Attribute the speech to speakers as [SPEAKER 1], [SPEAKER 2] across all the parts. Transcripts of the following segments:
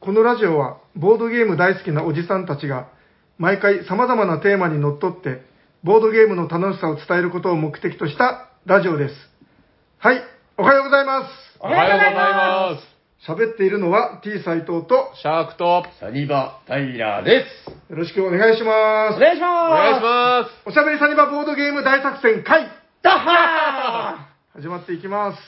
[SPEAKER 1] このラジオはボードゲーム大好きなおじさんたちが毎回様々なテーマにのっとってボードゲームの楽しさを伝えることを目的としたラジオです。はい、おはようございま。
[SPEAKER 2] おはようございます
[SPEAKER 1] 喋っているのは T 斎藤とよ
[SPEAKER 2] す。シャークと、
[SPEAKER 3] サニバ・タイラーです。
[SPEAKER 1] ろしくお願いしま
[SPEAKER 3] お
[SPEAKER 1] す。
[SPEAKER 3] 願いし
[SPEAKER 2] お願いし
[SPEAKER 3] ま
[SPEAKER 2] ま
[SPEAKER 1] おしゃべりサニバボードゲーム大作戦会
[SPEAKER 3] す。ダッハ
[SPEAKER 1] 始まっていきます。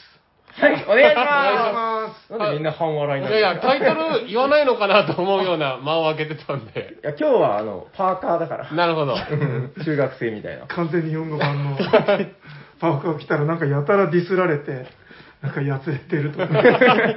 [SPEAKER 3] ーはい、お願
[SPEAKER 1] お願い
[SPEAKER 3] いし
[SPEAKER 1] し
[SPEAKER 3] ま。
[SPEAKER 1] ます
[SPEAKER 3] なんでみんな半笑い
[SPEAKER 2] す。
[SPEAKER 3] ないの
[SPEAKER 2] やいや、タイトル言わないのかなと思うような 間を開けてたんで。
[SPEAKER 3] いや、今日はあの、パーカーだから。
[SPEAKER 2] なるほど。
[SPEAKER 3] 中学生みたいな
[SPEAKER 1] す。。完全に日本語版のパーカー来たらなんかやたらディスられて、なんかやつれてるとか、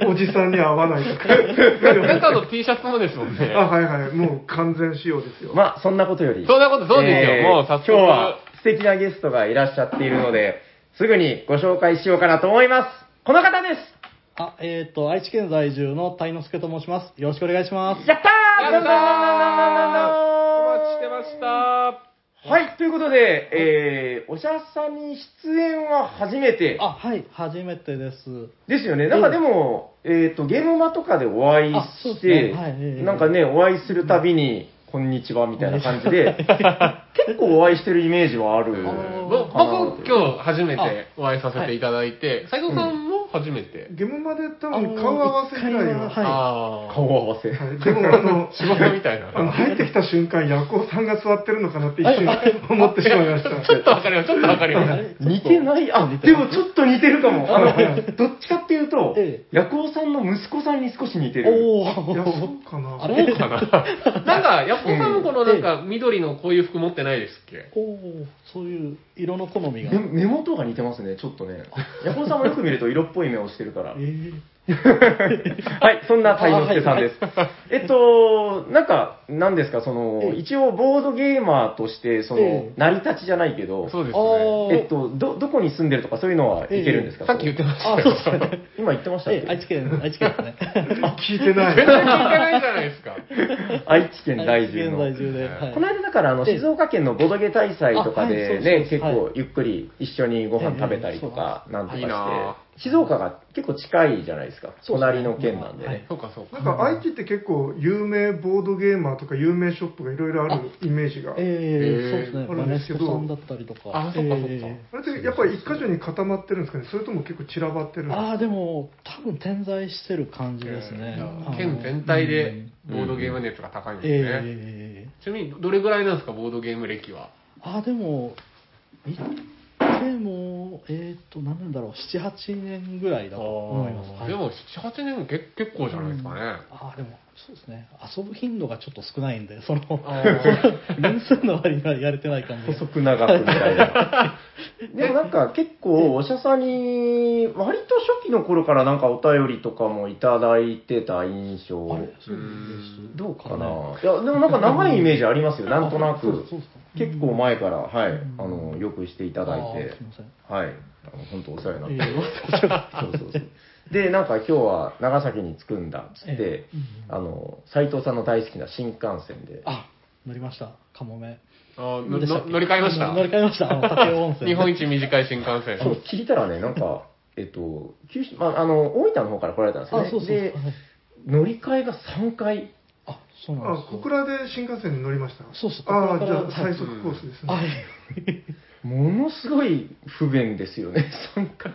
[SPEAKER 1] おじさんには合わないとか。
[SPEAKER 2] 中の T シャツもですもんね。
[SPEAKER 1] あ、はいはい。もう完全仕様ですよ。
[SPEAKER 3] まあ、そんなことより。
[SPEAKER 2] そんなことそうですよ。
[SPEAKER 3] えー
[SPEAKER 2] もう早速。
[SPEAKER 3] 今日は素敵なゲストがいらっしゃっているので、すぐにご紹介しようかなと思います。この方です
[SPEAKER 4] あ、えっ、と、愛知県在住の谷之助と申します。よろしくお願いします。
[SPEAKER 3] やったー
[SPEAKER 2] やったーお待ちして
[SPEAKER 3] は
[SPEAKER 2] ました。
[SPEAKER 3] い、ということで、えー、おしゃさに出演は初めて。
[SPEAKER 4] あ、はい、初めてです。
[SPEAKER 3] ですよね。なんかでも、えっ、と、ゲームマとかでお会い
[SPEAKER 4] あそう
[SPEAKER 3] し
[SPEAKER 4] ですね
[SPEAKER 3] て、
[SPEAKER 4] はいええ
[SPEAKER 3] なんかね、お会いするたびに、こんにちはみたいな感じで、結構お会いしてるイメージはある。
[SPEAKER 4] ー
[SPEAKER 2] ぼ僕、今日初めてお会いさせ
[SPEAKER 4] は
[SPEAKER 2] て
[SPEAKER 4] い
[SPEAKER 2] いただいて、斉藤さんも初めて。
[SPEAKER 1] ゲムまで多分顔合わせぐらいは。
[SPEAKER 4] あの
[SPEAKER 1] は
[SPEAKER 4] 一回
[SPEAKER 1] い
[SPEAKER 4] は
[SPEAKER 2] ああ。
[SPEAKER 3] 顔合 わせ。
[SPEAKER 1] でもあの、
[SPEAKER 2] 仕事みたい
[SPEAKER 1] あの
[SPEAKER 2] な。
[SPEAKER 1] 入ってきた瞬間、夜行さんが座ってるのかなって一瞬思ってしまいました。
[SPEAKER 2] ちょっとわかります。ちょっとわかります。
[SPEAKER 3] 似てないあ、でもちょっと似てるかも。あの、どっちかっていうと
[SPEAKER 4] え、
[SPEAKER 3] ヤクオさんの息子さんに少し似てる。
[SPEAKER 4] お
[SPEAKER 1] いや、そ
[SPEAKER 4] ー。
[SPEAKER 1] うかな。
[SPEAKER 4] あ
[SPEAKER 2] そう
[SPEAKER 4] れ
[SPEAKER 2] かな。なんか、ヤコさんもこのなんか、緑のこういう服持ってないですっけ
[SPEAKER 4] おー、そういう色の好みが。
[SPEAKER 3] 目目元が似てますね、ちょっとね。ヤクオさんもよく見ると色っぽい目をしてるから
[SPEAKER 4] え。ー
[SPEAKER 3] はい、そんな太之助さんです。えっと、なんか、なんですか、そ
[SPEAKER 4] え
[SPEAKER 3] の、
[SPEAKER 4] え
[SPEAKER 3] 一応、ボードゲーマーとして、その
[SPEAKER 4] ええ、
[SPEAKER 3] 成り立ちじゃないけど、
[SPEAKER 2] そうですね。
[SPEAKER 4] あー
[SPEAKER 3] えっと、ど、どこに住んでるとか、そういうのはいけるんですか
[SPEAKER 2] さっき言ってました
[SPEAKER 4] あ、そうですね。
[SPEAKER 3] 今言ってましたっ
[SPEAKER 4] え
[SPEAKER 3] け
[SPEAKER 4] ー愛知県、愛知県ですね。
[SPEAKER 1] 聞いてな
[SPEAKER 2] 全然聞い
[SPEAKER 1] い。
[SPEAKER 2] てないじゃないですか。
[SPEAKER 3] 愛知県在
[SPEAKER 4] 愛知
[SPEAKER 3] 住
[SPEAKER 4] 県
[SPEAKER 3] の。
[SPEAKER 4] 在住で。はい
[SPEAKER 3] この間だから、あの、
[SPEAKER 4] ええ
[SPEAKER 3] 静岡県のボドゲ大祭とか
[SPEAKER 4] あはいそ
[SPEAKER 3] で
[SPEAKER 4] うそう
[SPEAKER 3] ね、結構
[SPEAKER 4] は
[SPEAKER 3] ゆっくり一緒にご飯食べたりとか、なんとか
[SPEAKER 2] いいな
[SPEAKER 3] して、静岡が結構近いじゃないですか。
[SPEAKER 4] そうです
[SPEAKER 3] 隣
[SPEAKER 4] ね
[SPEAKER 3] の県なんで
[SPEAKER 4] は
[SPEAKER 3] ね
[SPEAKER 4] い。
[SPEAKER 2] そうかそうか。
[SPEAKER 1] なんか、愛知って結構有名ボードゲーマーとか有名ショップがいろいろあるイメージが。あれっ
[SPEAKER 4] えー、そうですね。
[SPEAKER 1] あ
[SPEAKER 4] マ
[SPEAKER 1] るん
[SPEAKER 4] ネ
[SPEAKER 1] です
[SPEAKER 4] ス
[SPEAKER 1] け
[SPEAKER 4] コ
[SPEAKER 1] ど
[SPEAKER 4] さんだったりとか。
[SPEAKER 2] あそっかそっか
[SPEAKER 4] えー
[SPEAKER 1] てやっぱり一箇所に固まってるんですかねそれとも結構散らばってるんです
[SPEAKER 4] あ
[SPEAKER 1] か
[SPEAKER 4] ーでも、多分点在してる感じですね。はい
[SPEAKER 2] 県全体でボードゲーム熱が高いんですね。
[SPEAKER 4] えー、
[SPEAKER 2] ちなみに、どれぐらいなんですか、ボードゲーム歴は。
[SPEAKER 4] あでも行ってもえっ、と何年だろう78年ぐらいだと思います、はい、
[SPEAKER 2] でも、7、8年け結構じゃないですかね。
[SPEAKER 4] あでもそうですね遊ぶ頻度がちょっと少ないんでその
[SPEAKER 2] あー
[SPEAKER 4] 年数の割にはやれてない感じが
[SPEAKER 3] 細く長くみたいな。 でもなんか結構、おしゃさに、割と初期の頃からなんかお便りとかもいただいてた印象
[SPEAKER 4] あれそう
[SPEAKER 2] うーん
[SPEAKER 4] です
[SPEAKER 3] どうか
[SPEAKER 4] ね
[SPEAKER 3] な。いや、でもなんか長いイメージありますよ、なんとな
[SPEAKER 4] あそう
[SPEAKER 3] く
[SPEAKER 4] です。そうですか
[SPEAKER 3] 結構前から、はい、
[SPEAKER 4] うん
[SPEAKER 3] あの、よくしていただい
[SPEAKER 4] あ
[SPEAKER 3] て
[SPEAKER 4] ーすいません、
[SPEAKER 3] はい、あの本当お世話に なって
[SPEAKER 4] え
[SPEAKER 3] そうそうそう。で、なんか今日は長崎に着くんだっつっ
[SPEAKER 4] え
[SPEAKER 3] て
[SPEAKER 4] えう、ん
[SPEAKER 3] あの、斎藤さんの大好きな新幹線で。
[SPEAKER 4] あ乗りましたかもめ
[SPEAKER 2] あーの
[SPEAKER 4] でしたっ
[SPEAKER 2] の
[SPEAKER 4] け
[SPEAKER 2] 乗り換えました。
[SPEAKER 4] 乗り換えましたあの武雄温泉
[SPEAKER 2] 日本一短い新幹線
[SPEAKER 3] あ。の聞いたらね、なんか、えっと、九州、まあ、あの、大分の方から来られたんですよ
[SPEAKER 4] あ
[SPEAKER 3] ね。
[SPEAKER 4] そうそう
[SPEAKER 3] で、
[SPEAKER 4] はい
[SPEAKER 3] 乗り換えが3回。
[SPEAKER 4] あそうなんで
[SPEAKER 1] あ
[SPEAKER 4] す、
[SPEAKER 1] 小倉で新幹線に乗りました。
[SPEAKER 4] そうそう
[SPEAKER 1] ああ、じ
[SPEAKER 4] 小倉
[SPEAKER 1] ゃあ
[SPEAKER 4] から
[SPEAKER 1] 最速コースです
[SPEAKER 4] あ
[SPEAKER 1] ね。
[SPEAKER 3] ものすごい不便ですよね、3回。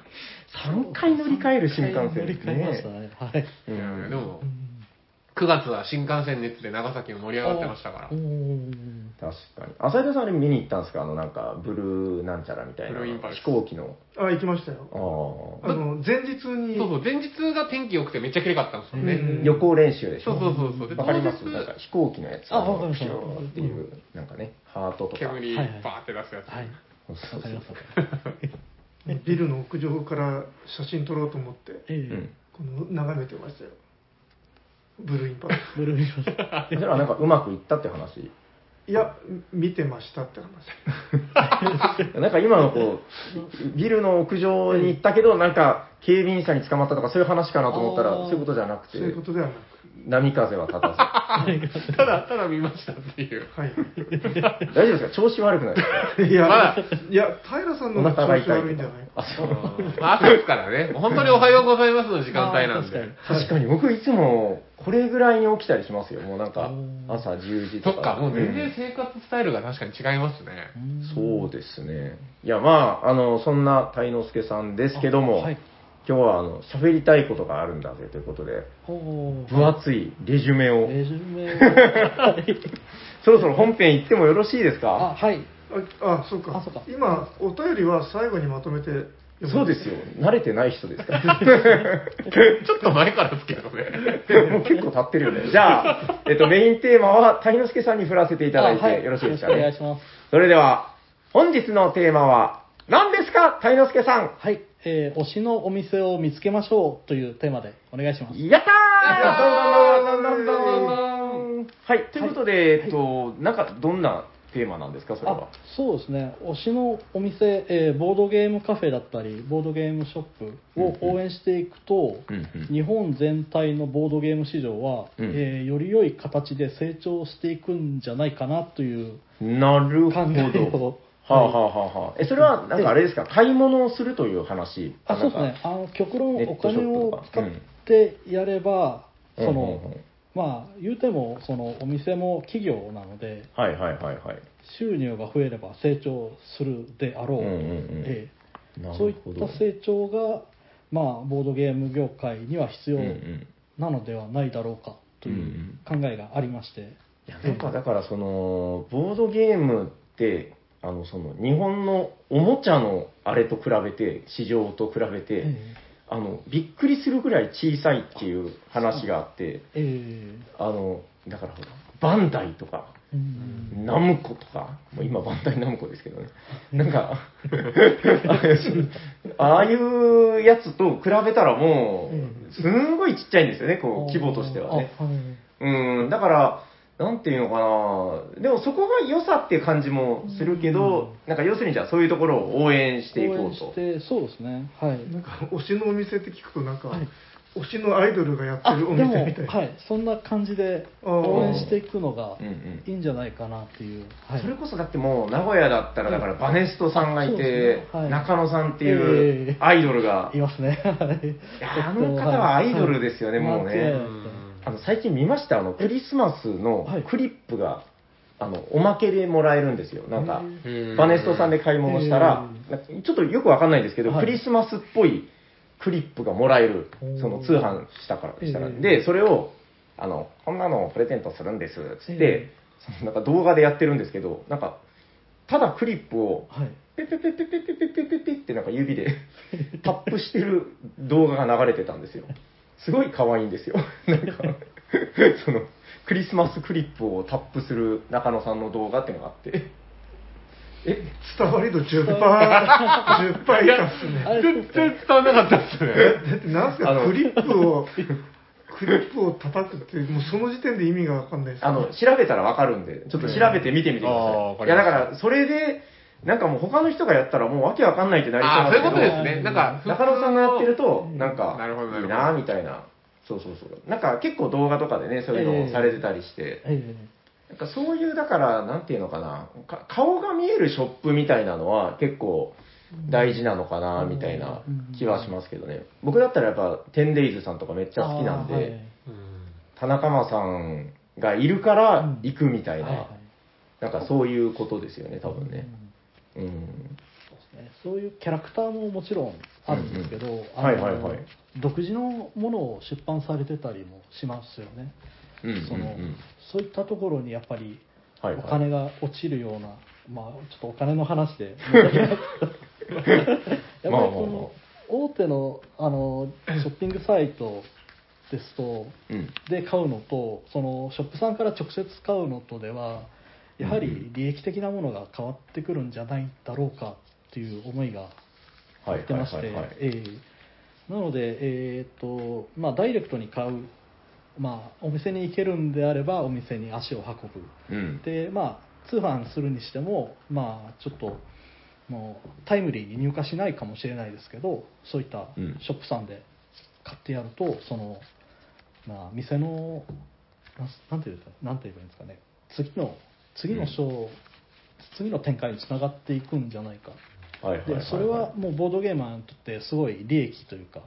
[SPEAKER 3] 3回乗り換える新幹線
[SPEAKER 4] 乗り換えましたねはい
[SPEAKER 2] いやーでも
[SPEAKER 4] う、ん
[SPEAKER 2] 9月は新幹線熱で長崎も盛り上がってましたから
[SPEAKER 4] お。ー
[SPEAKER 3] 確かに。浅田さんあれ見に行ったんですかあの、なんか、ブルーなんちゃらみたいな。
[SPEAKER 2] ブルーインパルス
[SPEAKER 3] 飛行機の。
[SPEAKER 1] ああ、行きましたよ。
[SPEAKER 3] あ
[SPEAKER 1] あの、前日に
[SPEAKER 2] そうそう、前日が天気良くてめっちゃ綺麗かったんですよね。
[SPEAKER 1] うん
[SPEAKER 3] あ。予行練習でし
[SPEAKER 2] そ
[SPEAKER 3] ょ。
[SPEAKER 2] うそうそうそう。で、
[SPEAKER 3] わ
[SPEAKER 2] 当
[SPEAKER 3] かり
[SPEAKER 2] 日
[SPEAKER 3] ますなんか飛行機のやつ。
[SPEAKER 4] あわかりました
[SPEAKER 3] ピョーっていう、なんかね、ハートとか。
[SPEAKER 2] 煙
[SPEAKER 4] はいはい
[SPEAKER 2] バーって出すやつ。
[SPEAKER 4] はい
[SPEAKER 3] そうそ
[SPEAKER 4] わ
[SPEAKER 3] う
[SPEAKER 4] か
[SPEAKER 3] そ
[SPEAKER 4] りま
[SPEAKER 3] う
[SPEAKER 4] す。
[SPEAKER 1] ビルの屋上から写真撮ろうと思って、
[SPEAKER 4] ええ
[SPEAKER 3] うん。
[SPEAKER 1] この眺めてましたよ。ブルーインパルス。
[SPEAKER 4] ブルービーバ
[SPEAKER 3] それはなんかうまくいったって話。
[SPEAKER 1] いや、見てましたって話。
[SPEAKER 3] なんか今のこう、ビルの屋上に行ったけど、なんか警備員さんに捕まったとかそういう話かなと思ったら、
[SPEAKER 4] あー
[SPEAKER 3] そういうことじゃなくて
[SPEAKER 1] そう、いうことではなく。
[SPEAKER 3] 波風は立た
[SPEAKER 2] ただ、ただ見ましたっていう。
[SPEAKER 1] はい。
[SPEAKER 3] ず。大丈夫ですか調子悪くないです か
[SPEAKER 1] いや、
[SPEAKER 2] まあ
[SPEAKER 1] いや、平さんの
[SPEAKER 3] お
[SPEAKER 1] 方が調
[SPEAKER 3] 腹
[SPEAKER 1] 子
[SPEAKER 3] が痛いとか
[SPEAKER 1] 悪いんじゃない
[SPEAKER 3] あ、そう。
[SPEAKER 2] まあ朝ですからね。本当におはようございますの時
[SPEAKER 4] 時
[SPEAKER 2] 間帯なんで。
[SPEAKER 3] 確かに、僕いつもこれぐらいに起きたりしますよ。もうなんか
[SPEAKER 4] う、ん
[SPEAKER 3] 朝10時
[SPEAKER 2] そ
[SPEAKER 3] とか。
[SPEAKER 2] っか、もう全然
[SPEAKER 3] ん
[SPEAKER 2] 生活スタイルが確かに違いますね。
[SPEAKER 3] そうですね。いや、まあ、あの、そんな鯛之助さんですけども、
[SPEAKER 4] はい。
[SPEAKER 3] 今日は、あの、喋りたいことがあるんだぜということで、
[SPEAKER 4] ほう。
[SPEAKER 3] 分厚いレジュメを、
[SPEAKER 4] レジュメを。
[SPEAKER 3] そろそろ本編行ってもよろしいです
[SPEAKER 4] あ、
[SPEAKER 3] か
[SPEAKER 4] はい。
[SPEAKER 1] あ、あ、そうか。
[SPEAKER 4] あそうか
[SPEAKER 1] 今、お便りは最後にまとめて読む
[SPEAKER 3] そうですよ。慣れてない人ですから。
[SPEAKER 2] ちょっと前からですけどね。
[SPEAKER 3] もう結構経ってるよね。じゃ あ、えっと、メインテーマは、谷之助さんに振らせていただい
[SPEAKER 4] あは
[SPEAKER 3] てよろしいですか
[SPEAKER 4] よろ
[SPEAKER 3] ね
[SPEAKER 4] し。くお願いします。
[SPEAKER 3] それでは、本日のテーマは、何ですか、谷之助さん
[SPEAKER 4] はい。えー推しのお店を見つけましょうというテーマでお願いします。
[SPEAKER 3] やった
[SPEAKER 1] やったー
[SPEAKER 3] ーはい、ということで、えっと、なんか、どんなテーマなんですか、それ
[SPEAKER 4] あ
[SPEAKER 3] は。
[SPEAKER 4] そうですね、推しのお店、えーボードゲームカフェだったり、ボードゲームショップを応援していくと、日本全体のボードゲーム市場は、
[SPEAKER 3] うん
[SPEAKER 4] えーより良い形で成長していくんじゃないかなという
[SPEAKER 3] なる
[SPEAKER 4] 考え
[SPEAKER 3] ほど。
[SPEAKER 4] を。
[SPEAKER 3] はあ、はあはあはあ、え、それは、なんかあれですか、買い物をするという話。
[SPEAKER 4] あそうです
[SPEAKER 3] なん
[SPEAKER 4] ね
[SPEAKER 3] か。
[SPEAKER 4] あの極論
[SPEAKER 3] ネ
[SPEAKER 4] お
[SPEAKER 3] ットショ
[SPEAKER 4] 金
[SPEAKER 3] ップと
[SPEAKER 4] を
[SPEAKER 3] か
[SPEAKER 4] 使ってやれば、
[SPEAKER 3] うん
[SPEAKER 4] そ
[SPEAKER 3] うんうんう
[SPEAKER 4] の
[SPEAKER 3] ん
[SPEAKER 4] まあ言うてもそのお店も企業なので
[SPEAKER 3] はいはいはいはい。
[SPEAKER 4] 収入が増えれば成長するであろう、
[SPEAKER 3] うんうんうん
[SPEAKER 4] ええ
[SPEAKER 3] なる
[SPEAKER 4] そういっ
[SPEAKER 3] ほど
[SPEAKER 4] た成長が、まあ、ボードゲーム業界には必要
[SPEAKER 3] うんうん
[SPEAKER 4] なのではないだろうかとい
[SPEAKER 3] んう
[SPEAKER 4] うん考えがありまして、
[SPEAKER 3] いやなんかだからそのボードゲームってあのその日本のおもちゃのあれと比べて市場と比べて、
[SPEAKER 4] え
[SPEAKER 3] あのびっくりするぐらい小さいっていう話があって
[SPEAKER 4] ええ
[SPEAKER 3] あのだからほらバンダイとか
[SPEAKER 4] えうん
[SPEAKER 3] ナムコとか、もう今、バンダイナムコですけどね、なんか、 ああいうやつと比べたらもう、すんごいちっちゃいんですよね、こう規模としてはね。
[SPEAKER 4] あはい
[SPEAKER 3] うん、だから、なんていうのかな、でもそこが良さっていう感じもするけど、なんか要するにじゃあそういうところを応援していこ
[SPEAKER 4] 応援
[SPEAKER 3] う
[SPEAKER 4] し
[SPEAKER 3] と。
[SPEAKER 4] てそうですねはい
[SPEAKER 1] なんか、推しのお店って聞くと、なんか、
[SPEAKER 4] はい
[SPEAKER 1] 推しのアイドルがやって
[SPEAKER 4] あで
[SPEAKER 1] るお
[SPEAKER 4] も
[SPEAKER 1] 店みたいな。
[SPEAKER 4] はいそんな感じで
[SPEAKER 1] あー
[SPEAKER 4] 応援していくのが
[SPEAKER 3] うんうん
[SPEAKER 4] いいんじゃないかなっていう、はい
[SPEAKER 3] それこそだってもう名古屋だったらだからバネストさんがい
[SPEAKER 4] そう
[SPEAKER 3] て
[SPEAKER 4] ですねはい
[SPEAKER 3] 中野さんっていう
[SPEAKER 4] ええ
[SPEAKER 3] アイドルが
[SPEAKER 4] いますねはい
[SPEAKER 3] いやあの方はアイドルですよね
[SPEAKER 4] はい
[SPEAKER 3] もうね
[SPEAKER 4] 間違いないです
[SPEAKER 3] あの最近見ましたあのクリスマスの
[SPEAKER 4] はい
[SPEAKER 3] クリップがあのおまけでもらえるんですよなんか
[SPEAKER 2] うん
[SPEAKER 3] バネストさんで買い物したら
[SPEAKER 4] へ
[SPEAKER 3] なんかちょっとよくわかんないんですけど
[SPEAKER 4] はい
[SPEAKER 3] クリスマスっぽいクリップがもらえる
[SPEAKER 4] おー
[SPEAKER 3] その通販したからしたら
[SPEAKER 4] へー
[SPEAKER 3] でそれをあのこんなのをプレゼントするんですっつっ
[SPEAKER 4] へ
[SPEAKER 3] てそのなんか動画でやってるんですけどなんかただクリップを
[SPEAKER 4] はい
[SPEAKER 3] ペペペペペペペペペペってなんか指でタップしてる動画が流れてたんですよ。すごい可愛いんですよ。 なんか、その、クリスマスクリップをタップする中野さんの動画っていうのがあって、え、
[SPEAKER 1] 伝わり度10%、10%以下っすね。
[SPEAKER 4] あれ
[SPEAKER 2] 全然伝わんなかったっすね。
[SPEAKER 1] だってなんす
[SPEAKER 3] あ
[SPEAKER 1] か
[SPEAKER 3] の
[SPEAKER 1] クリップをクリップを叩くってもうその時点で意味がわかんないです
[SPEAKER 3] あの、調べたらわかるんで、ちょっと調べて見てみてくだ
[SPEAKER 2] あーわ
[SPEAKER 3] さ
[SPEAKER 2] か
[SPEAKER 3] い。い
[SPEAKER 2] り
[SPEAKER 3] や、
[SPEAKER 2] ま
[SPEAKER 3] だ
[SPEAKER 2] した
[SPEAKER 3] から、それで、なんかもう他の人がやったらもうわけわかんないってなりそう
[SPEAKER 2] あ
[SPEAKER 3] な
[SPEAKER 2] あ、
[SPEAKER 3] ん
[SPEAKER 2] そ
[SPEAKER 3] だ
[SPEAKER 2] ういう
[SPEAKER 3] けど
[SPEAKER 2] ことですね。なんか、
[SPEAKER 3] 中野さんがやってると、なんか、
[SPEAKER 2] なるほど
[SPEAKER 3] いい
[SPEAKER 2] なるほ
[SPEAKER 3] な
[SPEAKER 2] ど
[SPEAKER 3] みたいな。そうそうそう。なんか結構動画とかでね、そういうのをされてたりして、
[SPEAKER 4] え
[SPEAKER 3] なんかそういう、だから、なんていうのかなか、顔が見えるショップみたいなのは結構大事なのかな、みたいな気はしますけどね。僕だったらやっぱ、テンデイズさんとかめっ
[SPEAKER 4] え
[SPEAKER 3] ちゃ好きなんで、
[SPEAKER 4] あーはい
[SPEAKER 2] うん
[SPEAKER 3] 田中間さんがいるから行くみたいな、
[SPEAKER 4] はいはい
[SPEAKER 3] なんかそういうことですよね、多分ね。うん。
[SPEAKER 4] ねそういうキャラクターももちろんあるんですけど、あの
[SPEAKER 3] はいはいはい
[SPEAKER 4] 独自のものを出版されてたりもしますよね、
[SPEAKER 3] うん、うん
[SPEAKER 4] その
[SPEAKER 3] うん
[SPEAKER 4] そういったところにやっぱり
[SPEAKER 3] はい
[SPEAKER 4] お
[SPEAKER 3] はい
[SPEAKER 4] 金が落ちるような、まあ、ちょっとお金の話 で、やっぱりこの大手のあのショッピングサイトですと、
[SPEAKER 3] うん。
[SPEAKER 4] で買うのとそのショップさんから直接買うのとではやはり利益的なものが変わってくるんじゃないだろうかっていう思いが
[SPEAKER 3] は
[SPEAKER 4] 出てまして、ええなので、えーとまあ、ダイレクトに買う、まあ、お店に行けるんであればお店に足を運ぶ
[SPEAKER 3] うん。
[SPEAKER 4] で、まあ、通販するにしても、まあ、ちょっともうタイムリーに入荷しないかもしれないですけどそういった
[SPEAKER 3] うん
[SPEAKER 4] ショップさんで買ってやると、そのまあ店のなんなんていうかなんて言えばいいんですかね次の次の章、次の展開につながっていくんじゃないか
[SPEAKER 3] はいはいはい
[SPEAKER 4] で
[SPEAKER 3] い
[SPEAKER 4] それはもうボードゲーマーにとってすごい利益というか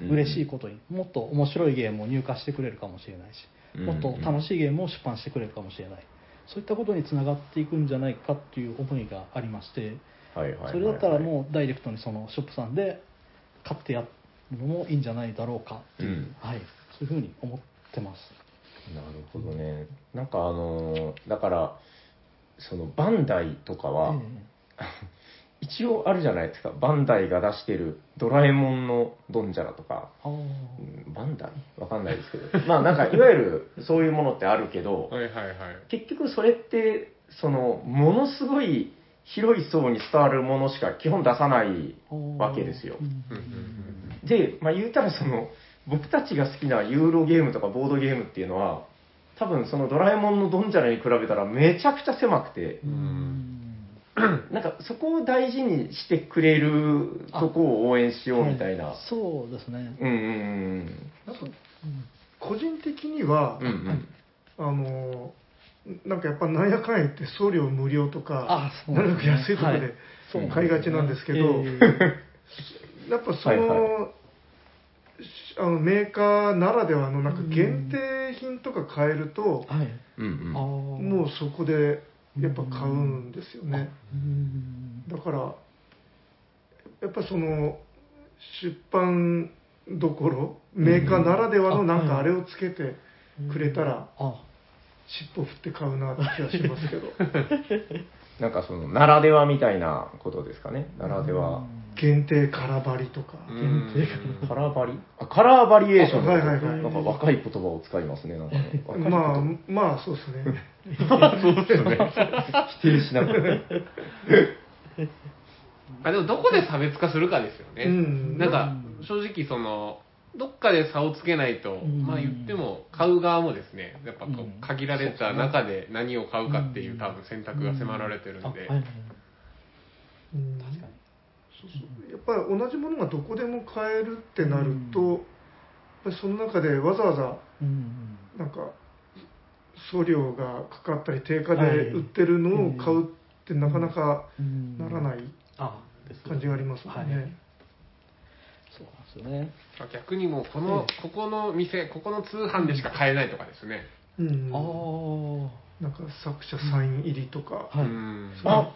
[SPEAKER 3] うん
[SPEAKER 4] 嬉しいことにもっと面白いゲームを入荷してくれるかもしれないし
[SPEAKER 3] うん
[SPEAKER 4] もっと楽しいゲームを出版してくれるかもしれないそういったことにつながっていくんじゃないかっていう思いがありまして
[SPEAKER 3] はいはいはいはい
[SPEAKER 4] それだったらもうダイレクトにそのショップさんで買ってやるのもいいんじゃないだろうかっていう、
[SPEAKER 3] うん
[SPEAKER 4] はい、そういうふうに思ってます。
[SPEAKER 3] なるほどねなんかあのーだからそのバンダイとかは、一応あるじゃないですかバンダイが出してる「ドラえもんのドンジャラ」とか
[SPEAKER 4] ああ
[SPEAKER 3] うんバンダイわかんないですけどまあなんかいわゆるそういうものってあるけど
[SPEAKER 2] はいはいはい。
[SPEAKER 3] 結局それってそのものすごい広い層に伝わるものしか基本出さない
[SPEAKER 4] あー
[SPEAKER 3] わけですよ
[SPEAKER 4] うん
[SPEAKER 2] うんうん
[SPEAKER 3] で、まあ、言うたらその僕たちが好きなユーロゲームとかボードゲームっていうのは多分その「ドラえもんのドンジャラ」に比べたらめちゃくちゃ狭くて
[SPEAKER 2] う
[SPEAKER 4] うん
[SPEAKER 3] なんかそこを大事にしてくれるとこを応援しようみたいな
[SPEAKER 4] はそうですね、
[SPEAKER 3] うんうん
[SPEAKER 1] なんか個人的には、
[SPEAKER 3] うんうんうん
[SPEAKER 1] あのなんかやっぱなんやかんや言って送料無料とか
[SPEAKER 4] あそう
[SPEAKER 1] な
[SPEAKER 4] なん
[SPEAKER 1] るべ
[SPEAKER 4] です
[SPEAKER 1] く安
[SPEAKER 4] ね
[SPEAKER 1] いとこ
[SPEAKER 4] はい
[SPEAKER 1] で
[SPEAKER 4] そう
[SPEAKER 1] 買いがちなんですけど、
[SPEAKER 4] え
[SPEAKER 1] やっぱその,、
[SPEAKER 3] はい
[SPEAKER 1] しあのメーカーならではのなんか
[SPEAKER 4] うん
[SPEAKER 1] 限定品とか買えると
[SPEAKER 4] ー、はい、
[SPEAKER 3] うんうん
[SPEAKER 1] もうそこでやっぱ買うんですよね、
[SPEAKER 4] うん
[SPEAKER 1] だからやっぱその出版どころメーカーならではのなんかあれをつけてくれたら
[SPEAKER 4] あ
[SPEAKER 1] 尻尾振って買うなって気がしますけど
[SPEAKER 3] なんかそのならではみたいなことですかねならでは
[SPEAKER 1] 限定空張りとか、
[SPEAKER 2] うん
[SPEAKER 3] カラーバリあカラーバリエーション
[SPEAKER 1] はいはいはい
[SPEAKER 3] なんか若い言葉を使いますねなんかね若い言
[SPEAKER 1] まあ
[SPEAKER 3] 葉
[SPEAKER 1] まあそうですね
[SPEAKER 3] そうですね否定しなくて
[SPEAKER 2] あでもどこで差別化するかですよね、
[SPEAKER 1] うん
[SPEAKER 2] なんか正直そのどっかで差をつけないと、
[SPEAKER 4] うん
[SPEAKER 2] まあ言っても買う側もですねやっぱこう
[SPEAKER 4] うん
[SPEAKER 2] 限られた中で何を買うかっていう多分選択が迫られてるんで、
[SPEAKER 4] あはいは
[SPEAKER 1] う
[SPEAKER 4] い
[SPEAKER 1] ん
[SPEAKER 4] 確かに
[SPEAKER 1] そうそうやっぱり同じものがどこでも買えるってなると、
[SPEAKER 4] うん
[SPEAKER 1] やっぱりその中でわざわざ
[SPEAKER 4] うん
[SPEAKER 1] なんか送料がかかったり定価
[SPEAKER 4] は
[SPEAKER 1] で
[SPEAKER 4] い
[SPEAKER 1] 売ってるのを買うってなかなか
[SPEAKER 4] うん
[SPEAKER 1] ならない
[SPEAKER 4] あです
[SPEAKER 1] 感じがありますもんね、
[SPEAKER 4] はいそうなんですよね
[SPEAKER 2] まあ逆にもうこの、ここの店ここの通販でしか買えないとかですね、
[SPEAKER 1] うん、
[SPEAKER 4] ああ
[SPEAKER 1] なんか作者サイン入りとか、
[SPEAKER 4] はい
[SPEAKER 2] うん
[SPEAKER 3] あ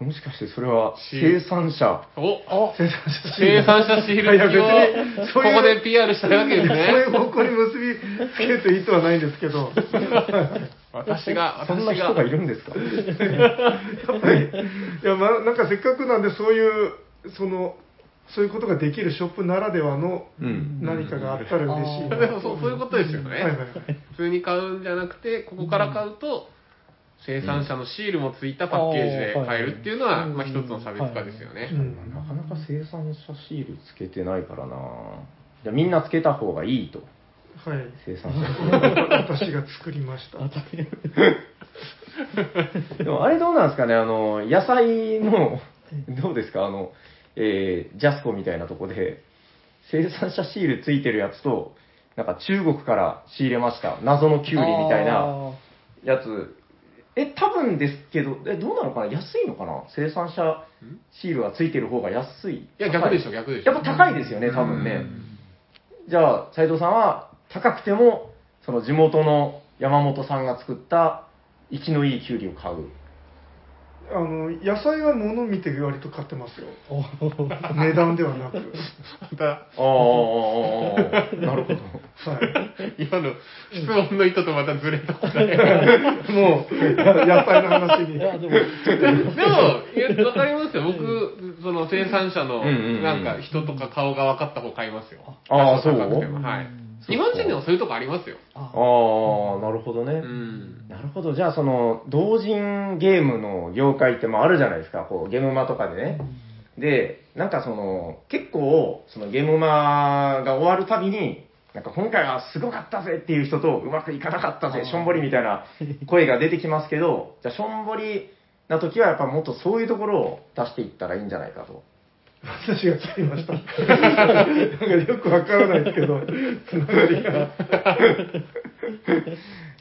[SPEAKER 3] もしかしてそれは
[SPEAKER 2] し
[SPEAKER 3] 生産者
[SPEAKER 2] お
[SPEAKER 1] 生産者シー
[SPEAKER 2] 生
[SPEAKER 1] ル
[SPEAKER 2] 産者シール
[SPEAKER 1] いや
[SPEAKER 2] 付きを
[SPEAKER 1] 別に
[SPEAKER 2] こ
[SPEAKER 1] そういう
[SPEAKER 2] こで PR したいわけです
[SPEAKER 1] そうい
[SPEAKER 2] ね
[SPEAKER 1] う方向に結びつけると意図はないんですけど
[SPEAKER 2] 私が
[SPEAKER 3] そ
[SPEAKER 2] 私
[SPEAKER 3] んな人がいるんですか
[SPEAKER 1] やっぱりいや、まあ、なんかせっかくなんでそういうそのそういうことができるショップならではの
[SPEAKER 3] うん
[SPEAKER 1] 何かがあったら嬉しいな、
[SPEAKER 4] うん
[SPEAKER 2] でも そうそういうことですよね、
[SPEAKER 1] はいはいはい
[SPEAKER 2] 普通に買うんじゃなくてここから買うと生産者のシールもついたパッケージで買えるっていうのは、
[SPEAKER 4] うん
[SPEAKER 2] まあ、一つの差別化ですよね、
[SPEAKER 1] うん
[SPEAKER 3] なかなか生産者シールつけてないからなじゃあみんなつけた方がいいと
[SPEAKER 1] はい
[SPEAKER 3] 生 産者
[SPEAKER 1] 私が作りました。
[SPEAKER 3] でもあれどうなんですかねあの野菜のどうですかあの、えージャスコみたいなとこで生産者シールついてるやつとなんか中国から仕入れました謎のキュウリみたいなやつ、え、多分ですけど、え、どうなのかな安いのかな生産者シールがついてる方が安い。い
[SPEAKER 2] いや逆でしょ逆でしょ
[SPEAKER 3] やっぱ高いですよね、多分ね。じゃあ、斉藤さんは高くても、その地元の山本さんが作った生きのいいキュウリを買う。
[SPEAKER 1] あの野菜は物見て割と買ってますよ。
[SPEAKER 4] おー
[SPEAKER 1] 値段ではなく。はい。
[SPEAKER 3] ああ、 なるほど。
[SPEAKER 2] 今の質問の意図とまたずれた答え
[SPEAKER 1] もう野菜の話
[SPEAKER 4] い
[SPEAKER 1] に。
[SPEAKER 4] や
[SPEAKER 2] で
[SPEAKER 4] でも
[SPEAKER 2] もいやわかりますよ僕その生産者
[SPEAKER 3] う
[SPEAKER 2] の
[SPEAKER 3] んうんうん
[SPEAKER 2] なんか人とか顔が分かった方買いますよ
[SPEAKER 3] ああそう
[SPEAKER 2] 高くてもはい
[SPEAKER 4] うん
[SPEAKER 2] 日本人でもそういうとこありますよ
[SPEAKER 4] あ
[SPEAKER 3] ああ、なるほどね。
[SPEAKER 2] うん
[SPEAKER 3] なるほど。じゃあ、その、同人ゲームの業界ってもあるじゃないですか。こう、ゲームマとかでね。で、なんかその、結構、そのゲームマが終わるたびに、なんか今回はすごかったぜっていう人と、うまくいかなかった
[SPEAKER 4] あ
[SPEAKER 3] ぜ、
[SPEAKER 4] ー
[SPEAKER 3] しょんぼりみたいな声が出てきますけど、じゃあ、しょんぼりな時はやっぱもっとそういうところを出していったらいいんじゃないかと。
[SPEAKER 1] 話がちゃいました。なんかよくわからないですけど、つながりが。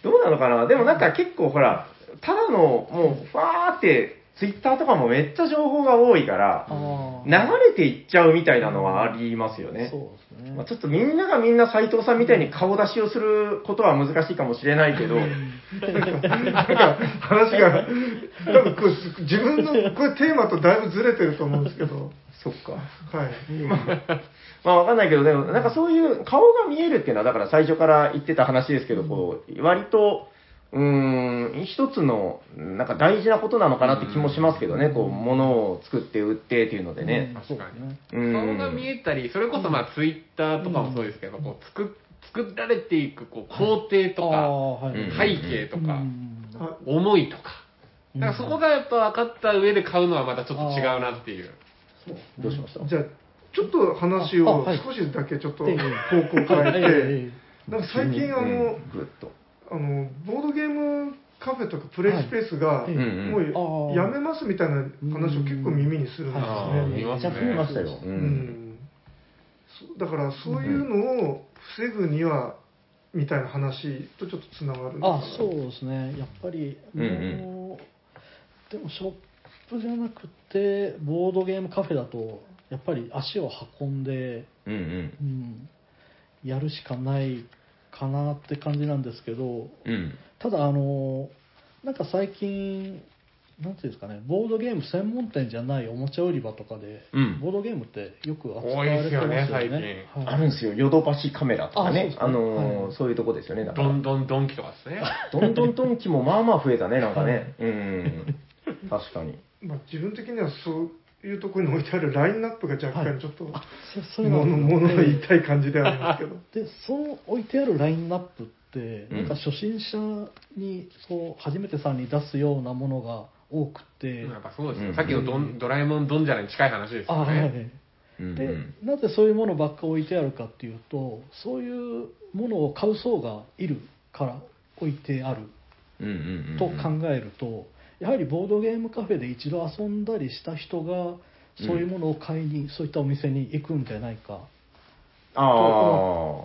[SPEAKER 3] どうなのかなでもなんか結構ほら、ただのもうファーってツイッターとかもめっちゃ情報が多いから、
[SPEAKER 4] あ
[SPEAKER 3] 流れていっちゃうみたいなのはありますよね。
[SPEAKER 4] そうですね。
[SPEAKER 3] まあ、ちょっとみんながみんな斎藤さんみたいに顔出しをすることは難しいかもしれないけど、
[SPEAKER 1] なんか話が、多分こう自分のこれテーマとだいぶずれてると思うんですけど、
[SPEAKER 3] そっか。
[SPEAKER 1] はい。
[SPEAKER 3] まあわかんないけど、でもなんかそういう顔が見えるっていうのは、だから最初から言ってた話ですけど、こう、割と、うーん、一つの、なんか大事なことなのかなって気もしますけどね、こう、物を作って売ってっていうのでね。
[SPEAKER 4] うんそうですね。
[SPEAKER 3] うん。
[SPEAKER 2] 顔が見えたり、それこそまあツイッターとかもそうですけど、こう作作られていくこう工程と
[SPEAKER 4] あ
[SPEAKER 2] か、
[SPEAKER 4] あはい
[SPEAKER 3] うん
[SPEAKER 2] 背景とか、
[SPEAKER 4] か。
[SPEAKER 1] あ
[SPEAKER 2] 思いとか。だからそこがやっぱ分かった上で買うのはまたちょっと違うなっていう。
[SPEAKER 3] どうしました
[SPEAKER 1] じゃあ、ちょっと話
[SPEAKER 4] ああ
[SPEAKER 1] を
[SPEAKER 4] はい
[SPEAKER 1] 少しだけちょっと
[SPEAKER 4] え
[SPEAKER 1] 方向
[SPEAKER 4] え
[SPEAKER 1] 変
[SPEAKER 4] え
[SPEAKER 1] えて、
[SPEAKER 4] え
[SPEAKER 1] なんか最近あ
[SPEAKER 3] う
[SPEAKER 1] の
[SPEAKER 3] ん、ぐっと。
[SPEAKER 1] あの、ボードゲームカフェとかプレイスペースが、
[SPEAKER 4] はい
[SPEAKER 3] うん
[SPEAKER 1] も
[SPEAKER 3] う
[SPEAKER 1] う
[SPEAKER 3] ん。
[SPEAKER 4] ああ
[SPEAKER 1] やめますみたいな話を結構耳にするんですよ
[SPEAKER 2] あ
[SPEAKER 1] ね
[SPEAKER 2] ー。見ますね
[SPEAKER 3] めっちゃ見ましたよ。う。
[SPEAKER 1] うんんそうだからそういうのを防ぐにはみたいな話とちょっとつながるのかな
[SPEAKER 4] あそうですねやっぱり、
[SPEAKER 3] うんうん
[SPEAKER 4] もうでもショップじゃなくてボードゲームカフェだとやっぱり足を運んで、
[SPEAKER 3] うんうん。
[SPEAKER 4] うん、やるしかないかなって感じなんですけど
[SPEAKER 3] うん。
[SPEAKER 4] ただあのなんか最近なんていうんですかねボードゲーム専門店じゃないおもちゃ売り場とかで、
[SPEAKER 3] うん
[SPEAKER 4] ボードゲームってよく扱
[SPEAKER 2] 多
[SPEAKER 4] わ
[SPEAKER 2] いで
[SPEAKER 4] れ
[SPEAKER 2] す
[SPEAKER 4] てま
[SPEAKER 2] よ
[SPEAKER 4] すよ
[SPEAKER 2] ね
[SPEAKER 4] ね
[SPEAKER 2] 最
[SPEAKER 4] はい
[SPEAKER 3] あるんですよ、ヨドバシカメラとか
[SPEAKER 4] あそうで
[SPEAKER 3] ね
[SPEAKER 4] す。ね
[SPEAKER 3] あの
[SPEAKER 4] は
[SPEAKER 3] ー、
[SPEAKER 4] い
[SPEAKER 3] そういうとこですよね、だか
[SPEAKER 2] ど
[SPEAKER 3] ら。
[SPEAKER 2] んどんドンキとかですね。
[SPEAKER 3] どんどんドンキもまあまあ増え たね、なんかね。うん。確かに。
[SPEAKER 1] まあ、自分的にはそういうところに置いてあるラインナップが若
[SPEAKER 4] は
[SPEAKER 1] 干
[SPEAKER 4] い
[SPEAKER 1] ちょっと
[SPEAKER 4] あ
[SPEAKER 1] も
[SPEAKER 4] そ そういう
[SPEAKER 1] の
[SPEAKER 4] のあるんだ
[SPEAKER 1] ものの言いたい感じではありますけど
[SPEAKER 4] でその置いてあるラインナップって、
[SPEAKER 3] うん
[SPEAKER 4] なんか初心者にこう初めてさんに出すようなものが多くて、
[SPEAKER 2] やっぱそうです
[SPEAKER 3] う
[SPEAKER 2] よ。
[SPEAKER 3] ん
[SPEAKER 2] さっきのドンドラえもんドンジャラに近い話です
[SPEAKER 4] あ
[SPEAKER 2] よ
[SPEAKER 4] は
[SPEAKER 2] ね。
[SPEAKER 4] い
[SPEAKER 3] うんう
[SPEAKER 4] で、
[SPEAKER 3] ん。
[SPEAKER 4] なぜそういうものばっか置いてあるかっていうとそういうものを買う層がいるから置いてある
[SPEAKER 3] うんうんうんうん
[SPEAKER 4] と考えると、やはりボードゲームカフェで一度遊んだりした人がそういうものを買いに、そういったお店に行くんじゃないか
[SPEAKER 3] あ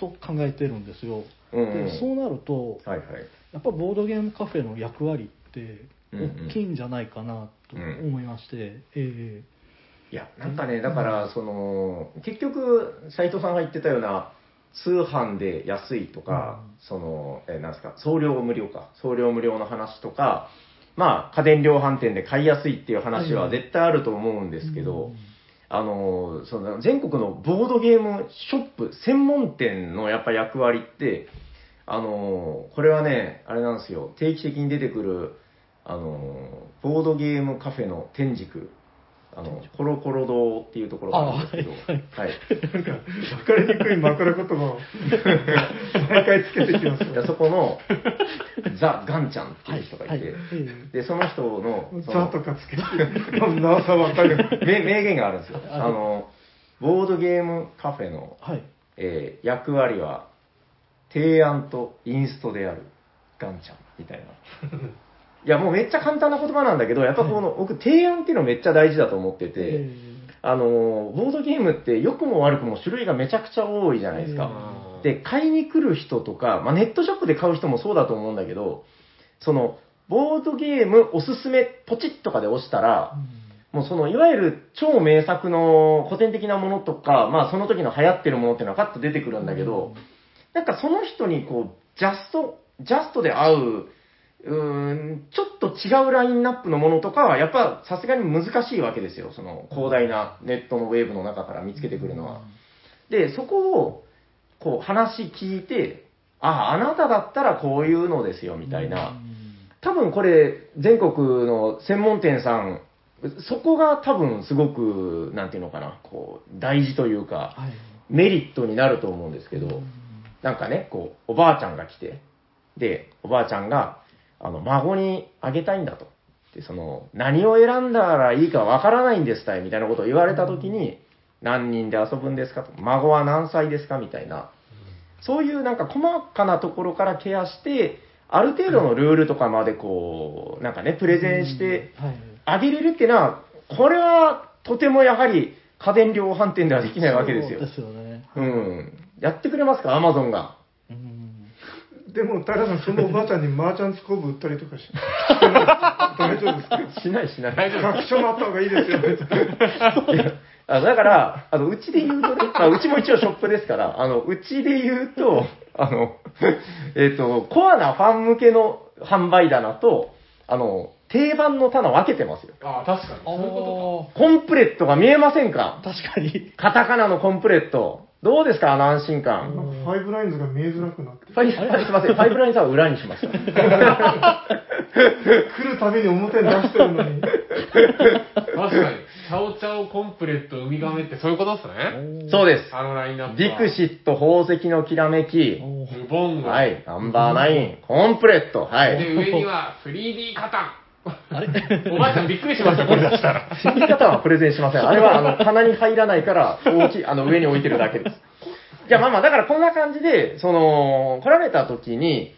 [SPEAKER 4] と考えてるんですよ。
[SPEAKER 3] あ、うんうん
[SPEAKER 4] でそうなると
[SPEAKER 3] はいはい。
[SPEAKER 4] やっぱボードゲームカフェの役割って大きいんじゃないかなと思いまして、え
[SPEAKER 3] いや、なんかね、だから、その、結局、斉藤さんが言ってたような、通販で安いとか、その、え、なんですか、送料無料か、送料無料の話とか、まあ、家電量販店で買いやすいっていう話は絶対あると思うん
[SPEAKER 4] え
[SPEAKER 3] ですけど、
[SPEAKER 4] うん
[SPEAKER 3] あのその全国のボードゲームショップ専門店のやっぱ役割って、あのこれはね、あれなんですよ、定期的に出てくる、あのボードゲームカフェの天竺、あのコロコロ堂っていうところがあるんですけど、はい、
[SPEAKER 1] なんか分かりにくい枕言葉を毎回つけてき ます
[SPEAKER 3] で
[SPEAKER 1] よ
[SPEAKER 3] そこのザ・ガンちゃんっていう人がいて、
[SPEAKER 4] はいはいえ
[SPEAKER 3] でその人のそ
[SPEAKER 1] ザ
[SPEAKER 3] の
[SPEAKER 1] とかつけてなおさ分かる
[SPEAKER 3] 名名言があるんですよ、あ
[SPEAKER 4] はい
[SPEAKER 3] のボードゲームカフェの
[SPEAKER 4] はい、
[SPEAKER 3] えー役割は提案とインストであるガンちゃんみたいな いやもうめっちゃ簡単な言葉なんだけどやっぱこの、僕提案っていうのめっちゃ大事だと思ってて、
[SPEAKER 4] え
[SPEAKER 3] あのーボードゲームって良くも悪くも種類がめちゃくちゃ多いじゃないです
[SPEAKER 4] う
[SPEAKER 3] か、
[SPEAKER 2] あー
[SPEAKER 3] で、買いに来る人とか、まあ、ネットショップで買う人もそうだと思うんだけど、その、ボードゲームおすすめポチッとかで押したら、もうその、いわゆる超名作の古典的なものとか、まあその時の流行ってるものっていうのがパッと出てくるんだけど、なんかその人にこう、ジャスト、ジャストで合う、うーん、ちょっと違うラインナップのものとかは、やっぱさすがに難しいわけですよ。その広大なネットのウェーブの中から見つけてくるのは。で、そこを、こう話聞いて、ああ、あなただったらこういうのですよ、みたいな。多分これ、全国の専門店さん、そこが多分すごく、なんていうのかな、こう、大事というか、
[SPEAKER 4] はい
[SPEAKER 3] メリットになると思うんですけど、
[SPEAKER 4] うん
[SPEAKER 3] なんかね、こう、おばあちゃんが来て、で、おばあちゃんが、あの、孫にあげたいんだと。で、その、何を選んだらいいかわからないんですたい、みたいなことを言われたときに、何人で遊ぶんですかと。孫は何歳ですかみたいな。そういうなんか細かなところからケアして、ある程度のルールとかまでこう、なんかね、プレゼンして
[SPEAKER 4] うんはい
[SPEAKER 3] あげれるってのは、これはとてもやはり家電量販店ではできないわけですよ。
[SPEAKER 4] そうですよね。
[SPEAKER 3] うん。やってくれますか、アマゾンが。
[SPEAKER 4] うん。
[SPEAKER 1] でも、タラさん、そのおばあちゃんにマーチャンツコーブ売ったりとかし 大丈夫ですか
[SPEAKER 3] しないしない。
[SPEAKER 2] 大丈夫
[SPEAKER 1] 確証もあった方がいいですよ。
[SPEAKER 3] あだから、あの、うちで言うとね、まあ、うちも一応ショップですから、あの、うちで言うと、あの、 えっ、と、コアなファン向けの販売棚と、あの、定番の棚分けてますよ。
[SPEAKER 2] ああ、確かに。そういうこ
[SPEAKER 3] コンプレットが見えませんか
[SPEAKER 4] あー確かに。
[SPEAKER 3] カタカナのコンプレット。どうですかあの安心
[SPEAKER 1] な
[SPEAKER 3] 感。
[SPEAKER 1] んかファイブラインズが見えづらくなって。
[SPEAKER 3] ファイすいません、ファイブラインさんは裏にしました。
[SPEAKER 1] 来るたびに表に出してるの に。
[SPEAKER 2] とか。確かに。チャオチャオコンプレットウミガメってそういうことですね。
[SPEAKER 3] そうです。
[SPEAKER 2] あのラインナップ
[SPEAKER 3] ディ
[SPEAKER 2] は。
[SPEAKER 3] クシット宝石のきらめき。
[SPEAKER 4] おー
[SPEAKER 2] ルボンゴ。
[SPEAKER 3] はい、ナンバーナイン、コンプレット。は
[SPEAKER 2] で、
[SPEAKER 3] い。
[SPEAKER 2] 上には 3D カタ
[SPEAKER 4] あれ
[SPEAKER 2] ン。おばあちゃんびっくりしました、 これ出したら。
[SPEAKER 3] 死に方はプレゼンしませ ん。あれは、あの、棚に入らないから、大きい、あの、上に置いてるだけ です。いや、まあまあ、だからこんな感じで、その、来られた時に、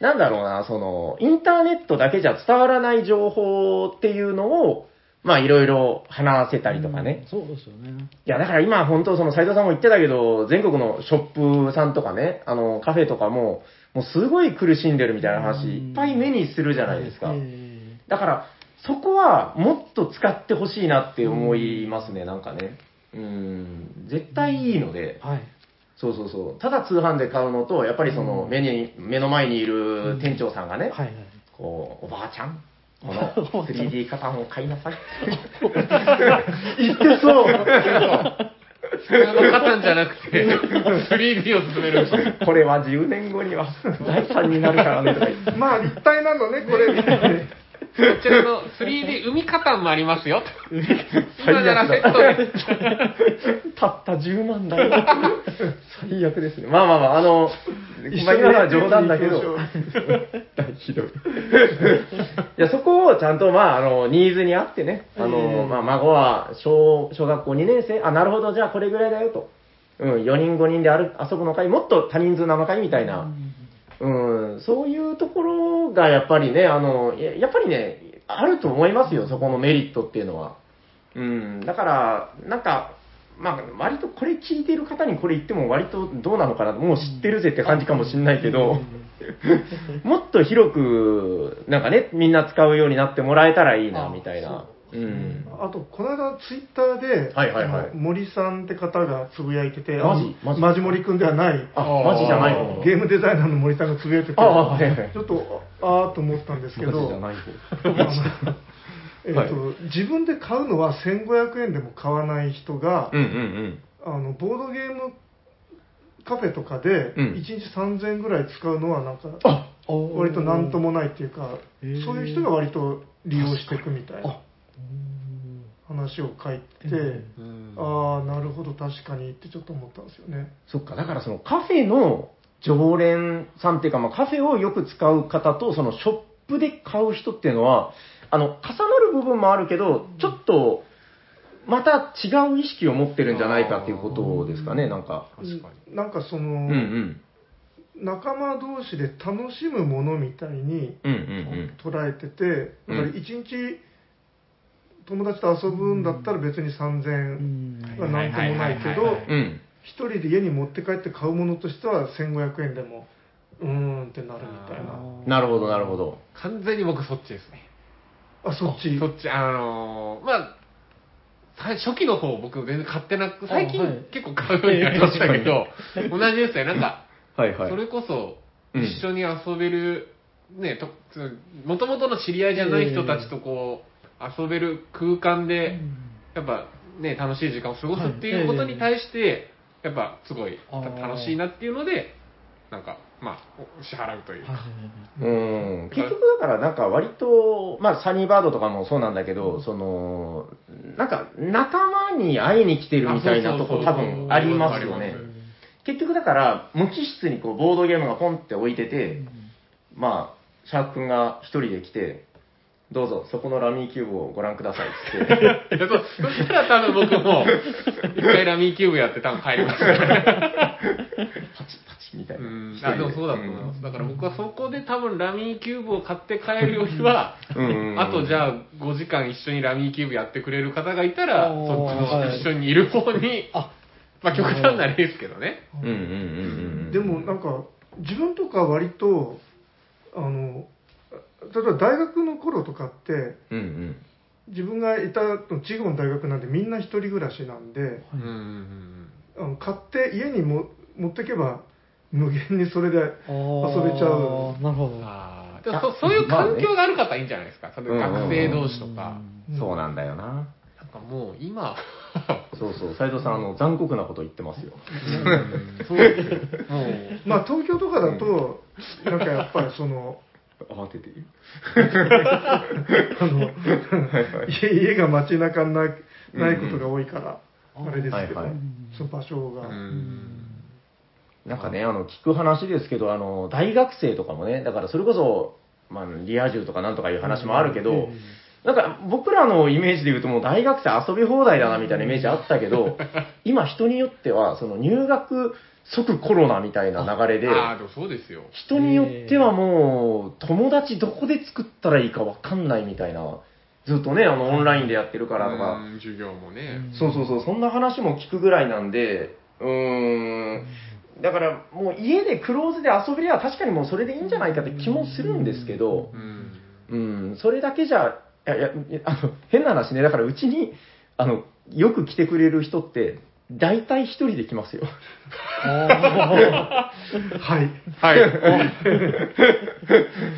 [SPEAKER 3] なんだろうな、その、インターネットだけじゃ伝わらない情報っていうのを、まあ、いろいろ話せたりとかね。
[SPEAKER 4] うんそうですよね。
[SPEAKER 3] いや、だから今、本当、その斉藤さんも言ってたけど、全国のショップさんとかね、あの、カフェとかも、もうすごい苦しんでるみたいな話、
[SPEAKER 4] うん
[SPEAKER 3] いっぱい目にするじゃないですか
[SPEAKER 4] え。え
[SPEAKER 3] だから、そこはもっと使ってほしいなって思いますね、なんかね。うん、絶対いいので、
[SPEAKER 4] はい。
[SPEAKER 3] そうそうそう。ただ通販で買うのと、やっぱりその目に、目の前にいる店長さんがね、
[SPEAKER 4] はいはい。
[SPEAKER 3] こう、おばあちゃん、こ
[SPEAKER 4] おば
[SPEAKER 3] の
[SPEAKER 4] あちゃん
[SPEAKER 3] 3D カタンを買いなさい。 言ってそう。
[SPEAKER 2] 普通のカタンじゃなくて、3D を進めるんですよ。
[SPEAKER 3] これは10年後には財産になるからねとか言って。
[SPEAKER 1] まあ、立体なのね、これ。
[SPEAKER 2] こちらの 3D 海カタンもありますよ。今ならセットで。
[SPEAKER 3] たった10万だ よ。最悪ですね。まあまあまあ、あの、まあ今のは冗談だけど
[SPEAKER 1] 一緒にやっ、
[SPEAKER 3] ひどい。いや、そこをちゃんと、まあ、あの、ニーズに合ってね、あ
[SPEAKER 4] え
[SPEAKER 3] の、
[SPEAKER 4] え
[SPEAKER 3] まあ、孫は小、小学校2年生、あ、なるほど、じゃあこれぐらいだよと。うん、4人5人で歩遊ぶのかい、もっと多人数なのかいみたいな。うん、そういうところがやっぱりね、あの、ややっぱりね、あると思いますよ、そこのメリットっていうのは。うん、だから、なんか、まあ、割とこれ聞いてる方にこれ言っても割とどうなのかな、もう知ってるぜって感じかもしんないけど、 もっと広く、なんかね、みんな使うようになってもらえたらいいな、みたいな。うん。
[SPEAKER 1] あと、この間、ツイッターで、
[SPEAKER 3] はいはいはい
[SPEAKER 1] あの森さんって方がつぶやいてて、
[SPEAKER 3] マジ
[SPEAKER 1] あの
[SPEAKER 3] マジ
[SPEAKER 1] マジ森くんではない、
[SPEAKER 3] あ、マジじゃない方。
[SPEAKER 1] ゲームデザイナーの森さんがつぶやいてて、
[SPEAKER 3] ああ、はいはい。
[SPEAKER 1] ちょっと、ああーと思ったんですけ ど、
[SPEAKER 3] マジじゃない方。
[SPEAKER 1] あの えっと自分で買うのは1500円でも買わない人が、
[SPEAKER 3] うんうん
[SPEAKER 1] あのボードゲームカフェとかで
[SPEAKER 3] うん
[SPEAKER 1] 1日3000円ぐらい使うのはなんか、
[SPEAKER 4] おー
[SPEAKER 1] 割と何ともないっていうか、
[SPEAKER 4] へー
[SPEAKER 1] そういう人が割と利用していくみたいな
[SPEAKER 4] うん
[SPEAKER 1] 話を書いて、
[SPEAKER 4] うん
[SPEAKER 1] ああなるほど確かにってちょっと思ったんですよね
[SPEAKER 3] そっか、だからそのカフェの常連さんっていうか、まあ、カフェをよく使う方と、そのショップで買う人っていうのは、あの、重なる部分もあるけど、ちょっと、また違う意識を持ってるんじゃないかっていうことですかね、なんか。
[SPEAKER 2] 確かに。
[SPEAKER 1] なんかそ
[SPEAKER 3] うん
[SPEAKER 1] の、
[SPEAKER 3] うん。
[SPEAKER 1] 仲間同士で楽しむものみたいに
[SPEAKER 3] うんうん
[SPEAKER 1] 捉えてて、
[SPEAKER 3] う
[SPEAKER 1] だ
[SPEAKER 3] ん
[SPEAKER 1] から1日友達と遊ぶんだったら別に3000円はなんともないけ
[SPEAKER 2] はいはいはいはい
[SPEAKER 1] ど
[SPEAKER 2] はい
[SPEAKER 3] うん。うん。
[SPEAKER 1] 一人で家に持って帰って買うものとしては1500円でもうーんってなるみたいな
[SPEAKER 4] あー
[SPEAKER 3] なるほど、なるほど。
[SPEAKER 2] 完全に僕そっちですね。
[SPEAKER 1] あそっち
[SPEAKER 2] そっち、あのー、まあ、最初期の方僕全然買ってなく、最近
[SPEAKER 4] あはい
[SPEAKER 2] 結構買うようになりましたけど、同じですね。なんか、
[SPEAKER 3] はいはい。
[SPEAKER 2] それこそ
[SPEAKER 3] うん
[SPEAKER 2] 一緒に遊べる、ね、ともともとの知り合いじゃない人たちとこう、遊べる空間
[SPEAKER 4] う
[SPEAKER 2] で、
[SPEAKER 4] ん
[SPEAKER 2] やっぱね、楽しい時間を過ごすっていうことに対して、やっぱすごい
[SPEAKER 4] あー
[SPEAKER 2] 楽しいなっていうので、なんか、まあ、お支払うという
[SPEAKER 4] はい
[SPEAKER 2] か。
[SPEAKER 4] はいはい
[SPEAKER 3] うん、結局だからなんか割と、まあサニーバードとかもそうなんだけど、その、なんか仲間に会いに来てるみたいなとこ
[SPEAKER 2] あそうそうそ
[SPEAKER 3] 多
[SPEAKER 2] う
[SPEAKER 3] 分ありますよね
[SPEAKER 2] あり。ま
[SPEAKER 3] 結局だから無機質にこうボードゲームがポンって置いて
[SPEAKER 4] う
[SPEAKER 3] て、
[SPEAKER 4] ん
[SPEAKER 3] まあ、シャーク君が一人で来て、どうぞ、そこのラミーキューブをご覧くださいっつ って、
[SPEAKER 2] いやそうそしたら多分僕も、一回ラミーキューブやって多分帰りますね。
[SPEAKER 3] パチパチみたいうな。
[SPEAKER 2] ん
[SPEAKER 3] 一。人
[SPEAKER 2] あ、
[SPEAKER 3] で
[SPEAKER 2] でもそうだと思います。だから僕はそこで多分ラミーキューブを買って帰るよりは、
[SPEAKER 3] うんうんうん
[SPEAKER 2] あとじゃあ5時間一緒にラミーキューブやってくれる方がいたら、
[SPEAKER 4] おー
[SPEAKER 2] そっち
[SPEAKER 4] は
[SPEAKER 2] の
[SPEAKER 4] い
[SPEAKER 2] 一緒にいる方に、
[SPEAKER 4] あ
[SPEAKER 2] まあ極端な例ですけどね。
[SPEAKER 3] うんうんうんうん。
[SPEAKER 1] でもなんか自分とか割とあの例えば大学の頃とかって
[SPEAKER 3] うんうん。
[SPEAKER 1] 自分がいたの地方の大学なんでみんな一人暮らしなんで
[SPEAKER 2] うんうんうん
[SPEAKER 1] あの買って家にも持ってけば無限にそれで
[SPEAKER 4] あ
[SPEAKER 1] 遊べちゃう
[SPEAKER 4] なるほ
[SPEAKER 2] うん
[SPEAKER 4] ど
[SPEAKER 2] あーでもそそういう環境がある方はいいんじゃないですか。その学生同士とか。
[SPEAKER 3] そうなんだよな。
[SPEAKER 2] なんかもう今、
[SPEAKER 3] そうそう、斉藤さん、あの、残酷なこと言ってますよ。
[SPEAKER 2] そうですよもう、
[SPEAKER 1] まあ東京とかだと、なんかやっぱりそ の
[SPEAKER 3] 慌てている。
[SPEAKER 1] あの家家が街中になないことが多いから、
[SPEAKER 4] うんうん
[SPEAKER 1] あれですけど、
[SPEAKER 3] はいはい
[SPEAKER 1] その場所が、
[SPEAKER 2] うん
[SPEAKER 3] なんかね、あの、聞く話ですけど、あの、大学生とかもね、だからそれこそ、まあ、リア充とかなんとかいう話もあるけど、なんか僕らのイメージで言うともう大学生遊び放題だなみたいなイメージあったけ ど、今人によっては、その入学即コロナみたいな流れで、
[SPEAKER 2] ああ、でもそうですよ。
[SPEAKER 3] 人によってはもう、友達どこで作ったらいいかわかんないみたいな、ずっとね、あの、オンラインでやってるからとか、
[SPEAKER 2] うん授業もね。
[SPEAKER 3] そうそうそう、そんな話も聞くぐらいなんで、うーん、だからもう家でクローズで遊べりゃ確かにもうそれでいいんじゃないかって気もするんですけど、
[SPEAKER 2] うん
[SPEAKER 3] うん、それだけじゃ、いやいやあの変な話ね、だからうちにあのよく来てくれる人って、大体一人で来ますよ。
[SPEAKER 4] あ
[SPEAKER 1] はい
[SPEAKER 2] はい。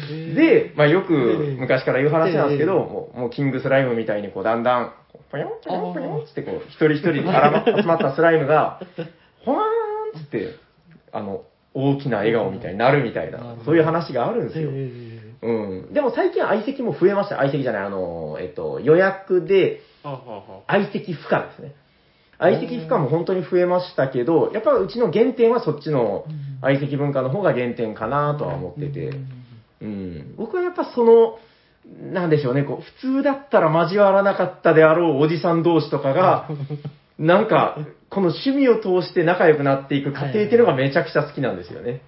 [SPEAKER 4] ー
[SPEAKER 3] で、まあ、よく
[SPEAKER 4] ええ
[SPEAKER 3] 昔から言う話なんですけど、
[SPEAKER 4] ええ
[SPEAKER 3] もうもうキングスライムみたいにこうだんだん、ぽよんぽよんぽよんってこう、一人一人に絡ま 集まったスライムが、ほわーんっつって、あの、大きな笑顔みたいになるみたい
[SPEAKER 4] なる
[SPEAKER 3] な
[SPEAKER 4] ほ、ど
[SPEAKER 3] そういう話があるんですよ。
[SPEAKER 4] え
[SPEAKER 3] うん。でも最近相席も増えました。相席じゃない、あの、えっと、予約で
[SPEAKER 2] はあはあはあ
[SPEAKER 3] 相席不可ですね。相席不可も本当に増えましたけど、やっぱうちの原点はそっちの相席文化の方が原点かなとは思ってて。うん、僕はやっぱその、なんでしょうね、こう、普通だったら交わらなかったであろうおじさん同士とか が、なんか、この趣味を通して仲良くなっていく過程っていうのがめちゃくちゃ好きなんですよね。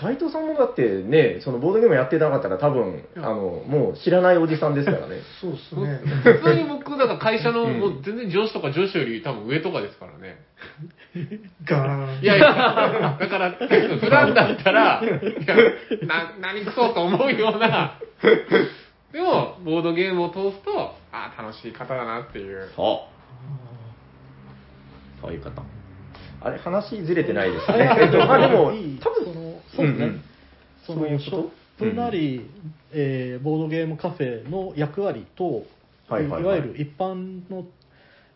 [SPEAKER 3] 斉藤さんもだってね、そのボードゲームやってなかったら多分、あの、もう知らないおじさんです からね。
[SPEAKER 1] そうですね
[SPEAKER 2] 普通に僕、なんか会社の、
[SPEAKER 3] うん
[SPEAKER 2] もう全然上司とか上司より多分上とかですからね。
[SPEAKER 1] ガーン
[SPEAKER 2] いやいや、だから、普段だったら、いや、な、何くそうと思うような、でも、ボードゲームを通すと、ああ、楽しい方だなっていう。
[SPEAKER 3] そう。そういう方。あれ、話ずれてないです
[SPEAKER 4] あい
[SPEAKER 3] ね。
[SPEAKER 4] や
[SPEAKER 3] ま あでも、
[SPEAKER 4] いい
[SPEAKER 3] 多分
[SPEAKER 4] そのそうで
[SPEAKER 3] う
[SPEAKER 4] すね、
[SPEAKER 3] んうんそ
[SPEAKER 4] そ
[SPEAKER 3] ういう
[SPEAKER 4] の
[SPEAKER 3] こと
[SPEAKER 4] ショップなり、えーボードゲームカフェの役割と、
[SPEAKER 3] はい
[SPEAKER 4] い
[SPEAKER 3] はいはい
[SPEAKER 4] わゆる一般の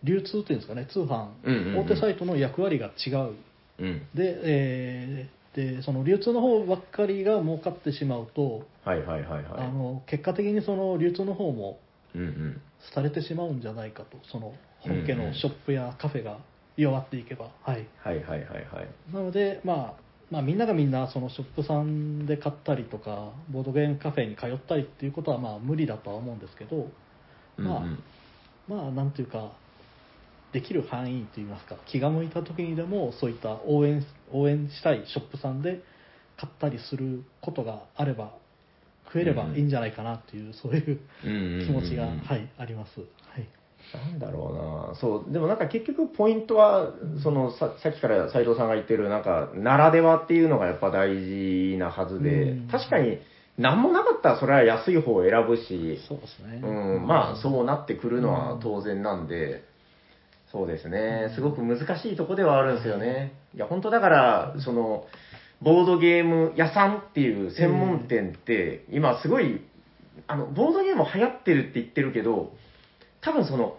[SPEAKER 4] 流通っていうんですかね通販、
[SPEAKER 3] うんうんうん
[SPEAKER 4] 大手サイトの役割が違う
[SPEAKER 3] うん。
[SPEAKER 4] で,、えーでその流通の方ばっかりが儲かってしまうと、
[SPEAKER 3] はいはいはいは
[SPEAKER 4] あ
[SPEAKER 3] い。
[SPEAKER 4] の結果的にその流通の方も
[SPEAKER 3] うんうん。
[SPEAKER 4] 廃れてしまうんじゃないかとその本家のショップやカフェが弱っていけば、はい、
[SPEAKER 3] はいはいはいはい。
[SPEAKER 4] なので、まあ、まあみんながみんなそのショップさんで買ったりとかボードゲームカフェに通ったりっていうことはまあ無理だとは思うんですけどまあ
[SPEAKER 3] うんうん
[SPEAKER 4] まあなんていうかできる範囲といいますか気が向いた時にでもそういった応援応援したいショップさんで買ったりすることがあれば増えればいいんじゃないかなっていう、そういう
[SPEAKER 3] うんうんうん
[SPEAKER 4] 気持ちが、はい、あります。はい
[SPEAKER 3] なんだろうな、そう、でもなんか結局、ポイントは、そのささっきから斉藤さんが言ってる、なんか、ならではっていうのがやっぱ大事なはずで
[SPEAKER 4] うん、
[SPEAKER 3] 確かに、なんもなかったら、それは安い方を選ぶし、
[SPEAKER 4] そうですね、
[SPEAKER 3] うん、まあ、そうなってくるのは当然なんで、そうですね、すごく難しいとこではあるんですよね。いや、本当だから、その、ボードゲーム屋さんっていう専門店って、今すごい、あの、ボードゲーム流行ってるって言ってるけど、多分その、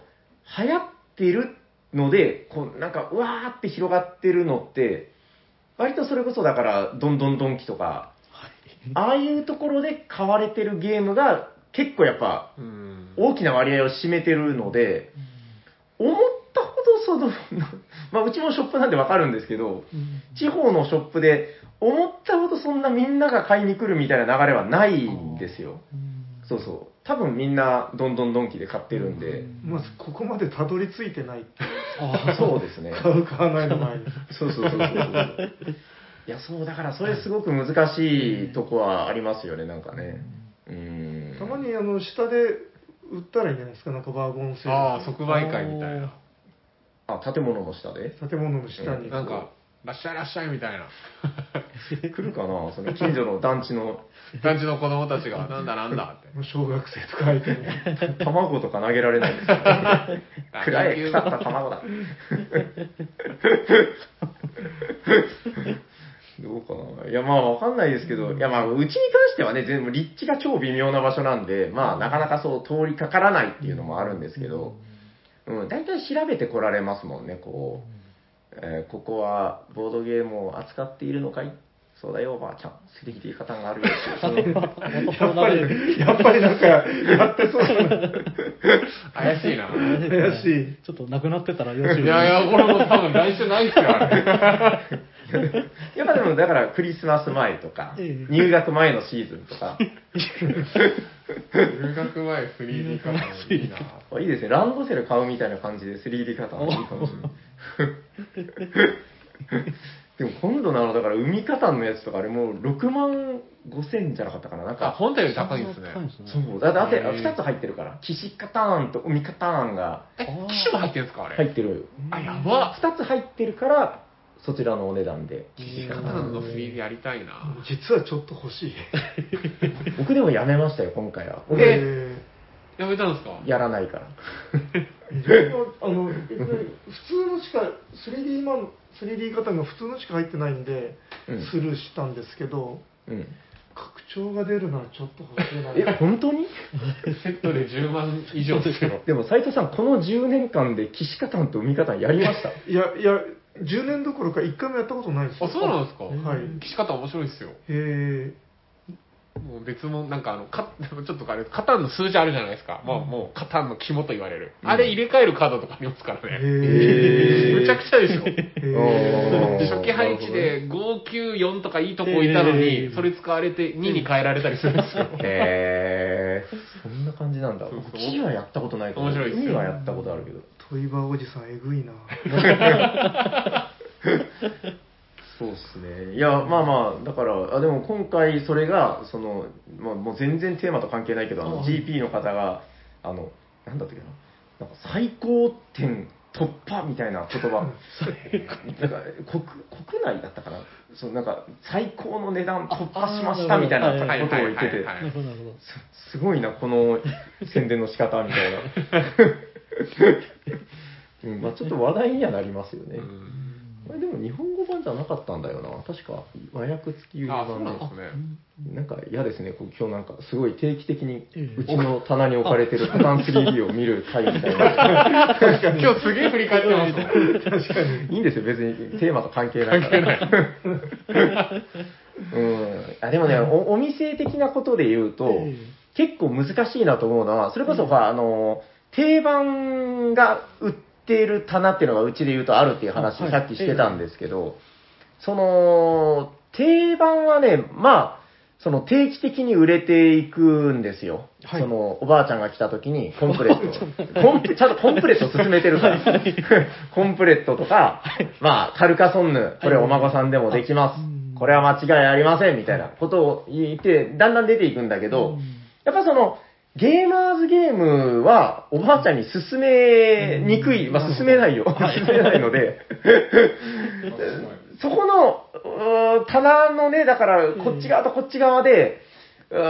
[SPEAKER 3] 流行ってるので、こう、なんか、うわーって広がってるのって、割とそれこそだから、どんどんドンキとか、ああいうところで買われてるゲームが、結構やっぱ
[SPEAKER 2] うん。
[SPEAKER 3] 大きな割合を占めてるので、思ったほどその、 まあ、うちもショップなんでわかるんですけど、
[SPEAKER 4] うん
[SPEAKER 3] 地方のショップで思ったほどそんなみんなが買いに来るみたいな流れはないんですよ。
[SPEAKER 4] うん
[SPEAKER 3] そうそう多分みんなどんどんドンキで買ってるんで、
[SPEAKER 1] まずここまでたどり着いてないって
[SPEAKER 4] あ
[SPEAKER 3] そうですね
[SPEAKER 1] 買う買わないの前に
[SPEAKER 3] そうそうそうそうそう。いや、そう、だからそれすごく難しいとこはありますよね、なんかね。うん。
[SPEAKER 1] たまにあの下で売ったらいいんじゃないですかなんかバーボンセール
[SPEAKER 2] ああ、即売会みたいな。
[SPEAKER 3] あ、建物の下で
[SPEAKER 1] 建物の下に
[SPEAKER 2] なんか、らっしゃいらっしゃいみたいな。
[SPEAKER 3] 来るかなその近所の団地の
[SPEAKER 2] 団地の子供た ちが、なんだなんだって。
[SPEAKER 1] 小学生とか相手に
[SPEAKER 3] 卵とか投げられないですか、ね、
[SPEAKER 2] あ
[SPEAKER 3] 暗
[SPEAKER 2] 緊
[SPEAKER 3] い、
[SPEAKER 2] 急
[SPEAKER 3] 腐った卵だ。どうかないや、まあ、わかんないですけど、いや、まあ、うちに関してはね、全部立地が超微妙な場所なんで、まあ、なかなかそう、通りかからないっていうのもあるんですけど、うん、大体調べてこられますもんね、こう、えーここはボードゲームを扱っているのかいそうだよ、おばあちゃん、3D カタンがあるよっていうその
[SPEAKER 1] やっぱりやっぱりなんかやってそうだな
[SPEAKER 2] 怪しいな。
[SPEAKER 1] 怪しい
[SPEAKER 4] ちょっとなくなってたら要注
[SPEAKER 2] い
[SPEAKER 4] 意
[SPEAKER 2] やいや、これも多分来週ないっすよ、あれ。
[SPEAKER 3] やっぱでも、だからクリスマス前とか、
[SPEAKER 4] ええ
[SPEAKER 3] 入学前のシーズンとか、
[SPEAKER 2] 留学前 3D かな。いいな。
[SPEAKER 3] あいいですね、ランドセル買うみたいな感じで 3D カタンいいかもしれない。 でも今度なの、だから海カタンのやつとか、あれもう6万5千じゃなかったかな、なん
[SPEAKER 2] あ、
[SPEAKER 3] か、
[SPEAKER 2] 本体より高いんですね。
[SPEAKER 4] 高いんですね
[SPEAKER 3] そう、だだって
[SPEAKER 2] へえ
[SPEAKER 3] 2つ入ってるから、岸カターンと海カターンが
[SPEAKER 2] え、機種も入ってるんですか、あれ。
[SPEAKER 3] 入ってる。
[SPEAKER 2] あ、やば。
[SPEAKER 3] 2つ入ってるから、そちらのお値段で。
[SPEAKER 2] キジカタンの 3D やりたいな。
[SPEAKER 1] 実はちょっと欲しい
[SPEAKER 3] 僕でもやめましたよ、今回は。僕
[SPEAKER 1] え
[SPEAKER 2] やめたんですか
[SPEAKER 3] やらないから。
[SPEAKER 1] あの普通のしか 3D マン 3D 型が普通のしか入ってないんで
[SPEAKER 3] うん
[SPEAKER 1] スルーしたんですけど
[SPEAKER 3] うん。
[SPEAKER 1] 拡張が出るならちょっと欲しいな
[SPEAKER 3] え、本当に
[SPEAKER 2] セットで10万以上 ですよ。
[SPEAKER 3] でも斎藤さん、この10年間で岸カタンと海カタンやりま した。
[SPEAKER 1] いやいや10年どころか1回もやったことないです
[SPEAKER 2] あ、そうなんですか
[SPEAKER 1] はい
[SPEAKER 2] 岸方面白いですよ。
[SPEAKER 1] へえ
[SPEAKER 2] もう別もなんかあの、か ちょっとあれ、カタンの数字あるじゃないですか。まあもう、カタンの肝と言われる。
[SPEAKER 3] うん
[SPEAKER 2] あれ入れ替えるカードとかありますから
[SPEAKER 1] へ
[SPEAKER 2] ね。
[SPEAKER 1] え
[SPEAKER 2] むちゃくちゃで しょ。
[SPEAKER 3] おー
[SPEAKER 2] 初期配置で594とかいいとこいたの
[SPEAKER 4] え
[SPEAKER 2] に
[SPEAKER 4] ー、
[SPEAKER 2] それ使われて2に変えられたりするんですよ。
[SPEAKER 3] へー、そんな感じなんだ。
[SPEAKER 2] そうそう
[SPEAKER 3] 僕木はやったことないけど、
[SPEAKER 2] 面白いですよ
[SPEAKER 3] 海はやったことあるけど。
[SPEAKER 1] トイバーおじさんえぐいな
[SPEAKER 3] そうっすね。いや、まあまあ、だから、あでも今回、それが、その、まあ、もう全然テーマと関係ないけど、あの
[SPEAKER 4] あ
[SPEAKER 3] GP の方が、あの、なんだったっけな、なんか最高点突破みたいな言葉、なんか国国内だったかな、そのなんか最高の値段突破しましたみたいな
[SPEAKER 4] あ
[SPEAKER 3] ことを言ってて、
[SPEAKER 2] はい
[SPEAKER 4] なるほどなるほど
[SPEAKER 3] すすごいな、この宣伝の仕方みたい な。うんまあ、ちょっと話題にはなりますよね。
[SPEAKER 2] うん
[SPEAKER 3] これでも日本語版じゃなかったんだよな。確か和訳付き
[SPEAKER 2] あ、そ
[SPEAKER 3] 版で
[SPEAKER 2] うなん。ですね。
[SPEAKER 3] なんか嫌ですね。こう今日なんかすごい定期的に
[SPEAKER 4] ええ
[SPEAKER 3] うちの棚に置かれてるパターン 3D を見る回みたい な。
[SPEAKER 2] 今日すげえ振り返ってますもん。
[SPEAKER 3] いいんですよ。別にテーマと関係ないから。うん。あでもねお、お店的なことで言うと、
[SPEAKER 4] え
[SPEAKER 3] 結構難しいなと思うのは、それこそ、まああの、定番が売っている棚っていうのがうちで言うとあるっていう話、
[SPEAKER 4] はい
[SPEAKER 3] さっきしてたんですけど、その、定番はね、まあ、その定期的に売れていくんですよ。
[SPEAKER 4] はい
[SPEAKER 3] その、おばあちゃんが来た時にコンプレ ット。コンプちゃんとコンプレット進めてるから。 コンプレットとか、まあ、カルカソンヌ、これお孫さんでもできます。
[SPEAKER 4] うん
[SPEAKER 3] これは間違いありません、みたいなことを言って、だんだん出ていくんだけど、やっぱその、ゲーマーズゲームは、おばあちゃんに勧めにくい、まあ、勧めないよ。勧めないの で、そこの、うー棚のね、だから、こっち側とこっち側で、うー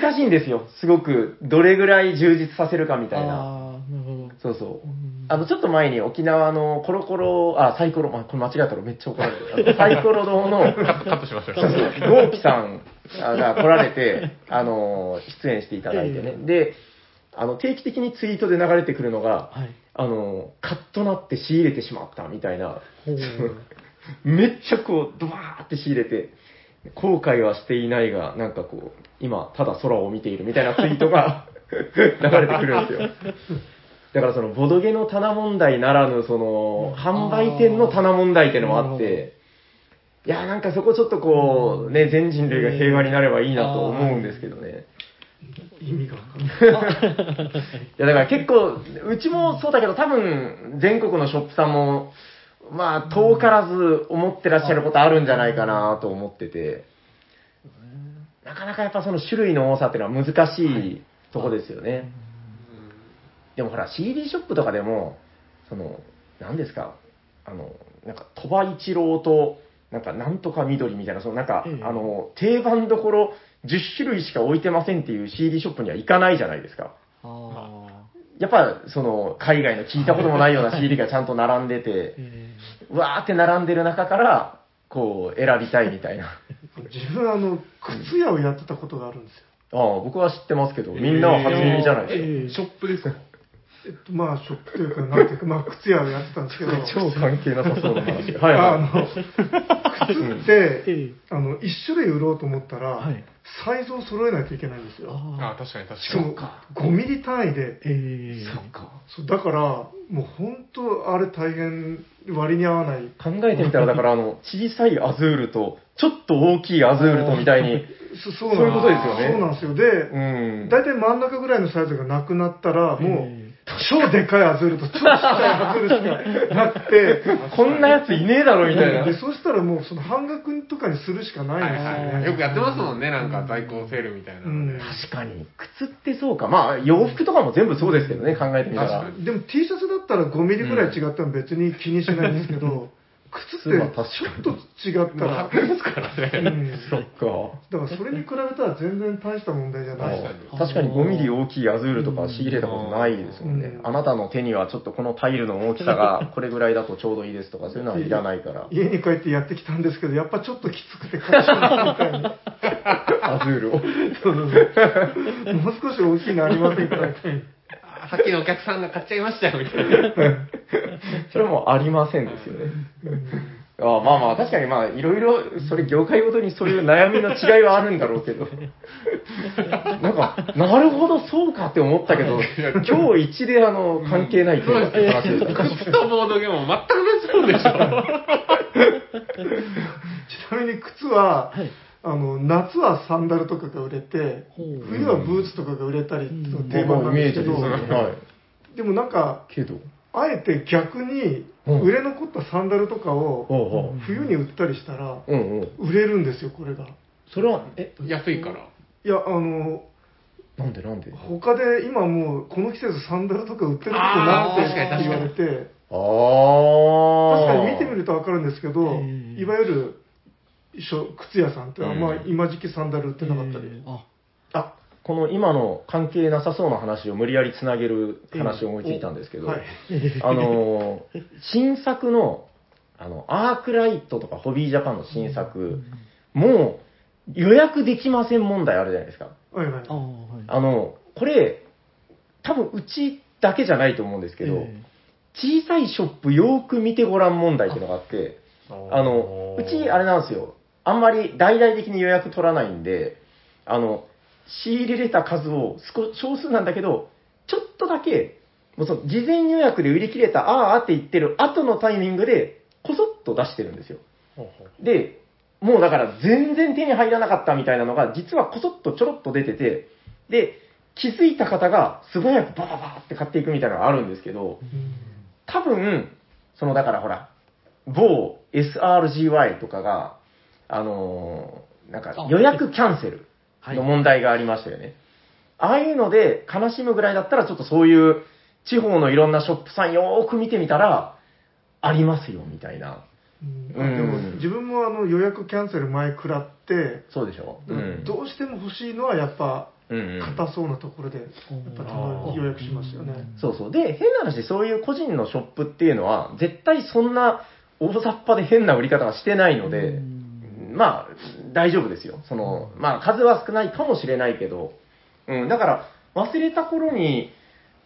[SPEAKER 3] 難しいんですよ。すごく、どれぐらい充実させるかみたいな。
[SPEAKER 4] ああなるほど
[SPEAKER 3] そうそう。
[SPEAKER 4] ん
[SPEAKER 3] あの、ちょっと前に沖縄のコロコロ、あ、サイコロ、まあ、これ間違えたらめっちゃ怒られる。あのサイコロ堂の、
[SPEAKER 2] カットカットしましょう。
[SPEAKER 3] 豪輝さんが来られて、あの、出演していただいてね。で、あの、定期的にツイートで流れてくるのが、
[SPEAKER 4] はい
[SPEAKER 3] あの、カッとなって仕入れてしまったみたいな、
[SPEAKER 4] ほう
[SPEAKER 3] めっちゃこう、ドバーって仕入れて、後悔はしていないが、なんかこう、今、ただ空を見ているみたいなツイートが流れてくるんですよ。だからその、ボドゲの棚問題ならぬ、その、販売店の棚問題っていうのもあっ
[SPEAKER 4] なる
[SPEAKER 3] て、いや、なんかそこちょっとこう、ね、全人類が平和になればいいなと思うんですけどね。
[SPEAKER 1] 意味がわかんない。
[SPEAKER 3] いやだから結構、うちもそうだけど、多分全国のショップさんも、まあ、遠からず思ってらっしゃることあるんじゃないかなと思ってて、なかなかやっぱその種類の多さっていうのは難しいとこですよね。でもほら、CD ショップとかでも、その、何ですか、あの、なんか、鳥羽一郎と、なんか、なんとか緑みたいな、そのなんか、
[SPEAKER 4] ええ
[SPEAKER 3] あの、定番どころ10種類しか置いてませんっていう CD ショップには行かないじゃないですか。
[SPEAKER 4] ああ、
[SPEAKER 3] やっぱ、その、海外の聞いたこともないような CD がちゃんと並んでて、
[SPEAKER 4] え
[SPEAKER 3] わーって並んでる中から、こう、選びたいみ たいな。
[SPEAKER 1] 自分、あの、靴屋をやってたことがあるんですよ。
[SPEAKER 3] ああ、僕は知ってますけど、みんなは初耳じゃない
[SPEAKER 2] え
[SPEAKER 3] で
[SPEAKER 2] ーショップですか
[SPEAKER 1] えっと、まあ、ショップというか、なんていうか、まあ、靴屋をやってたんですけど、
[SPEAKER 3] すか。超関係なさそうな話が。はい
[SPEAKER 1] あ
[SPEAKER 3] は
[SPEAKER 1] の、靴って、
[SPEAKER 4] ええ
[SPEAKER 1] あの、一種類売ろうと思ったら、
[SPEAKER 4] はい
[SPEAKER 1] サイズを揃えないといけないんですよ。
[SPEAKER 2] あ
[SPEAKER 4] ああ、
[SPEAKER 2] 確かに確
[SPEAKER 1] し
[SPEAKER 2] か
[SPEAKER 1] か
[SPEAKER 2] に
[SPEAKER 1] も、5ミリ単位で、
[SPEAKER 4] ええ
[SPEAKER 3] い。そっか。
[SPEAKER 1] そうだから、もう本当、あれ大変、割に合わない。
[SPEAKER 3] 考えてみたら、だから、あの、小さいアズールと、ちょっと大きいアズールとみたい に、
[SPEAKER 1] そそう
[SPEAKER 3] そうい
[SPEAKER 1] な
[SPEAKER 3] うんことですよね
[SPEAKER 1] そうなんですよ。で、
[SPEAKER 3] うん。
[SPEAKER 1] 大体真ん中ぐらいのサイズがなくなったら、もう
[SPEAKER 4] ええ、
[SPEAKER 1] 超でかいアズールと超ちっちゃいアズールしかなくて、
[SPEAKER 3] こんなやついねえだろ、 みたいな。
[SPEAKER 1] で、そうしたらもう、その半額とかにするしかな
[SPEAKER 2] はい
[SPEAKER 1] いん
[SPEAKER 2] は
[SPEAKER 1] です
[SPEAKER 2] い
[SPEAKER 1] よ
[SPEAKER 2] は
[SPEAKER 1] ね。
[SPEAKER 2] いよくやってますもんねなんか在庫セールみたいなので、
[SPEAKER 1] うん
[SPEAKER 3] 確かに、靴ってそうか。まあ、洋服とかも全部そうですけどね、考えてみたら。
[SPEAKER 2] 確かに
[SPEAKER 1] でも T シャツだったら5ミリぐらい違っても別に気にしないんですけど、靴
[SPEAKER 3] 靴は
[SPEAKER 1] っ
[SPEAKER 3] 確か
[SPEAKER 1] て
[SPEAKER 3] に
[SPEAKER 1] ちょっと違った
[SPEAKER 2] もう
[SPEAKER 1] ら
[SPEAKER 2] 発、表ですから
[SPEAKER 1] う
[SPEAKER 2] ね、
[SPEAKER 1] ん
[SPEAKER 3] そっか。
[SPEAKER 1] だからそれに比べたら全然大した問題じゃない。
[SPEAKER 2] 確かに
[SPEAKER 3] 確かに5ミリ大きいアズールとか仕入れたことないですもんね、
[SPEAKER 1] うん
[SPEAKER 3] あなたの手にはちょっとこのタイルの大きさ がこれぐらいだとちょうどいいですとかそういうのはいらないから
[SPEAKER 1] 家に帰ってやってきたんですけど、やっぱちょっときつくて買っちゃったみたいに。
[SPEAKER 3] アズールを
[SPEAKER 1] もう少し大きいのありませんかみたいに。
[SPEAKER 2] あーさっきのお客さんが買っちゃいましたよみたいな
[SPEAKER 3] それもありませんですよねあまあまあ確かにまあいろいろそれ業界ごとにそういう悩みの違いはあるんだろう けどなんかなるほどそうかって思ったけ ど今日一であの関係ないという話でした
[SPEAKER 2] 靴とボードゲームも全く別なんでしょ
[SPEAKER 1] ちなみに靴は、
[SPEAKER 4] はい
[SPEAKER 1] あの夏はサンダルとかが売れて、
[SPEAKER 4] ほう
[SPEAKER 1] 冬はブーツとかが売れたりっていうのが定番
[SPEAKER 3] も
[SPEAKER 1] な
[SPEAKER 3] うんイメ
[SPEAKER 1] です
[SPEAKER 3] ージ
[SPEAKER 1] け
[SPEAKER 3] です
[SPEAKER 1] ど、
[SPEAKER 3] ねはい
[SPEAKER 1] でもなんか、
[SPEAKER 3] けど
[SPEAKER 1] あえて逆に
[SPEAKER 3] うん
[SPEAKER 1] 売れ残ったサンダルとかを
[SPEAKER 3] おうおう
[SPEAKER 1] 冬に売ったりしたら
[SPEAKER 3] うんうん
[SPEAKER 1] 売れるんですよこれが
[SPEAKER 3] それはえ
[SPEAKER 2] 安いから
[SPEAKER 1] いやあの
[SPEAKER 3] なんでなんで
[SPEAKER 1] 他で今もうこの季節サンダルとか売ってるとこ
[SPEAKER 2] あ
[SPEAKER 1] な
[SPEAKER 2] ー
[SPEAKER 1] って言われて
[SPEAKER 3] ああ
[SPEAKER 1] 確かに見てみると分かるんですけど
[SPEAKER 4] へー
[SPEAKER 1] いわゆるしょ靴屋さんってあんま
[SPEAKER 3] うん
[SPEAKER 1] 今時期サンダル売ってなかったり、
[SPEAKER 4] ええあ、
[SPEAKER 3] あこの今の関係なさそうな話を無理やりつなげる話を思いついたんですけど、
[SPEAKER 1] はい、
[SPEAKER 3] あのー新作のあのアークライトとかホビージャパンの新作、もう予約できません問題あるじゃないですか。
[SPEAKER 1] はいはい
[SPEAKER 4] ああ、はい。
[SPEAKER 3] あのこれ多分うちだけじゃないと思うんですけど、
[SPEAKER 4] え
[SPEAKER 3] 小さいショップよーく見てごらん問題っていうのがあって、あの、うち、あれなんですよ。あんまり大々的に予約取らないんで、あの、仕入れれた数を少少数なんだけど、ちょっとだけ、もうその事前予約で売り切れた、あーあーって言ってる後のタイミングで、こそっと出してるんですよ。で、もうだから全然手に入らなかったみたいなのが、実はこそっとちょろっと出てて、で、気づいた方が素早くバババーって買っていくみたいなのがあるんですけど、多分、そのだからほら、某 SRGY とかが、あのーなんか
[SPEAKER 4] あ
[SPEAKER 3] 予約キャンセル
[SPEAKER 4] はい
[SPEAKER 3] の問題がありましたよね。ああいうので悲しむぐらいだったら、ちょっとそういう地方のいろんなショップさんよーく見てみたら、ありますよ、みたいな。
[SPEAKER 1] うん
[SPEAKER 3] うん
[SPEAKER 1] でも自分もあの予約キャンセル前食らって、
[SPEAKER 3] そうでしょん。
[SPEAKER 1] どうしても欲しいのはやっぱ
[SPEAKER 3] うんうん
[SPEAKER 1] 硬そうなところでやっぱたまに予約しますよね、
[SPEAKER 3] そうそう。で、変な話、そういう個人のショップっていうのは、絶対そんな大雑把で変な売り方はしてないので、まあ、大丈夫ですよ。その、まあ、数は少ないかもしれないけど、うん、だから、忘れた頃に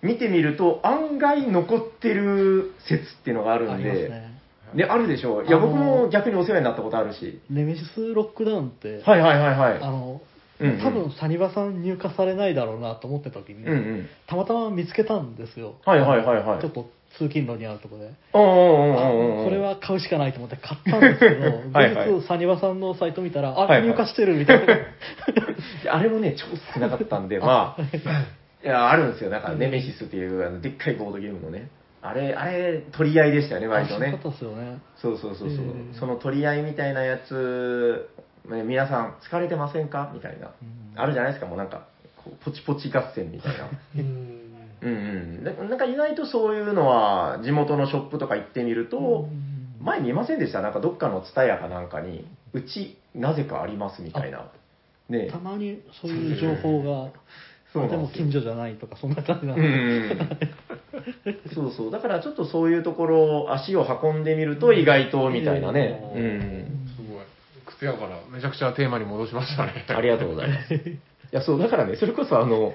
[SPEAKER 3] 見てみると、案外残ってる説っていうのがあ
[SPEAKER 4] え
[SPEAKER 3] る
[SPEAKER 4] あ
[SPEAKER 3] ん
[SPEAKER 4] り
[SPEAKER 3] で、
[SPEAKER 4] ますね。
[SPEAKER 3] で、あるでしょう。いや、
[SPEAKER 4] あのー
[SPEAKER 3] 僕も逆にお世話になったことあるし。
[SPEAKER 4] ネメシスロックダウンって、
[SPEAKER 3] はいはいはいはい。
[SPEAKER 4] あの、
[SPEAKER 3] うんうん
[SPEAKER 4] 多分サニバさん入荷されないだろうなと思った時に、
[SPEAKER 3] うんうん。
[SPEAKER 4] たまたま見つけたんですよ。
[SPEAKER 3] はいはいはいはい
[SPEAKER 4] ちょっと通勤路にあるところで。
[SPEAKER 3] うんうん
[SPEAKER 4] あ
[SPEAKER 3] うんうん。
[SPEAKER 4] これは買うしかないと思って買ったんですけど、
[SPEAKER 3] はいはい
[SPEAKER 4] 後日、サニバさんのサイト見たら、
[SPEAKER 3] はい
[SPEAKER 4] あ、
[SPEAKER 3] はい
[SPEAKER 4] 入荷してるみたいな。
[SPEAKER 3] いやあれもね、超少なかった んで、まあ、いや、あるんですよ。なんか、
[SPEAKER 4] うん
[SPEAKER 3] ネメシスっていう、あのでっかいボードゲームのね。あれ、あれ、取り合いでしたよね、割と
[SPEAKER 4] あ
[SPEAKER 3] ね
[SPEAKER 4] そう。だったですよね。
[SPEAKER 3] そうそうそうそう。
[SPEAKER 4] うん
[SPEAKER 3] その取り合いみたいなやつ、ね皆さん、疲れてませんかみたいな。
[SPEAKER 4] うん
[SPEAKER 3] あるじゃないですか、もうなんか、こうポチポチ合戦みたいな。
[SPEAKER 1] うん
[SPEAKER 3] うんうん。ななんか、意外とそういうのは、地元のショップとか行ってみると、
[SPEAKER 4] うん
[SPEAKER 3] 前見ませんでしたなんか、どっかのツタヤかなんかに、うち、なぜかありますみたいな。ね
[SPEAKER 4] たまにそういう情報が、
[SPEAKER 3] そうなん
[SPEAKER 4] でも
[SPEAKER 3] ですよ
[SPEAKER 4] 近所じゃないとか、そんな感じなん
[SPEAKER 3] う
[SPEAKER 4] で
[SPEAKER 3] ん
[SPEAKER 4] す
[SPEAKER 3] うんうんそうそう、だからちょっとそういうところ、足を運んでみると意外とみたいなね、
[SPEAKER 2] う
[SPEAKER 3] うん、
[SPEAKER 2] すごい。靴やから、めちゃくちゃテーマに戻しましたね。
[SPEAKER 3] ありがとうござい ます。いや、そう、だからね、それこそあの、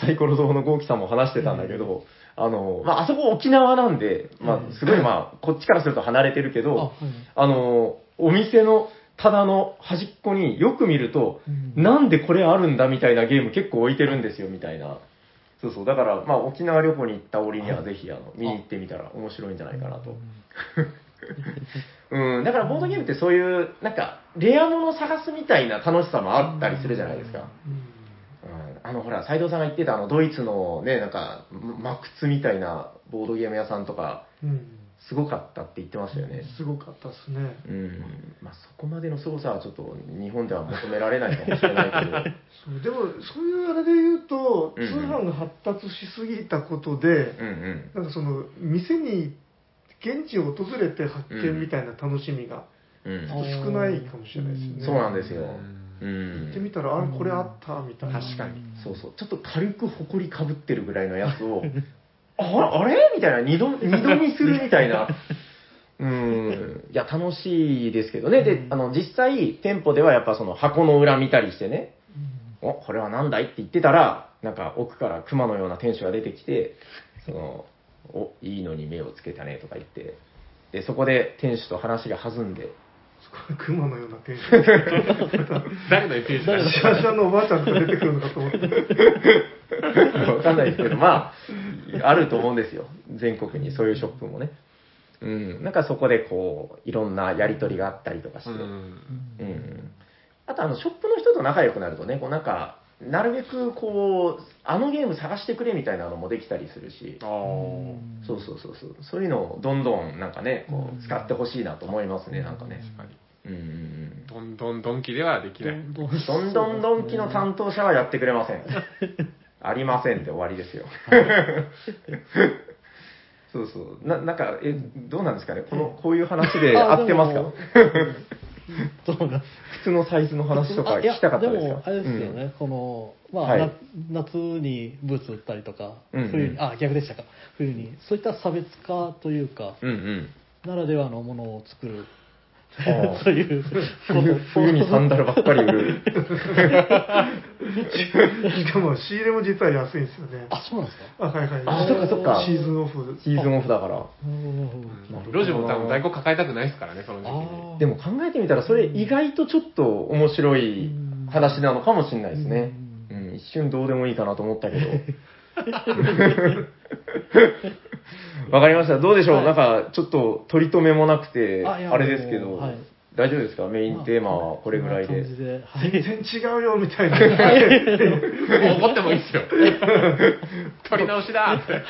[SPEAKER 3] サイコロ像の豪輝さんも話してたんだけど、あの、まあ、あそこ沖縄なんで、まあ、すごいまあ、こっちからすると離れてるけ
[SPEAKER 4] あ
[SPEAKER 3] ど、
[SPEAKER 4] はい
[SPEAKER 3] あの、お店の棚の端っこによく見ると、
[SPEAKER 4] うん
[SPEAKER 3] なんでこれあるんだみたいなゲーム結構置いてるんですよみたいな。そうそう。だから、まあ沖縄旅行に行った折にはぜひ、あの、見に行ってみたら面白いんじゃないかなと。うん。だからボードゲームってそういう、なんか、レア物を探すみたいな楽しさもあったりするじゃないですか。うん。あの、ほら、斉藤さんが言ってた、あの、ドイツのね、なんか、マクツみたいなボードゲーム屋さんとか、
[SPEAKER 1] うん
[SPEAKER 3] すごかったって言ってましたよね。
[SPEAKER 1] すごかったですね
[SPEAKER 3] うんまあ、そこまでの凄さはちょっと日本では求められないかもしれないけど、
[SPEAKER 1] そうでもそういうあれで言うと、
[SPEAKER 3] うん
[SPEAKER 1] 通販が発達しすぎたことで、
[SPEAKER 3] うんうん、
[SPEAKER 1] なんかその店に現地を訪れて発見みたいな楽しみが
[SPEAKER 3] うん
[SPEAKER 1] ちょっと少ないかもしれないですよね、
[SPEAKER 3] そうなんですよ、
[SPEAKER 2] う
[SPEAKER 3] うん
[SPEAKER 1] 行って
[SPEAKER 3] ん、
[SPEAKER 1] みたらあれこれあったみたいな
[SPEAKER 2] 確かに
[SPEAKER 3] そうそう、ちょっと軽く埃かぶってるぐらいのやつ を、ああれみたいな、二度二度見するみたい な、うん、いや、楽しいですけどね、であの実際、店舗ではやっぱその箱の裏見たりしてね、おこれはなんだいって言ってたら、なんか奥から熊のような天使が出てきて、そのおいいのに目をつけたねとか言って、でそこで天使と話が弾んで、
[SPEAKER 1] すごい熊のようなテンション
[SPEAKER 2] 誰のエピージだ
[SPEAKER 1] シャーシャーのおばあちゃんとか出てくるのかと思って
[SPEAKER 3] わかんないですけど、まあ、あると思うんですよ、全国にそういうショップもね。うん、なんかそこでこういろんなやり取りがあったりとかして、
[SPEAKER 2] う
[SPEAKER 3] うん
[SPEAKER 2] ん。
[SPEAKER 3] あとあのショップの人と仲良くなるとね、こうなんか、なるべくこう、あのゲーム探してくれみたいなのもできたりするし。
[SPEAKER 2] あ
[SPEAKER 3] そうそうそうそう。そういうのをどんどんなんかね、こ
[SPEAKER 4] うん
[SPEAKER 3] う使ってほしいなと思いますね、なんかね。
[SPEAKER 2] あ。
[SPEAKER 3] うんうんうん。
[SPEAKER 2] どんどんドンキではできない。
[SPEAKER 4] どん
[SPEAKER 3] どんどんドンキの担当者はやってくれません。ありませんで終わり ですよ。そうそう。な、なんか、え、どうなんですかねこの、こういう話で
[SPEAKER 4] あ
[SPEAKER 3] 合ってます
[SPEAKER 4] で
[SPEAKER 3] か
[SPEAKER 4] もそうだ
[SPEAKER 3] 靴のサイズの話とか
[SPEAKER 4] あいや
[SPEAKER 3] 聞きたかったです
[SPEAKER 4] で
[SPEAKER 3] か
[SPEAKER 4] もあれですよね、この、まあ
[SPEAKER 3] はい
[SPEAKER 4] な夏にブーツ売ったりとか、
[SPEAKER 3] うんうん
[SPEAKER 4] 冬にあ逆でしたか冬にそういった差別化というか、
[SPEAKER 3] うんうん。
[SPEAKER 4] ならではのものを作る
[SPEAKER 3] あー
[SPEAKER 4] そういう
[SPEAKER 3] 冬冬にサンダルばっかり売る。
[SPEAKER 1] しかも仕入れも実は安いんですよね
[SPEAKER 4] あそうなんですか
[SPEAKER 1] あはいはい
[SPEAKER 3] あそっかそっか
[SPEAKER 1] シーズンオフ
[SPEAKER 3] シーズンオフだ から。
[SPEAKER 2] うん路地も多分在庫抱えたくないですからね、その時期に。
[SPEAKER 4] あー
[SPEAKER 3] でも考えてみたら、それ意外とちょっと面白い話なのかもしれないですね。うん、一瞬どうでもいいかなと思った けど。わかりました。どうでしょう、
[SPEAKER 4] はい
[SPEAKER 3] なんか、ちょっと取り留めもなくて、
[SPEAKER 4] あいや
[SPEAKER 3] あれですけど、
[SPEAKER 4] もうはい
[SPEAKER 3] 大丈夫ですかメインテーマはこれぐらい
[SPEAKER 4] こんな
[SPEAKER 3] で
[SPEAKER 4] 感。じでは
[SPEAKER 1] 全
[SPEAKER 4] い
[SPEAKER 1] 然違うよみたいなはい
[SPEAKER 2] 怒ってもいいっ すよ。取り直しだって。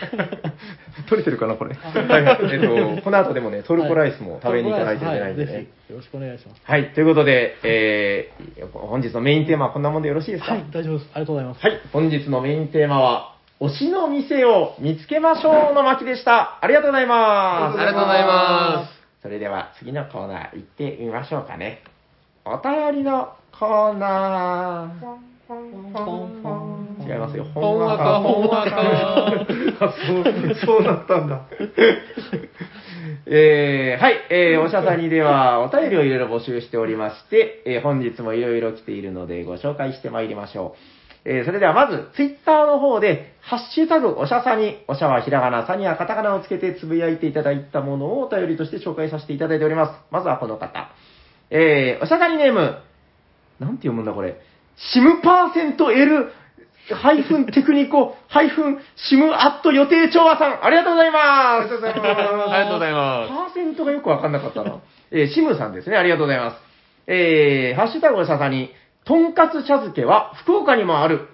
[SPEAKER 3] 取れてるかなこれ。はいはい。 えっと、この後でもね、トルコライスも食べに行かないといけないんでね。
[SPEAKER 4] はぜひよろしくお願いします
[SPEAKER 3] はい、ということで、えー、本日のメインテーマはこんなもんでよろしいですか
[SPEAKER 4] はい大丈夫ですありがとうございます
[SPEAKER 3] はい、本日のメインテーマは、推しの店を見つけましょうの巻でした。ありがとうございます。。
[SPEAKER 2] ありがとうございます
[SPEAKER 3] それでは次のコーナー行ってみましょうかね。お便りのコーナー。違いますよ。
[SPEAKER 2] ほんわか、ほんわか。
[SPEAKER 1] あそうそうなったんだ
[SPEAKER 3] えーはい、えーおしゃさにではお便りをいろいろ募集しておりまして、えー本日もいろいろ来ているのでご紹介してまいりましょう。えーそれではまず、ツイッターの方で、ハッシュタグおしゃさに、おしゃはひらがな、さにはカタカナをつけてつぶやいていただいたものをお便りとして紹介させていただいております。まずはこの方。えーおしゃさにネーム、なんて読むんだこれ。シムパーセント L ハイフンテクニコ、ハイフンシムアット予定調和さん、ありがとうございます。ありがとうございます。
[SPEAKER 2] ありがとうございます。
[SPEAKER 3] パーセントがよくわかんなかったな。えーシムさんですね、ありがとうございます。えー、ハッシュタグのささに、とんかつ茶漬けは福岡にもある。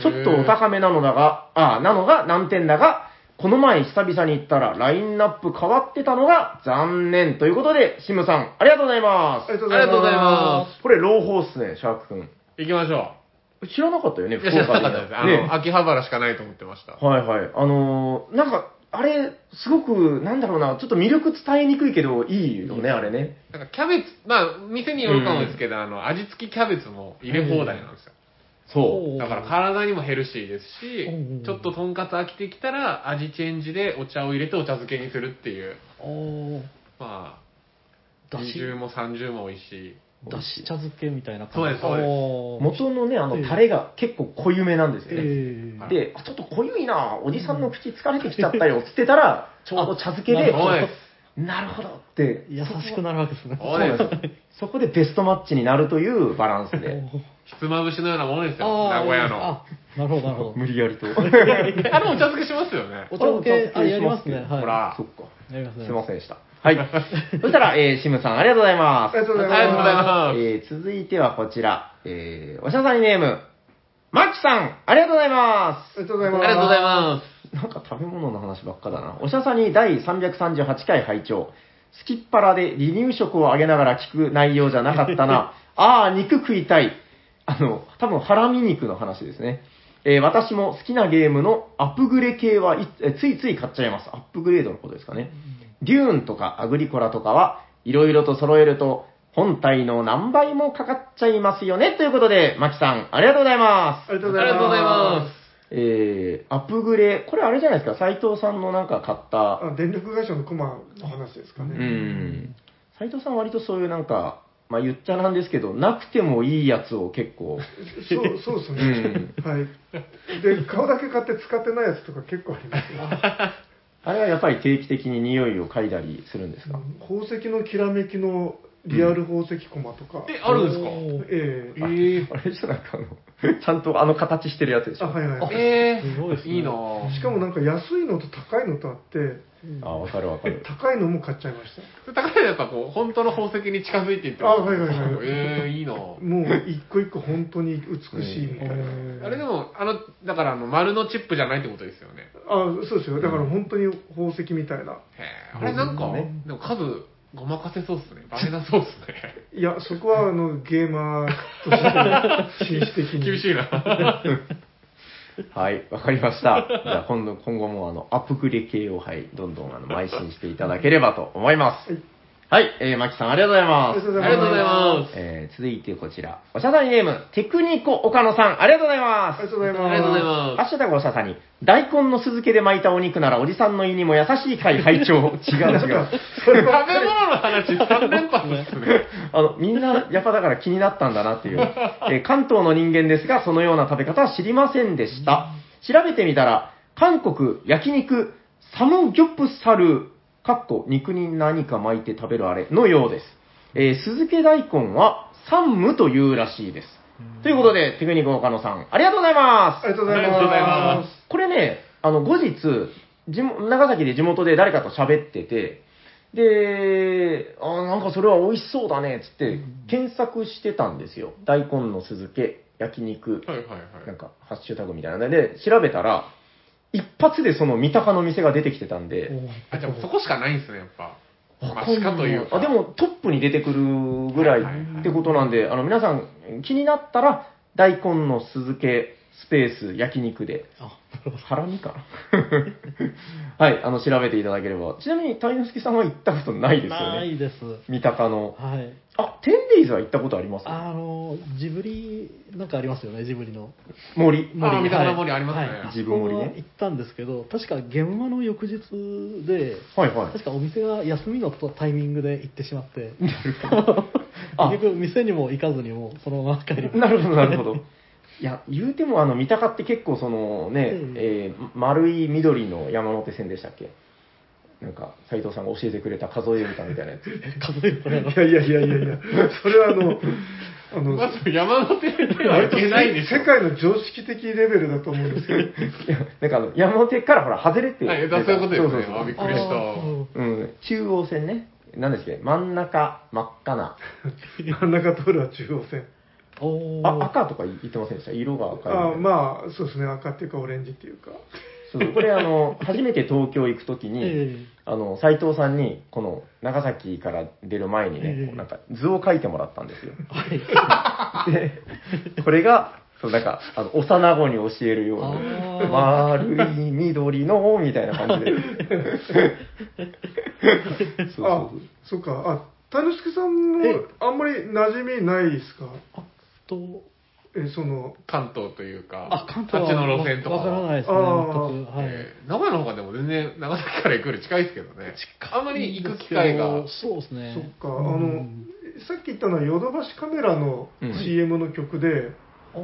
[SPEAKER 3] ちょっとお高めなのだが、あー、なのが難点だが、この前久々に行ったらラインナップ変わってたのが残念ということで、シムさん、ありがとうございます。
[SPEAKER 1] りがとう
[SPEAKER 2] ありがとうございます
[SPEAKER 3] これ、朗報っすね、シャーク君。
[SPEAKER 2] 行きましょ
[SPEAKER 3] 知らなかったよね、
[SPEAKER 2] う。いや、知らなかったです。あの、
[SPEAKER 3] ね
[SPEAKER 2] 秋葉原しかないと思ってました。
[SPEAKER 3] はいはい。あのーなんか、あれ、すごく、なんだろうな、ちょっと魅力伝えにくいけど、いいよね、あれね。
[SPEAKER 2] なんかキャベツ、まあ、店によるかもですけど、あの、味付きキャベツも入れ放題なんですよ。
[SPEAKER 3] そう。
[SPEAKER 2] だから体にもヘルシーですし
[SPEAKER 4] うんうんうん、
[SPEAKER 2] ちょっととんかつ飽きてきたら味チェンジでお茶を入れてお茶漬けにするっていう、
[SPEAKER 4] おー
[SPEAKER 2] まあ、
[SPEAKER 4] だし
[SPEAKER 2] 20も30も美味しい。
[SPEAKER 4] だし茶漬けみたいな
[SPEAKER 2] そうですそうです
[SPEAKER 4] おー
[SPEAKER 3] 元のね、あの、
[SPEAKER 4] ええ
[SPEAKER 3] タレが結構濃ゆめなんですよね。
[SPEAKER 4] え
[SPEAKER 2] は
[SPEAKER 4] ー
[SPEAKER 2] い
[SPEAKER 3] で、あちょっと濃ゆいな、おじさんの口疲れてきちゃったよ、つってたら、ちょうど茶漬け
[SPEAKER 4] な
[SPEAKER 3] で
[SPEAKER 4] る、
[SPEAKER 2] ほど
[SPEAKER 3] そうなるほどって、
[SPEAKER 4] 優しくなるわけですね。
[SPEAKER 2] お
[SPEAKER 3] そ
[SPEAKER 2] いう
[SPEAKER 3] なんですよそこでベストマッチになるというバランスで。
[SPEAKER 2] ひつまぶしのようなものですよ、
[SPEAKER 4] あ
[SPEAKER 2] 名
[SPEAKER 4] ー
[SPEAKER 2] 古屋の。
[SPEAKER 4] あなる ほど、なるほど。
[SPEAKER 3] 無理やりと。
[SPEAKER 2] あれお茶漬けしますよね。
[SPEAKER 4] お茶漬け、あ、やりますね。はい。
[SPEAKER 2] ほら
[SPEAKER 3] そっか。
[SPEAKER 4] やりますね。
[SPEAKER 3] すいませんでした。はい。 そしたら、えーシムさん、ありがとうございま
[SPEAKER 1] あ
[SPEAKER 3] す
[SPEAKER 1] り。がとうござい
[SPEAKER 2] ありがとうござい
[SPEAKER 1] ま。
[SPEAKER 2] ます。
[SPEAKER 3] えー続いてはこちら、えーおしゃさんにネーム、マッチさん、ありがとうございます。
[SPEAKER 1] ありがとうござい
[SPEAKER 2] あ
[SPEAKER 1] ます。
[SPEAKER 2] りがとうございます
[SPEAKER 3] なんか食べ物の話ばっかだな。おしゃさんに第338回拝聴。スキッパラで離乳食をあげながら聞く内容じゃなかったな。あー、肉食いたい。あの、多分ハラミ肉の話ですね。えー私も好きなゲームのアップグレ系はいえついつい買っちゃいます。アップグレードのことですかね。デューンとかアグリコラとかはいろいろと揃えると本体の何倍もかかっちゃいますよね。ということで、マキさん、ありがとうございます。
[SPEAKER 1] ありがとう
[SPEAKER 2] ありがとう
[SPEAKER 1] ご
[SPEAKER 2] ご
[SPEAKER 1] ざ
[SPEAKER 2] ざ
[SPEAKER 1] い
[SPEAKER 2] い
[SPEAKER 1] ま。
[SPEAKER 2] ます
[SPEAKER 3] えー、アップグレ、これあれじゃないですか、斉藤さんのなんか買った、
[SPEAKER 1] あ電力会社のコマの話ですか
[SPEAKER 3] う
[SPEAKER 1] ね。
[SPEAKER 3] ん、斉藤さん割とそういうなんか、まあ言っちゃなんですけど、なくてもいいやつを結構、
[SPEAKER 1] そうそうですね。はい。で、顔だけ買って使ってないやつとか結構ありますよ。
[SPEAKER 3] あれはやっぱり定期的に匂いを嗅いだりするんですか、
[SPEAKER 1] 宝石のきらめきのリアル宝石コマとか。
[SPEAKER 2] え、あるんですか
[SPEAKER 1] ええ
[SPEAKER 2] えー
[SPEAKER 3] あれじゃなんかあの、 ちゃんとあの形してるやつでし
[SPEAKER 1] あ、
[SPEAKER 3] ょ。
[SPEAKER 1] はいはいはい。
[SPEAKER 2] え
[SPEAKER 4] すごいです
[SPEAKER 2] ー、
[SPEAKER 4] ね
[SPEAKER 2] いいなぁ
[SPEAKER 1] しかもなんか安いのと高いのとあって、
[SPEAKER 3] あ、わかるわかる。
[SPEAKER 1] 高いのも買っちゃいました。
[SPEAKER 2] 高いのやっぱこう、本当の宝石に近づいていって
[SPEAKER 1] あはいはいはい
[SPEAKER 2] えー、いいなぁ
[SPEAKER 1] もう一個一個本当に美しいみたいな。
[SPEAKER 2] あれでも、あの、だからあの、丸のチップじゃないってことですよね。
[SPEAKER 1] あ、そうですよ。だから本当に宝石みたいな。
[SPEAKER 2] へーあれなんか、
[SPEAKER 3] ね
[SPEAKER 2] でも数、ごまかせそうっすね。バレなそうっすね。
[SPEAKER 1] いや、そこはあのゲーマーとして、紳士的に。
[SPEAKER 2] 厳しいな。
[SPEAKER 3] はい、わかりました。じゃあ今度、今後もあの、アップグレ系を、はい、どんどんあの、邁進していただければと思います。はい、えー、マキさんありがとうございます。
[SPEAKER 2] ありがとうございます。
[SPEAKER 3] えー続いてこちら。おしゃさにネーム、テクニコ岡野さん、ありがとうございま
[SPEAKER 1] ありが
[SPEAKER 3] す。
[SPEAKER 1] とうございます。
[SPEAKER 2] ありがとうござい
[SPEAKER 3] ハ
[SPEAKER 2] ま
[SPEAKER 3] ッシュタグおしゃさに、大根の酢漬けで巻いたお肉ならおじさんの胃にも優しい会拝聴違う違う。
[SPEAKER 2] す。食べ物の話3連発っすね。
[SPEAKER 3] あの、みんな、やっぱだから気になったんだなっていう。えー関東の人間ですが、そのような食べ方は知りませんでした。調べてみたら、韓国焼肉サムギョプサル、かっこ肉に何か巻いて食べるあれのようです。えー酢漬け大根はサンムというらしいです。ということで、テクニック岡野さん、ありがとうございま
[SPEAKER 1] あ
[SPEAKER 3] す
[SPEAKER 1] り。がとうございます。
[SPEAKER 2] ありがとうございます
[SPEAKER 3] これね、あの、後日、地元長崎で地元で誰かと喋ってて、で、あなんかそれは美味しそうだね、つって、検索してたんですよ。大根の酢漬け、焼肉、
[SPEAKER 2] はいはいはい。
[SPEAKER 3] なんか、ハッシュタグみたいなので、調べたら、一発でその三鷹の店が出てきてたんで、
[SPEAKER 2] あ、じゃあもうそこしかないんすね、やっぱ。ま
[SPEAKER 3] わ
[SPEAKER 2] あ、
[SPEAKER 3] かんない
[SPEAKER 2] 鹿というか。
[SPEAKER 3] あで、もトップに出てくるぐらいってことなんで、あの皆さん気になったら大根の酢漬けスペース焼肉で
[SPEAKER 4] あ
[SPEAKER 3] ハラミかな はいあの調べていただければちなみに谷之助さんは行ったことないですよ
[SPEAKER 4] な
[SPEAKER 3] ね
[SPEAKER 4] いです。
[SPEAKER 3] 三鷹の
[SPEAKER 4] はい。
[SPEAKER 3] あテンデイズは行ったことあります
[SPEAKER 4] あの、ジブリ、なんかありますよね、ジブリの。
[SPEAKER 3] 森
[SPEAKER 2] あ、三鷹の森
[SPEAKER 4] は
[SPEAKER 2] あ
[SPEAKER 4] い
[SPEAKER 2] りますね。
[SPEAKER 4] はい
[SPEAKER 3] ジブ森ね
[SPEAKER 4] あそこは行ったんですけど、確か現場の翌日で、
[SPEAKER 3] はいはい
[SPEAKER 4] 確かお店が休みのタイミングで行ってしまって、
[SPEAKER 3] あ
[SPEAKER 4] 結局店にも行かずにもうそのまま 帰りました
[SPEAKER 3] なるほど、なるほど。 いや、言うても、あの、三鷹って結構、そのね、
[SPEAKER 4] うん
[SPEAKER 3] えー丸い緑の山手線でしたっけなんか、斉藤さんが教えてくれた数え歌みたいなやつ。
[SPEAKER 4] 数えるとね
[SPEAKER 1] いやいやいやいやいや、それはあの、あの、
[SPEAKER 2] まず山手では
[SPEAKER 1] 割
[SPEAKER 2] い
[SPEAKER 1] と
[SPEAKER 2] けないでしょ。
[SPEAKER 1] 世界の常識的レベルだと思うんです けど。
[SPEAKER 3] いやなんかあの山手からほら外れて
[SPEAKER 2] はい、だそういうことです
[SPEAKER 3] そ
[SPEAKER 2] ね。
[SPEAKER 3] うそうそう
[SPEAKER 2] あびっくりし
[SPEAKER 3] うん、中央線ね何ですっけ真ん中真っ赤な
[SPEAKER 1] 真ん中通るは中央線。
[SPEAKER 4] おー
[SPEAKER 3] あ赤とか言ってませんでした色が赤い
[SPEAKER 1] あまあ、そうですね、赤っていうかオレンジっていうか。
[SPEAKER 3] そうそうこれあの初めて東京行く時に、
[SPEAKER 4] ええ
[SPEAKER 3] あの斉藤さんにこの長崎から出る前にね、
[SPEAKER 4] ええ
[SPEAKER 3] こうなんか図を描いてもらったんですよ
[SPEAKER 4] はい。
[SPEAKER 3] で これがそうなんかあの幼子に教えるような
[SPEAKER 4] あ
[SPEAKER 3] 丸い緑のみたいな感じでそう
[SPEAKER 1] あ
[SPEAKER 3] そう、
[SPEAKER 1] そっか。あ、谷之助さんも
[SPEAKER 4] ええ
[SPEAKER 1] あんまり馴染みないですか
[SPEAKER 4] あと、
[SPEAKER 1] え、その、
[SPEAKER 2] 関東というか、
[SPEAKER 4] あ、関東
[SPEAKER 2] あっ
[SPEAKER 4] は
[SPEAKER 2] ちの路線とかは。
[SPEAKER 4] わからないですね、
[SPEAKER 1] あ
[SPEAKER 4] 全く。はい。
[SPEAKER 2] えー名古屋の方がでも全然長崎から行くより近いですけどね。あんまり行く機会が。
[SPEAKER 4] そうですね。
[SPEAKER 1] そっか、あ
[SPEAKER 4] う
[SPEAKER 1] の
[SPEAKER 4] ん、
[SPEAKER 1] さっき言ったのはヨドバシカメラの
[SPEAKER 3] うん
[SPEAKER 1] CM の曲で、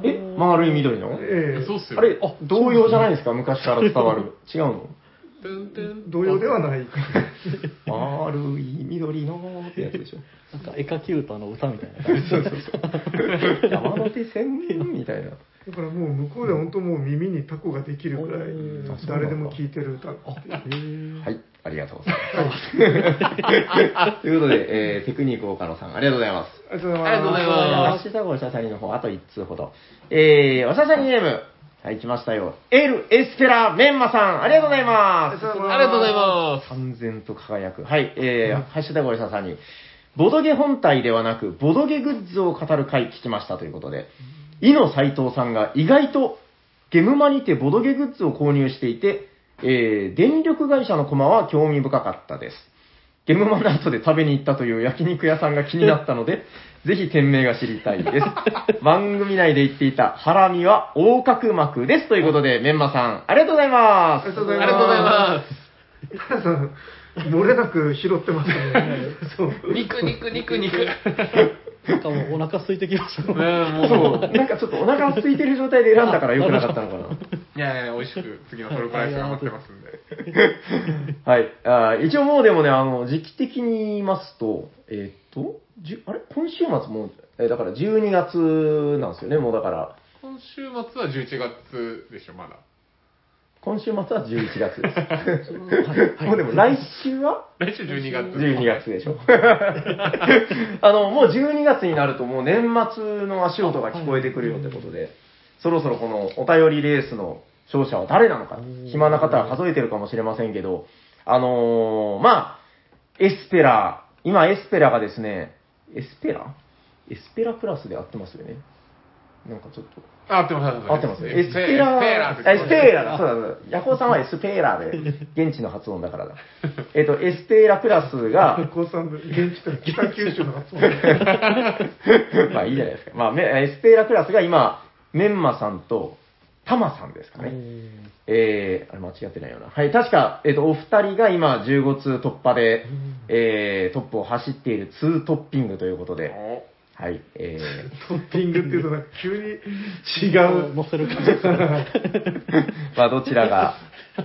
[SPEAKER 3] え丸い緑
[SPEAKER 1] え
[SPEAKER 3] の
[SPEAKER 1] え
[SPEAKER 2] そうっすよ。
[SPEAKER 3] あれあ童謡じゃないですか昔から伝わる違うの
[SPEAKER 2] トゥントゥン
[SPEAKER 1] 同様ではない。
[SPEAKER 3] 丸い緑のってやつでしょ。
[SPEAKER 4] なんか絵描き歌の歌みたいな感じ。
[SPEAKER 3] そうそうそう。 山手線みたいな。
[SPEAKER 1] だからもう向こうで本当もう耳にタコができるぐら
[SPEAKER 4] うん
[SPEAKER 3] あそ
[SPEAKER 1] いう誰でも聴いてる歌っていう
[SPEAKER 3] はい、ありがとうございます。ということで、えーテクニック岡野さん、ありがとうございます。
[SPEAKER 1] ありがとうご
[SPEAKER 2] ありがとうございます
[SPEAKER 3] ハッシュタグおしゃさりの方、あと1通ほど。えー、おしゃさりネーム、はい、来ましたよ。エル・エスペラ・メンマさん、ありがとうございます。
[SPEAKER 2] ありがとうございま
[SPEAKER 3] 完全と輝く。はい、えー、ハッシュタグおじさんさんに、ボドゲ本体ではなく、ボドゲグッズを語る回聞きましたということで、井野斎藤さんが意外とゲムマにてボドゲグッズを購入していて、えー、電力会社のコマは興味深かったです。ゲムマナイトで食べに行ったという焼肉屋さんが気になったので、 ぜひ店名が知りたいです。番組内で言っていたハラミは横隔膜です。ということで、メンマさん、ありがとうございます。
[SPEAKER 1] ありがとう
[SPEAKER 2] す。
[SPEAKER 1] ござい
[SPEAKER 2] あ
[SPEAKER 1] ます
[SPEAKER 2] り
[SPEAKER 1] 原
[SPEAKER 2] がとうございま
[SPEAKER 1] さん漏れなく拾ってますねそう
[SPEAKER 2] す。肉肉肉肉。ね
[SPEAKER 4] なんかもうお腹空いてきました。
[SPEAKER 2] えも
[SPEAKER 3] そう、なんかちょっとお腹が空いてる状態で選んだから良くなかったのか な。
[SPEAKER 2] う、いやいや、美味しく次のトルコライスが待ってますんで。
[SPEAKER 3] はい。あー一応もうでもね、あの、時期的に言いますと、えーっと、じゅあれ今週末もう、えーだから12月なんですよね、もうだから。
[SPEAKER 2] 今週末は11月でしょ、まだ。
[SPEAKER 3] 今週末は11月 で
[SPEAKER 4] はい
[SPEAKER 3] す。もうでも来週は
[SPEAKER 2] 来週12月。
[SPEAKER 3] 12月でしょ。 あの、もう12月になるともう年末の足音が聞こえてくるよってことで、そろそろこのお便りレースの勝者は誰なのか、暇な方は数えてるかもしれませんけど、あのーまあ、エスペラ、今エスペラがですね、エスペラエスペラクラスで合ってますよね。なんかちょっと。
[SPEAKER 2] あ合ってます、
[SPEAKER 3] 合ってますエスペラ
[SPEAKER 2] エスペラ
[SPEAKER 3] あエスペラだ。そうだそうだ。ヤコウさんはエスペラで、 現地の発音だからだ。えっと、エスペラクラスが、
[SPEAKER 1] 高三部現地と北九州の発音
[SPEAKER 3] まあいいじゃないですか。まあ、めエスペーラクラスが今、メンマさんとタマさんですかね。えー、あれ間違ってないよな。はい、確か、えっ、と、お二人が今15通突破で、えー、トップを走っている2トッピングということで、
[SPEAKER 2] お
[SPEAKER 3] はい、えー、
[SPEAKER 1] トッピングっていうとなんか急に違う
[SPEAKER 4] 乗せる感じですね。
[SPEAKER 3] まあ、どちらが、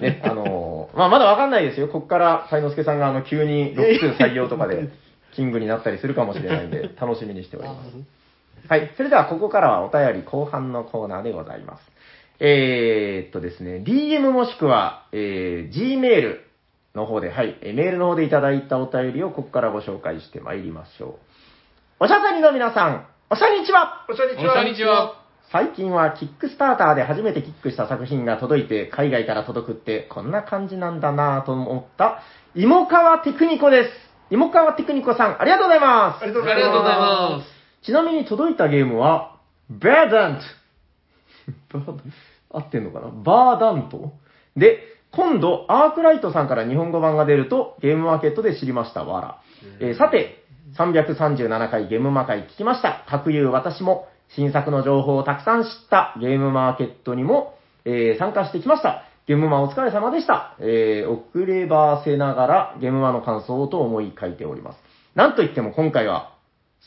[SPEAKER 3] ね、あのーまあ、まだわかんないですよ。こっから、才之助さんが、あの、急に6通採用とかで、キングになったりするかもしれないんで、楽しみにしております。はい。それでは、ここからはお便り後半のコーナーでございます。えー、っとですね、DM もしくは、えー、Gmail の方で、はい、えーメールの方でいただいたお便りを、ここからご紹介してまいりましょう。おしゃさにの皆さん、おしゃにちは
[SPEAKER 1] おしゃにち
[SPEAKER 2] こ
[SPEAKER 1] は
[SPEAKER 2] んにちは。
[SPEAKER 3] 最近はキックスターターで初めてキックした作品が届いて、海外から届くってこんな感じなんだなぁと思った、芋川テクニコです。芋川テクニコさん、ありがとうございま
[SPEAKER 1] あり
[SPEAKER 2] ありがとうございます。
[SPEAKER 3] す。ちなみに届いたゲームは、バーダント。バーダン 合ってんのかなバーダントで、今度、アークライトさんから日本語版が出ると、ゲームマーケットで知りました、わら。えーさて、337回ゲームマ会聞きました。各有私も新作の情報をたくさん知ったゲームマーケットにも、えー参加してきました。ゲームマお疲れ様でした。えー遅ればせながらゲームマの感想をと思い書いております。なんといっても今回は、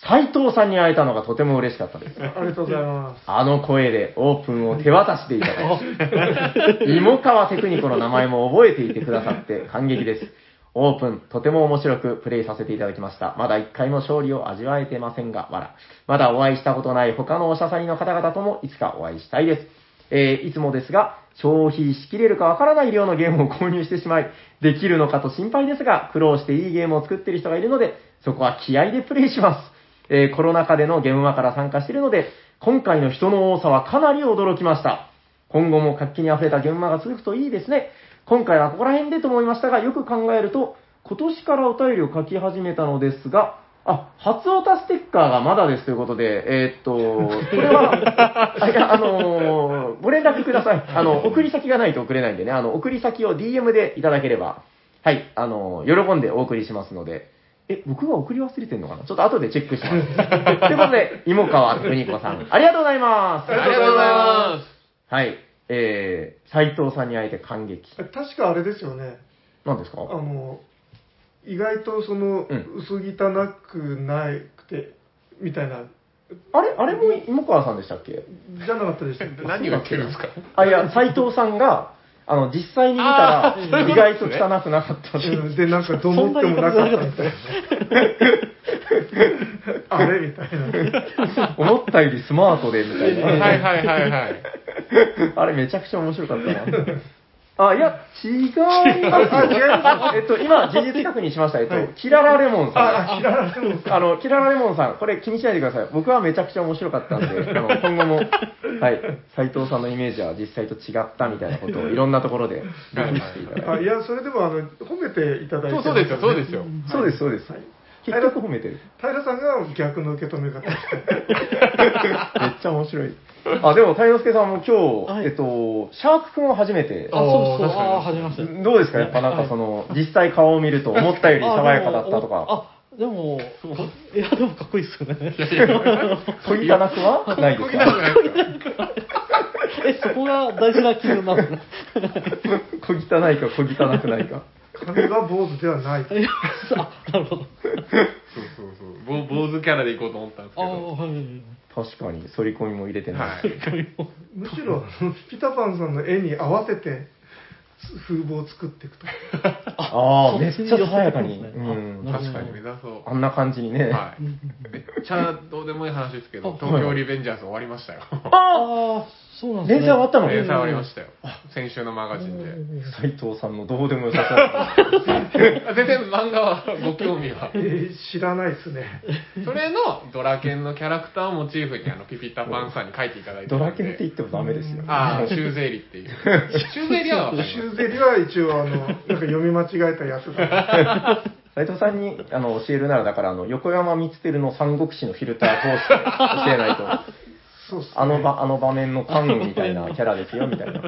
[SPEAKER 3] 斉藤さんに会えたのがとても嬉しかったです。
[SPEAKER 1] ありがとうございます
[SPEAKER 3] あの声でオープンを手渡していただき、芋川テクニコの名前も覚えていてくださって感激です。オープン、とても面白くプレイさせていただきました。まだ1回も勝利を味わえてませんが、わら。まだお会いしたことない他のおしゃさりの方々ともいつかお会いしたいです。えーいつもですが、消費しきれるかわからない量のゲームを購入してしまい、できるのかと心配ですが、苦労していいゲームを作っている人がいるので、そこは気合でプレイします。えーコロナ禍での現場から参加しているので、今回の人の多さはかなり驚きました。今後も活気に溢れた現場が続くといいですね。今回はここら辺でと思いましたが、よく考えると、今年からお便りを書き始めたのですが、あ、初オタステッカーがまだですということで、えーっと、これは、あいやあのーご連絡ください。あの、送り先がないと送れないんでね、あの、送り先を DM でいただければ、はい、あのー喜んでお送りしますので、え、僕が送り忘れてんのかなちょっと後でチェックします。ということで、芋川邦子さん、ありがとうございます。
[SPEAKER 2] ありがとうございま
[SPEAKER 3] はい、えー、斎藤さんに会えて感激。
[SPEAKER 1] 確かあれですよね
[SPEAKER 3] 何です
[SPEAKER 1] あ
[SPEAKER 3] か
[SPEAKER 1] の意外とその、
[SPEAKER 3] うん
[SPEAKER 1] 薄汚くなくてみたいな
[SPEAKER 3] あれあれも芋川さんでしたっけ
[SPEAKER 1] じゃなかったで したっけ
[SPEAKER 2] す。何が来てるんですか
[SPEAKER 3] あ、いや、斎藤さんが、あの、実際に見たら、
[SPEAKER 2] あー
[SPEAKER 3] 意
[SPEAKER 2] そういうこと
[SPEAKER 3] 外
[SPEAKER 2] です
[SPEAKER 3] と
[SPEAKER 2] ね
[SPEAKER 3] 汚くなかった って
[SPEAKER 1] うんでなんかどう思ってもなかったみたいなあれみたいな
[SPEAKER 3] 思ったよりスマートで、みたい
[SPEAKER 2] はい
[SPEAKER 3] な。
[SPEAKER 2] はいはいはい。
[SPEAKER 3] あれめちゃくちゃ面白かった な。あ、いや、違う。あ、違います。えっと、今、事実確認しました。えっと、キララレモンさん。
[SPEAKER 1] ああ知らなくても
[SPEAKER 3] あの、キララレモンさん、これ気にしないでください。僕はめちゃくちゃ面白かった んで、あの、今後も、はい、斎藤さんのイメージは実際と違ったみたいなことをいろんなところで理解していただいて。
[SPEAKER 1] あいやそれでもあの褒めていただいて
[SPEAKER 2] そ
[SPEAKER 1] ま
[SPEAKER 2] うそうですよ、そうですすよ。
[SPEAKER 3] そうです、そうです。結局褒めてる。
[SPEAKER 1] 平さんが逆の受け止め方して
[SPEAKER 3] めっちゃ面白い。あ、でも、太之助さんも今日、
[SPEAKER 4] はい
[SPEAKER 3] えっと、シャークくんを初めて、
[SPEAKER 4] あ、そうそう、
[SPEAKER 2] 確かに
[SPEAKER 4] あー、初めまして。
[SPEAKER 3] どうですかやっぱなんかその、実際顔を見ると思ったより爽やかだったとか、
[SPEAKER 4] あ、でも、いや、でもか っこいいっすよね。
[SPEAKER 3] 研ぎたなくはないですか
[SPEAKER 4] え、そこが大事な基準なんですね。
[SPEAKER 3] 小汚いか小汚くないか。
[SPEAKER 1] 髪が坊主ではない
[SPEAKER 4] えあ、なるほど。
[SPEAKER 2] そうそうそう。ぼ坊主キャラで行こうと思ったんですけ
[SPEAKER 4] あー、
[SPEAKER 2] ど。
[SPEAKER 4] はいはい
[SPEAKER 3] 確かに、反り込みも入れてない。
[SPEAKER 2] はい。
[SPEAKER 1] むしろあのピタパンさんの絵に合わせて風貌を作っていくと
[SPEAKER 3] ああ、
[SPEAKER 4] そ
[SPEAKER 3] め
[SPEAKER 4] っ
[SPEAKER 3] っ
[SPEAKER 4] ちに
[SPEAKER 3] ちゃ爽やかに。
[SPEAKER 4] 寄
[SPEAKER 3] う
[SPEAKER 4] せてくん
[SPEAKER 3] ん。
[SPEAKER 4] ですね
[SPEAKER 2] 確かに目指そう。
[SPEAKER 3] あんな感じにね。
[SPEAKER 2] はい。めっちゃどうでもいい話ですけど、
[SPEAKER 4] あ
[SPEAKER 2] 東京リベンジャーズ終わりましたよ。
[SPEAKER 3] あ
[SPEAKER 4] ああ、そうな
[SPEAKER 3] あ
[SPEAKER 4] んで
[SPEAKER 3] 連載
[SPEAKER 4] すね。
[SPEAKER 3] 終わったの
[SPEAKER 2] 連載終わりましたよ。先週のマガジンで。
[SPEAKER 3] 斎藤さんのどうでもよさそうな。
[SPEAKER 2] あ全然漫画はご興味は
[SPEAKER 1] え。ー知らないですね
[SPEAKER 2] それのドラケンのキャラクターをモチーフにあのピピタパンさんに書いていただいてた
[SPEAKER 3] ド
[SPEAKER 2] んで
[SPEAKER 3] ラケンって言ってもダメですよ。
[SPEAKER 2] ああ、シューゼリって いう。シューゼリはわかります
[SPEAKER 1] シューゼリは一応あのなんか読み間違えたやつだ
[SPEAKER 3] 斉藤さんにあの教えるなら、だからあの横山光輝の三国志のフィルター通して教えないと、
[SPEAKER 1] そうっすね
[SPEAKER 3] あの場あの場面の関羽みたいなキャラですよ、みたい な。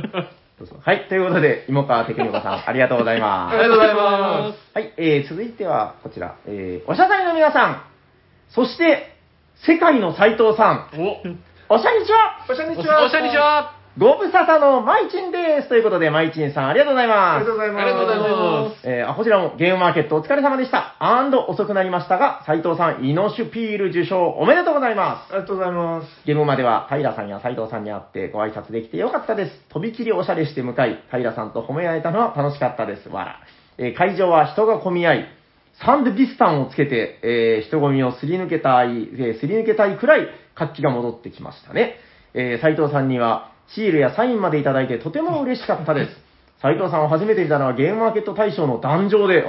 [SPEAKER 3] そうそうはい、ということで、芋川テクニコさん、ありがとうございます。
[SPEAKER 2] ありがとうございま
[SPEAKER 3] はい、えー、続いてはこちら、えー、おしゃさりの皆さん、そして、世界の斉藤さん、
[SPEAKER 2] す。お
[SPEAKER 3] おしゃにちは
[SPEAKER 1] おしゃにちは
[SPEAKER 2] おしゃにちは
[SPEAKER 3] ご無沙汰のまいちんですということで、まいちんさん、ありがとうござ
[SPEAKER 1] あ
[SPEAKER 3] いま
[SPEAKER 1] りが
[SPEAKER 3] す
[SPEAKER 1] と。うございます
[SPEAKER 2] ありがとうございます
[SPEAKER 3] えーあこちらもゲームマーケットお疲れ様でした。アンド遅くなりましたが、斉藤さん、イノシュピール受賞おめでとうございま
[SPEAKER 1] ありがとうございます
[SPEAKER 3] す。ゲームまでは平さんや斉藤さんに会ってご挨拶できてよかったです。とびきりおしゃれして向かい、平さんと褒め合えたのは楽しかったです。わら。えー会場は人が混み合い、サンドディスタンをつけて、えー人混みをすり抜けたい、えーすり抜けたいくらい活気が戻ってきましたね。えー斉藤さんにはシールやサインまでいただいてとても嬉しかったです。斉藤さんを初めて見たのはゲームマーケット大賞の壇上で、あ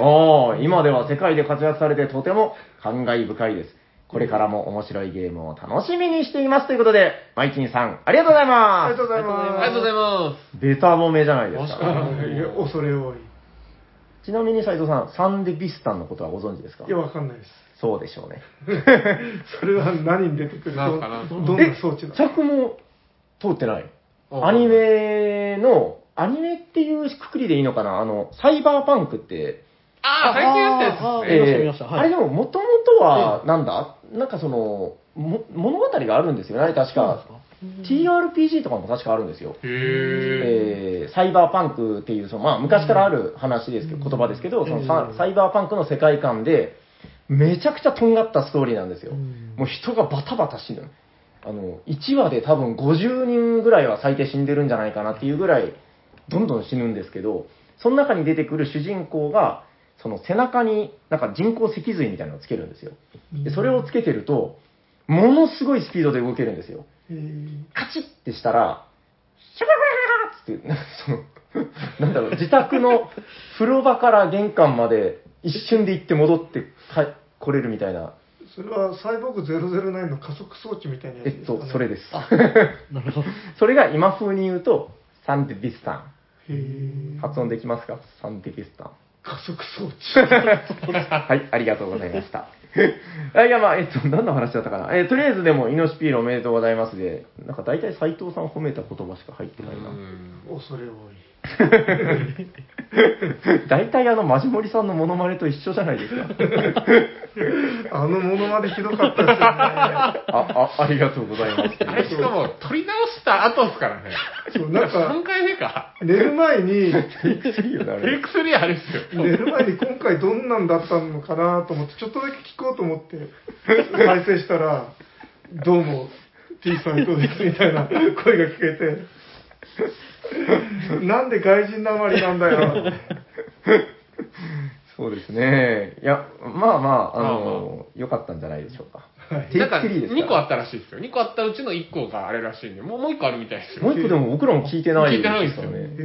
[SPEAKER 3] あ、今では世界で活躍されてとても感慨深いです。これからも面白いゲームを楽しみにしていますということで、マイチンさん、ありがとうござい
[SPEAKER 1] あ
[SPEAKER 3] ま
[SPEAKER 1] りがとうございます
[SPEAKER 2] ありがとうございま
[SPEAKER 3] ます。ベタ褒めじゃないです
[SPEAKER 2] 確
[SPEAKER 3] か。
[SPEAKER 2] ざいます
[SPEAKER 1] いや恐れ多い
[SPEAKER 3] ちなみに斉藤さん、サンデビスタンのことはご存知ですか
[SPEAKER 1] いやわかんないです
[SPEAKER 3] そうでしょうね。
[SPEAKER 1] それは何に出てくる
[SPEAKER 2] なんかな
[SPEAKER 1] どどんな装置なの
[SPEAKER 3] 着も通ってない
[SPEAKER 2] うん
[SPEAKER 3] アニメの、アニメっていうくくりでいいのかなあの、サイバーパンクって、
[SPEAKER 2] す。ああ、最近やったやつですね。
[SPEAKER 4] 見ました見ましたはい
[SPEAKER 3] あれでも元々は、なんだ、なんかその、も物語があるんですよね、あれ確か。TRPG とかも確かあるんですよ。
[SPEAKER 2] へえ。
[SPEAKER 3] えーサイバーパンクっていうその、まあ、昔からある話ですけど、
[SPEAKER 4] うん
[SPEAKER 3] 言葉ですけど、そのさ
[SPEAKER 4] うん
[SPEAKER 3] サイバーパンクの世界観で、めちゃくちゃとんがったストーリーなんですよ。
[SPEAKER 4] うん
[SPEAKER 3] もう人がバタバタ死ぬ。あの、1話で多分50人ぐらいは最低死んでるんじゃないかなっていうぐらい、どんどん死ぬんですけど、その中に出てくる主人公が、その背中になんか人工脊髄みたいなのをつけるんですよ。でそれをつけてると、ものすごいスピードで動けるんですよ。
[SPEAKER 1] えー
[SPEAKER 3] カチッってしたら、シャバババババって、その、なんだろう、自宅の風呂場から玄関まで一瞬で行って戻ってか来れるみたいな。
[SPEAKER 1] それはサイボーグ009の加速装置みたいなやつ
[SPEAKER 3] え
[SPEAKER 1] です
[SPEAKER 3] っ
[SPEAKER 1] か、ね
[SPEAKER 3] と、それです。
[SPEAKER 4] なるほど。
[SPEAKER 3] それが今風に言うと、サンデビスタ
[SPEAKER 1] へー
[SPEAKER 3] ン。発音できますかサンデビスタン。
[SPEAKER 1] 加速装 置
[SPEAKER 3] はい、ありがとうございました。 あいや、まあ、えっと、何の話だったかな。えとりあえずでも、イノシピールおめでとうございますで、なんか大体斎藤さんを褒めた言葉しか入ってないな。
[SPEAKER 1] 恐れ多い
[SPEAKER 3] 大体あの、マジモリさんのモノマネと一緒じゃないですか。
[SPEAKER 1] あのものまでひどかったですよね
[SPEAKER 3] あ、あ、ありがとうございます。
[SPEAKER 2] あ れしかも、撮り直した後ですからね。
[SPEAKER 1] そうなん
[SPEAKER 2] 3
[SPEAKER 1] か
[SPEAKER 2] 回目か。
[SPEAKER 1] 寝る前に
[SPEAKER 3] テイク3よね、あ
[SPEAKER 2] テイ
[SPEAKER 3] れ。
[SPEAKER 2] ク3あれですよ。
[SPEAKER 1] 寝る前に今回どんなんだったのかなと思ってちょっとだけ聞こうと思って再生したら「どうも T さんどうです」みたいな声が聞けてなんで外人なまりなんだよ
[SPEAKER 3] そうですね。いや、まあまあ、あ
[SPEAKER 2] まあ
[SPEAKER 3] の、良かったんじゃないでしょうか。
[SPEAKER 1] はい
[SPEAKER 3] テイ
[SPEAKER 2] な
[SPEAKER 3] ク
[SPEAKER 2] んか
[SPEAKER 3] 3です
[SPEAKER 2] 2個
[SPEAKER 3] か
[SPEAKER 2] あったらしいですよ。2個あったうちの1個があれらしいんで、もうもう1個あるみたいです
[SPEAKER 3] も
[SPEAKER 2] よ。
[SPEAKER 3] う一個でも僕らも聞いてないよ
[SPEAKER 2] 聞いてない
[SPEAKER 1] ですよ
[SPEAKER 3] ね。うん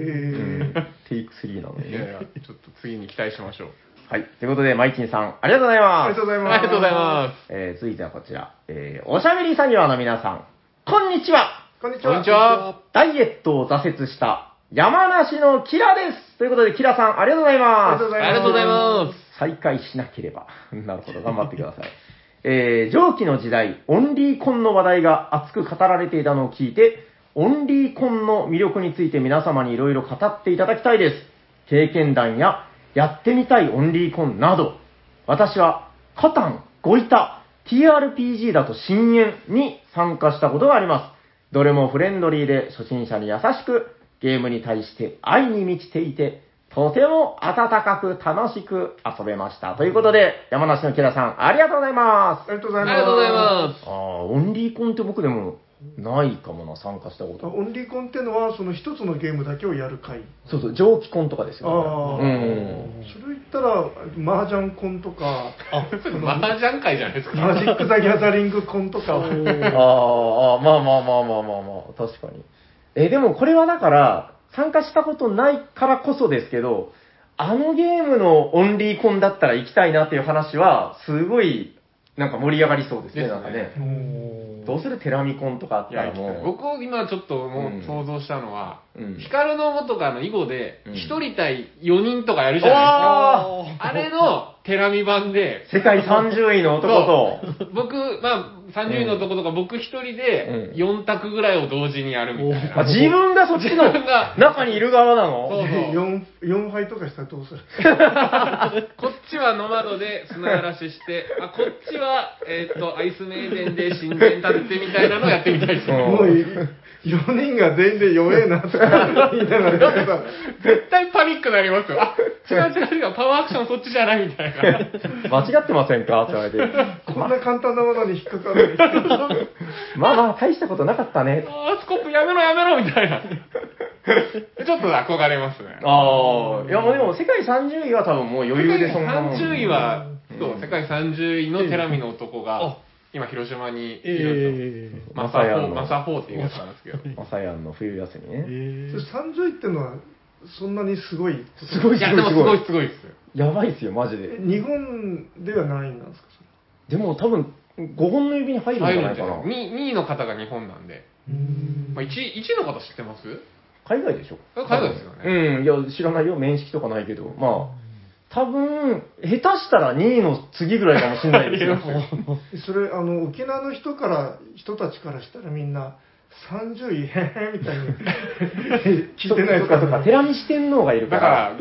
[SPEAKER 3] テイク3なの
[SPEAKER 2] い
[SPEAKER 3] に
[SPEAKER 2] やい
[SPEAKER 3] ね。
[SPEAKER 2] や、ちょっと次に期待しましょう。
[SPEAKER 3] はい。ということで、マイキンさん、ありがとうございます。
[SPEAKER 1] ありがとうございます
[SPEAKER 2] ありがとうございま
[SPEAKER 3] えー続いてはこちら、えーおしゃべり作業の皆さん、こんにちは
[SPEAKER 1] こんにち
[SPEAKER 2] す。こん
[SPEAKER 1] は
[SPEAKER 2] にちは。
[SPEAKER 3] ダイエットを挫折した山梨のキラですということで、キラさん、ありがとうござい
[SPEAKER 1] あり
[SPEAKER 3] ま
[SPEAKER 1] がとうご
[SPEAKER 3] す
[SPEAKER 1] ざいます
[SPEAKER 2] ありがとうございます。
[SPEAKER 3] 再開しなければ。 なるほど、頑張ってください。 えー上記の時代、オンリーコンの話題が熱く語られていたのを聞いて、オンリーコンの魅力について皆様にいろいろ語っていただきたいです。経験談や、やってみたいオンリーコンなど、私は、カタン、ゴイタ、TRPG だと深淵に参加したことがあります。どれもフレンドリーで初心者に優しく、ゲームに対して愛に満ちていて、とても温かく楽しく遊べました。ということで、山梨のキラさん、ありがとうございま
[SPEAKER 1] あ
[SPEAKER 3] す。
[SPEAKER 1] りがとうご
[SPEAKER 2] あ
[SPEAKER 1] ざい
[SPEAKER 2] り
[SPEAKER 1] ます
[SPEAKER 2] がとうございます。
[SPEAKER 3] ああ、オンリーコンって僕でもないかもな、参加したこ
[SPEAKER 1] オ
[SPEAKER 3] と。
[SPEAKER 1] ンリーコンってのはその一つのゲームだけをやる会
[SPEAKER 3] そうそう、蒸気コンとかですよ。
[SPEAKER 1] ああ、
[SPEAKER 3] うん。
[SPEAKER 1] それ言ったら麻雀コンとか
[SPEAKER 2] マージャン会じゃないですか。
[SPEAKER 1] マジック・ザ・ギャザリングコンとか
[SPEAKER 3] ああああ、まあまあまあまあまあまあ、確かに。え、でもこれはだから、参加したことないからこそですけど、あのゲームのオンリーコンだったら行きたいなっていう話は、すごい、なんか盛り上がりそうですね、
[SPEAKER 2] ですね
[SPEAKER 3] なんかね。
[SPEAKER 1] うん
[SPEAKER 3] どうするテラミコンとかあっ
[SPEAKER 2] い
[SPEAKER 3] た
[SPEAKER 2] や
[SPEAKER 3] らも
[SPEAKER 2] 僕今ちょっと
[SPEAKER 3] う
[SPEAKER 2] も
[SPEAKER 3] ん
[SPEAKER 2] う想像したのは、
[SPEAKER 3] う。うん。
[SPEAKER 2] ヒカルの元があの囲碁で、
[SPEAKER 3] うん
[SPEAKER 2] 1人対4人とかやるじゃない
[SPEAKER 3] おー
[SPEAKER 2] ですか。あれの手紙版で、
[SPEAKER 3] 世界30位の男と、
[SPEAKER 2] 僕、まあ、30人のとことか、僕一人で
[SPEAKER 3] うん
[SPEAKER 2] 4択ぐらいを同時にやるみたい
[SPEAKER 3] あ
[SPEAKER 2] な。
[SPEAKER 3] 自分がそっちの
[SPEAKER 2] 自分が
[SPEAKER 3] 中にいる側なの
[SPEAKER 2] そうそう。
[SPEAKER 1] 4, 4敗とかしたらどうする
[SPEAKER 2] こっちはノマドで砂嵐して、あ、こっちは、えーっと、アイスメイデンで神殿立ててみたいなのをやってみたいです。
[SPEAKER 3] うん
[SPEAKER 1] もう4人が全員で弱えなって言いながらやって
[SPEAKER 2] 絶対パニックになりますよ。あ、違う違う違う、パワーアクションそっちじゃないみたいな。
[SPEAKER 3] 間違ってませんかって言われて、
[SPEAKER 1] たこんな簡単なものに引っかかるんですけど
[SPEAKER 3] まあまあ、大したことなかったね。
[SPEAKER 2] あースコップやめろやめろみたいな。ちょっと憧れますね。
[SPEAKER 3] ああ、いやもうでも世界30位は多分もう余裕でそんなもん。
[SPEAKER 2] 世界30位は、そう
[SPEAKER 3] うん、
[SPEAKER 2] 世界30位のテラミの男が
[SPEAKER 4] あ、
[SPEAKER 2] 今広島にいるんですよ。
[SPEAKER 4] ええ
[SPEAKER 2] マサホー、
[SPEAKER 3] マ
[SPEAKER 2] マ
[SPEAKER 3] サヤ
[SPEAKER 2] サ
[SPEAKER 3] ン
[SPEAKER 2] ホーっていうやつなんです けど。
[SPEAKER 3] マサヤンの冬休みね。
[SPEAKER 4] ええ
[SPEAKER 1] それ30位ってのはそんなにすごい
[SPEAKER 3] すごい
[SPEAKER 2] い
[SPEAKER 3] す
[SPEAKER 2] や、
[SPEAKER 3] ご
[SPEAKER 2] で
[SPEAKER 3] い
[SPEAKER 2] も
[SPEAKER 3] す
[SPEAKER 2] す
[SPEAKER 3] ご
[SPEAKER 2] ご
[SPEAKER 3] い
[SPEAKER 2] い。すごいですよ。
[SPEAKER 3] やばいっすよ、マジで。
[SPEAKER 1] 日本では何位なんですか
[SPEAKER 3] でも多分、5本の指に入るんじゃないかな。
[SPEAKER 2] 2, 位の方が日本なんで、まあ、1, 位の方知ってます
[SPEAKER 3] 海外でしょ
[SPEAKER 2] 海外ですよね
[SPEAKER 3] うん、いや、知らないよ、面識とかないけど。まあ、多分、下手したら2位の次ぐらいかもしれないです よ。
[SPEAKER 1] それあの沖縄の人から人たちからしたらみんな30位へへみたいに聞いてない
[SPEAKER 3] と
[SPEAKER 1] です
[SPEAKER 3] かとか、寺西天皇がいるか。
[SPEAKER 2] だからら、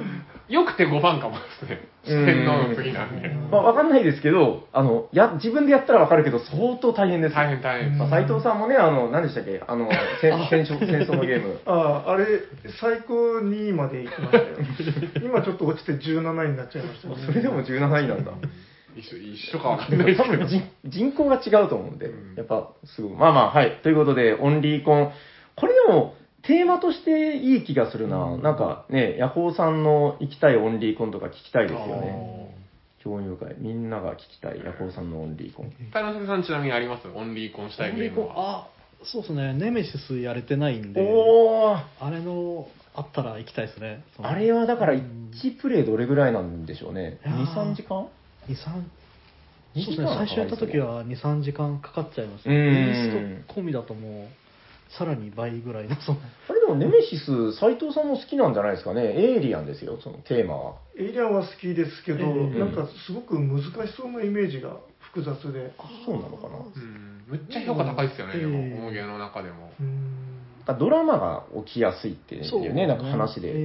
[SPEAKER 2] よくて5番かもですね。
[SPEAKER 3] うん
[SPEAKER 2] 天皇の次なんで。
[SPEAKER 3] まあ、わかんないですけど、あの、や、自分でやったらわかるけど、相当大変です。
[SPEAKER 2] 大変大変。
[SPEAKER 3] まあ、斉藤さんもね、あの、何でしたっけあ の、戦戦争戦争のゲーム。
[SPEAKER 1] あああれ最高2位まで行きましたよ今ちょっと落ちて17位になっちゃいましたね
[SPEAKER 3] それでも17位なんだ。
[SPEAKER 2] 一緒一緒かわかんないです
[SPEAKER 3] 多
[SPEAKER 2] けど
[SPEAKER 3] 分。人人口が違うと思うんで、やっぱすごい。まあまあ、はい。ということで、オンリーコン。これでも、テーマとしていい気がするな。なんかね、ヤホーさんの行きたいオンリーコンとか聞きたいですよね。共有会。みんなが聞きたい、ヤホーさんのオンリーコン。
[SPEAKER 2] 田中さんちなみにありますオンリーコンしたいゲームは。
[SPEAKER 4] あそうですね、ネメシスやれてないんで、
[SPEAKER 3] おー
[SPEAKER 4] あれのあったら行きたいですね、その
[SPEAKER 3] あれはだから
[SPEAKER 4] うん
[SPEAKER 3] 1プレイどれぐらいなんでしょうね。
[SPEAKER 4] いやー
[SPEAKER 3] 2、3時間
[SPEAKER 4] 二三
[SPEAKER 3] 二
[SPEAKER 4] そう
[SPEAKER 3] 時
[SPEAKER 4] です
[SPEAKER 3] 間
[SPEAKER 4] ね
[SPEAKER 3] は
[SPEAKER 4] 最初やった時は23時間かかっちゃいました
[SPEAKER 3] う
[SPEAKER 4] ね
[SPEAKER 3] ん
[SPEAKER 4] リリースと込みだともうさらに倍ぐらいのその
[SPEAKER 3] あれでもネメシス、斎藤さんも好きなんじゃないですかね。エイリアンですよ、そのテーマは。
[SPEAKER 1] エイリアンは好きですけど、
[SPEAKER 4] ええ
[SPEAKER 1] なんかすごく難しそうなイメージが複雑で。
[SPEAKER 3] そうなのかな。
[SPEAKER 2] うん。むっちゃ評価高いですよね、
[SPEAKER 4] うん
[SPEAKER 2] で
[SPEAKER 4] ええ
[SPEAKER 2] も、音源の中でも。
[SPEAKER 1] うん
[SPEAKER 3] なんかドラマが起きやすいっていうね、なんか話で。
[SPEAKER 4] え
[SPEAKER 3] う
[SPEAKER 4] え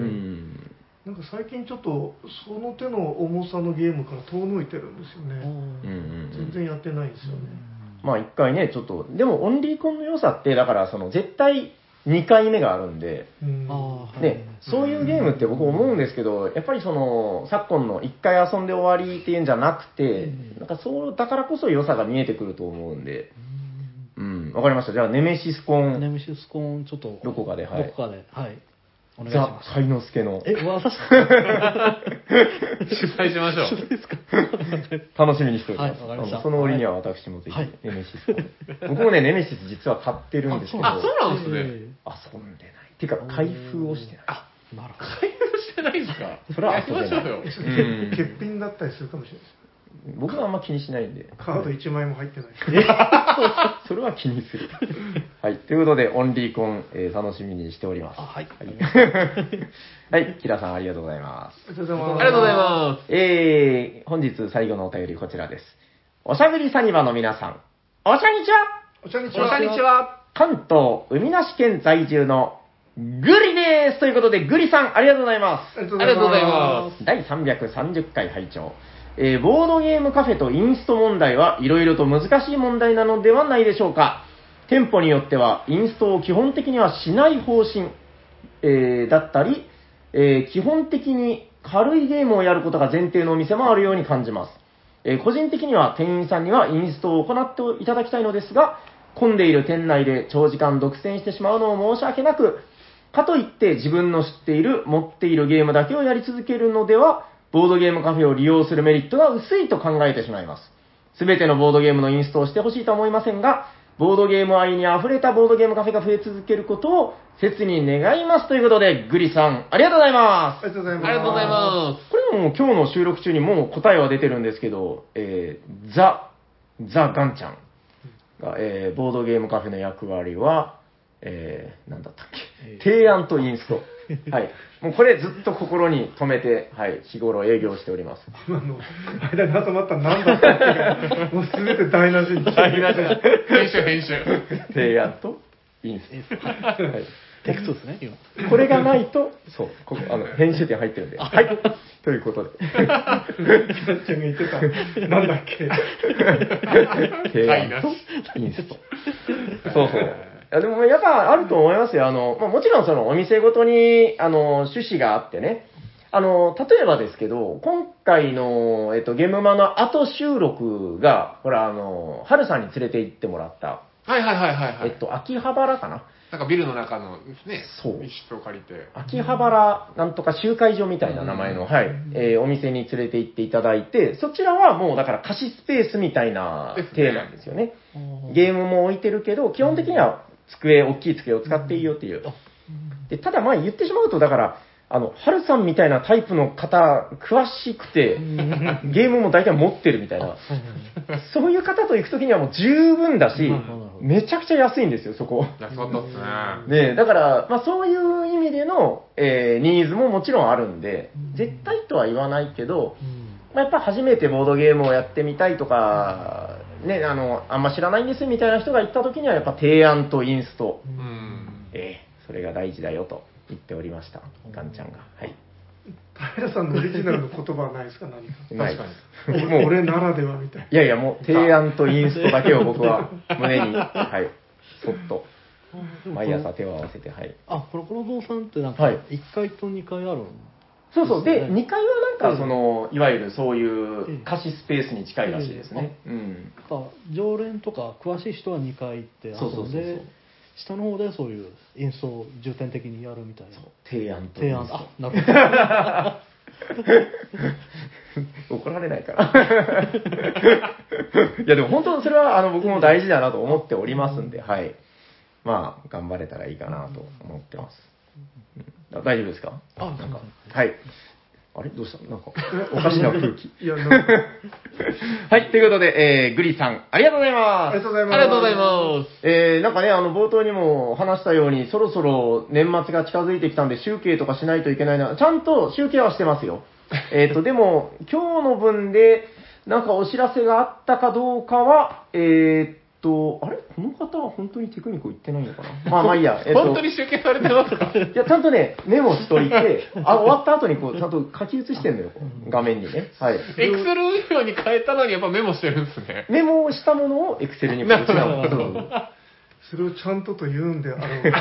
[SPEAKER 3] ん。
[SPEAKER 1] なんか最近ちょっとその手の重さのゲームから遠のいてるんですよ
[SPEAKER 4] あ
[SPEAKER 1] ね。
[SPEAKER 4] ー
[SPEAKER 3] うんうんうん
[SPEAKER 1] 全然やってないんですよね。
[SPEAKER 3] まあ一回ね、ちょっと、でもオンリーコンの良さって、だからその絶対2回目があるんで、
[SPEAKER 1] うん
[SPEAKER 4] あ ーはい
[SPEAKER 3] ね、そういうゲームって僕思うんですけど、やっぱりその、昨今の1回遊んで終わりっていうんじゃなくて
[SPEAKER 4] うん、
[SPEAKER 3] なんかそう、だからこそ良さが見えてくると思うんで、うん、わかりました。じゃあ、ネメシスコ
[SPEAKER 4] うんネ
[SPEAKER 3] ン、
[SPEAKER 4] メシスコーンちょっと
[SPEAKER 3] どこかではい
[SPEAKER 4] どこかではいお願いし
[SPEAKER 3] ザ
[SPEAKER 4] ま・す
[SPEAKER 3] カイノスケの
[SPEAKER 4] えわさし
[SPEAKER 2] 失敗しましょう。
[SPEAKER 4] ですか
[SPEAKER 3] 楽しみにしております。
[SPEAKER 4] はいわかりました
[SPEAKER 3] あのその折には私もぜひ、
[SPEAKER 4] はい
[SPEAKER 3] ネメシスコン。僕もね、ネメシス実は買ってるんですけど、
[SPEAKER 2] あそうなんですね
[SPEAKER 4] え
[SPEAKER 3] 遊んでない。っていうか、開封をしてない。
[SPEAKER 4] えなるほど
[SPEAKER 2] 開封してないんですか
[SPEAKER 3] それは
[SPEAKER 2] やりましょうよ。
[SPEAKER 1] 欠
[SPEAKER 3] うん
[SPEAKER 1] 欠品だったりするかもしれないです。
[SPEAKER 3] 僕はあんま気にしないんで。
[SPEAKER 1] カード1枚も入ってない。
[SPEAKER 3] それは気にする。 はい。ということで、オンリーコン、えー楽しみにしております。
[SPEAKER 4] あはい
[SPEAKER 3] はい。 キラさん、ありがとうございま。
[SPEAKER 1] ありがとうござい
[SPEAKER 2] あ
[SPEAKER 1] ます。
[SPEAKER 2] りがとうございます
[SPEAKER 3] えー、本日最後のお便り、こちらです。おしゃべりサニバの皆さん、おしゃにちは
[SPEAKER 1] す。お茶に
[SPEAKER 2] す。
[SPEAKER 1] ち
[SPEAKER 2] おしゃ
[SPEAKER 1] は。
[SPEAKER 2] にちは。
[SPEAKER 3] 関東、海なし県在住の、グリですということで、グリさん、ありがとうございます。
[SPEAKER 1] あり。
[SPEAKER 2] ありがとうございますす。
[SPEAKER 3] 第330回拝聴、えーボードゲームカフェとインスト問題はいろいろと難しい問題なのではないでしょうか店舗によってはインストを基本的にはしない方針、えーだったり、えー基本的に軽いゲームをやることが前提のお店もあるように感じます、えー個人的には店員さんにはインストを行っていただきたいのですが混んでいる店内で長時間独占してしまうのを申し訳なくかといって自分の知っている、持っているゲームだけをやり続けるのでは、ボードゲームカフェを利用するメリットが薄いと考えてしまいます。すべてのボードゲームのインストをしてほしいとは思いませんが、ボードゲーム愛に溢れたボードゲームカフェが増え続けることを切に願いますということで、グリさん、ありがとうござい
[SPEAKER 1] あ
[SPEAKER 3] ま。
[SPEAKER 1] りがとうござ
[SPEAKER 2] あ
[SPEAKER 1] います。
[SPEAKER 2] りがとうございます
[SPEAKER 3] これもう今日の収録中にもう答えは出てるんですけど、えー、ザ、ザ・ガンちゃんが、えー、ボードゲームカフェの役割は、えー、なんだったっ
[SPEAKER 4] えー
[SPEAKER 3] け、提案とインス ト。はい。もうこれずっと心に留めて、はい、日頃営業しており ます。
[SPEAKER 1] 今の間に挟まった何だったっていうのがもう全て台無しにして
[SPEAKER 3] な
[SPEAKER 2] 編集編集。
[SPEAKER 3] 提案とインス
[SPEAKER 4] え
[SPEAKER 3] ト。はい
[SPEAKER 4] テクストですね今
[SPEAKER 3] これがないと、そう、ここ、あの、編集点入ってるんで。はい。という ことで。
[SPEAKER 1] さっちゃんが言ってたなんだっけ
[SPEAKER 3] 提
[SPEAKER 2] 買い
[SPEAKER 3] 案
[SPEAKER 2] なし
[SPEAKER 3] とインスト。そうそう。いやでもやっぱあると思いますよ。あの、まあ、もちろんそのお店ごとに、あの、趣旨があってね。あの、例えばですけど、今回の、えっと、ゲームマの後収録が、ほら、あの、春さんに連れて行ってもらった、
[SPEAKER 2] はいはいはいはいは
[SPEAKER 3] えっ
[SPEAKER 2] い。
[SPEAKER 3] と、秋葉原かな
[SPEAKER 2] なんかビルの中のですね、
[SPEAKER 3] そう
[SPEAKER 2] 一室を借りて。
[SPEAKER 3] 秋葉原なんとか集会所みたいな名前の、はい、えーお店に連れて行っていただいて、そちらはもうだから貸しスペースみたいな
[SPEAKER 2] ですね
[SPEAKER 3] テーマですよね。
[SPEAKER 4] ー
[SPEAKER 3] ゲームも置いてるけど、基本的には机、大きい机を使っていいよっていう。でただまあ言ってしまうと、だから、あの、春さんみたいなタイプの方、詳しく て、ゲームも大体持ってるみたいな、そういう方と行くときにはもう十分だし
[SPEAKER 4] なるほどなるほ、ど
[SPEAKER 3] めちゃくちゃ安いんですよ、そこ。
[SPEAKER 2] 安かったっすね。
[SPEAKER 3] ねえ、だから、まあそういう意味での、えーニーズももちろんあるんで、絶対とは言わないけど、まあ、やっぱ初めてボードゲームをやってみたいとか、ね、あの、あんま知らないんですみたいな人が行った時には、やっぱ提案とインスト、
[SPEAKER 2] うん。
[SPEAKER 3] ええそれが大事だよと言っておりました、ガンちゃんが。はい。
[SPEAKER 1] 平さんのオリジナルの言葉はないですか何か
[SPEAKER 2] 確かに。
[SPEAKER 3] に
[SPEAKER 1] 俺
[SPEAKER 3] もう、
[SPEAKER 1] 俺ならではみたい
[SPEAKER 3] いやいや、もう提案とインストだけを僕は 胸に、はい、そっと、毎朝手を合わせて、はい。
[SPEAKER 4] あこのこの坊さんってなん
[SPEAKER 3] は
[SPEAKER 4] か
[SPEAKER 3] い
[SPEAKER 4] 一階と二階あるん
[SPEAKER 3] そうそう。
[SPEAKER 4] です
[SPEAKER 3] で、
[SPEAKER 4] ね
[SPEAKER 3] 2階はなんか、その、いわゆるそうい
[SPEAKER 4] え
[SPEAKER 3] う
[SPEAKER 4] え
[SPEAKER 3] 貸しスペースに近いらしいですね。うん。
[SPEAKER 4] なんか常連とか詳しい人は2階行って遊んで
[SPEAKER 3] そうそうそうそう
[SPEAKER 4] 下の方でそういう演奏を重点的にやるみたいな
[SPEAKER 3] 提案と
[SPEAKER 4] 提案あなるほど
[SPEAKER 3] 怒られないから いやでも本当それはあの僕も大事だなと思っておりますんではいまあ頑張れたらいいかなと思ってますうんあ大丈夫ですか
[SPEAKER 4] あ
[SPEAKER 3] なんか
[SPEAKER 4] すいま
[SPEAKER 3] はいあれどうした なんかおかしな空気
[SPEAKER 1] いや、 なんか
[SPEAKER 3] はいということで、えーグリさんありがとうございます
[SPEAKER 1] ありがとうございます。
[SPEAKER 2] ありがとうございま
[SPEAKER 3] えーなんかね、あの、冒頭にも話したように、そろそろ年末が近づいてきたんで、集計とかしないといけないな。ちゃんと集計はしてます よ。えっと、でも、今日の分で、なんかお知らせがあったかどうかは、えーっと、あれこの方は本当にテクニック言ってないのかなまあまあいいや。え
[SPEAKER 2] す。
[SPEAKER 3] っと
[SPEAKER 2] 本当に集計されてますか
[SPEAKER 3] いや、ちゃんとね、メモしといて、あ、終わった後にこう、ちゃんと書き写してんのよ、画面にね。はい。
[SPEAKER 2] エクセル運用に変えたのにやっぱメモしてるんですね。
[SPEAKER 3] メモをしたものをエクセルにこう打ち直
[SPEAKER 4] なる
[SPEAKER 3] す
[SPEAKER 4] ほど
[SPEAKER 3] そう
[SPEAKER 1] それをちゃんとと言うんであろう。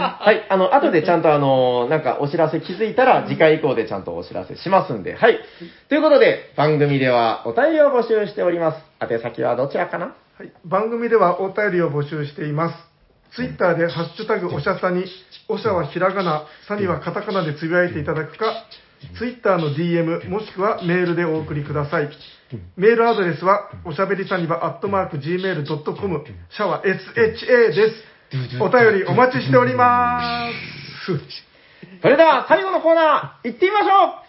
[SPEAKER 3] はい、あの、後でちゃんとあの、なんかお知らせ気づいたら、次回以降でちゃんとお知らせしますんで、はい。ということで、番組ではお便りを募集しております。宛先はどちらかな
[SPEAKER 1] はい、番組ではお便りを募集しています。ツイッターでハッシュタグおしゃさに、おしゃはひらがな、さにはカタカナでつぶやいていただくか、ツイッターの DM もしくはメールでお送りください。メールアドレスは、おしゃべりさにばアットマーク Gmail.com、シャワー SHA です。お便りお待ちしております。
[SPEAKER 3] それでは、最後のコーナー、行ってみましょう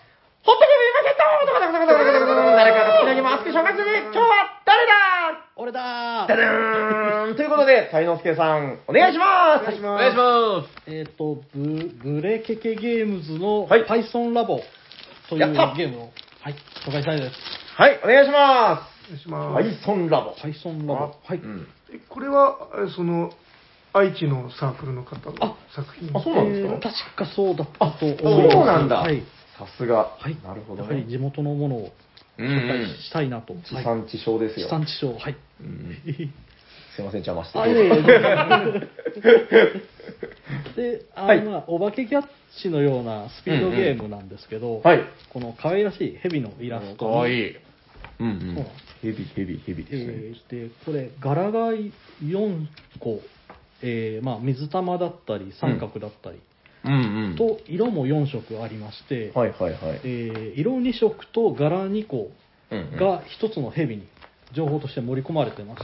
[SPEAKER 3] ホットケーキマーケットどこどこどこどこどこどこどこ誰かが好きなゲームを熱く紹介する今日は誰だ
[SPEAKER 4] 俺だ
[SPEAKER 3] ダ
[SPEAKER 4] ー
[SPEAKER 3] ダーンということで、才之助さん、お願いします
[SPEAKER 1] お願いし
[SPEAKER 2] お
[SPEAKER 1] ま
[SPEAKER 2] 願いし
[SPEAKER 1] す。
[SPEAKER 2] ます。
[SPEAKER 4] えっ、とブ、ブレケケゲームズの
[SPEAKER 3] はい
[SPEAKER 4] Python ラボとい
[SPEAKER 3] や
[SPEAKER 4] う
[SPEAKER 3] った
[SPEAKER 4] ゲームを、はい、紹介したいです。
[SPEAKER 3] はい、お願いしま
[SPEAKER 1] お願いし
[SPEAKER 3] す
[SPEAKER 1] ま
[SPEAKER 3] バ
[SPEAKER 1] す。
[SPEAKER 3] イソンラボ。
[SPEAKER 4] Python ラボ。はい。
[SPEAKER 3] うん
[SPEAKER 1] えこれは、えその、愛知のサークルの方の
[SPEAKER 4] あ
[SPEAKER 1] 作品
[SPEAKER 3] あそうなんですか
[SPEAKER 4] えー確かそうだったと思います。
[SPEAKER 3] そうなんだ
[SPEAKER 4] はい。。
[SPEAKER 3] さすが
[SPEAKER 4] はい。。
[SPEAKER 3] なるほど
[SPEAKER 4] やはり
[SPEAKER 3] ね。
[SPEAKER 4] 地元のものを
[SPEAKER 3] うん
[SPEAKER 4] 紹介したいなと。
[SPEAKER 3] 地
[SPEAKER 4] はい
[SPEAKER 3] 産地消です
[SPEAKER 4] 地
[SPEAKER 3] よ。
[SPEAKER 4] 産地消。はい。
[SPEAKER 3] うんうんすいません、邪魔して。
[SPEAKER 4] あいえいえで、あ
[SPEAKER 3] はい
[SPEAKER 4] の、まあお化けキャッチのようなスピードゲームなんですけど、
[SPEAKER 3] はい。
[SPEAKER 4] この可愛らしい蛇のイラス
[SPEAKER 2] か
[SPEAKER 4] トに
[SPEAKER 2] わいい。
[SPEAKER 3] うんう。
[SPEAKER 4] そうん
[SPEAKER 3] ヘビ、ヘビ、ヘビですね
[SPEAKER 4] え。ーでこれ柄が4個、えーまあ、水玉だったり三角だったり、
[SPEAKER 3] うん
[SPEAKER 4] と色も4色ありまして、
[SPEAKER 3] はいはいはい。
[SPEAKER 4] えー色2色と柄2個
[SPEAKER 3] うんうん
[SPEAKER 4] が1つの蛇に情報として盛り込まれてます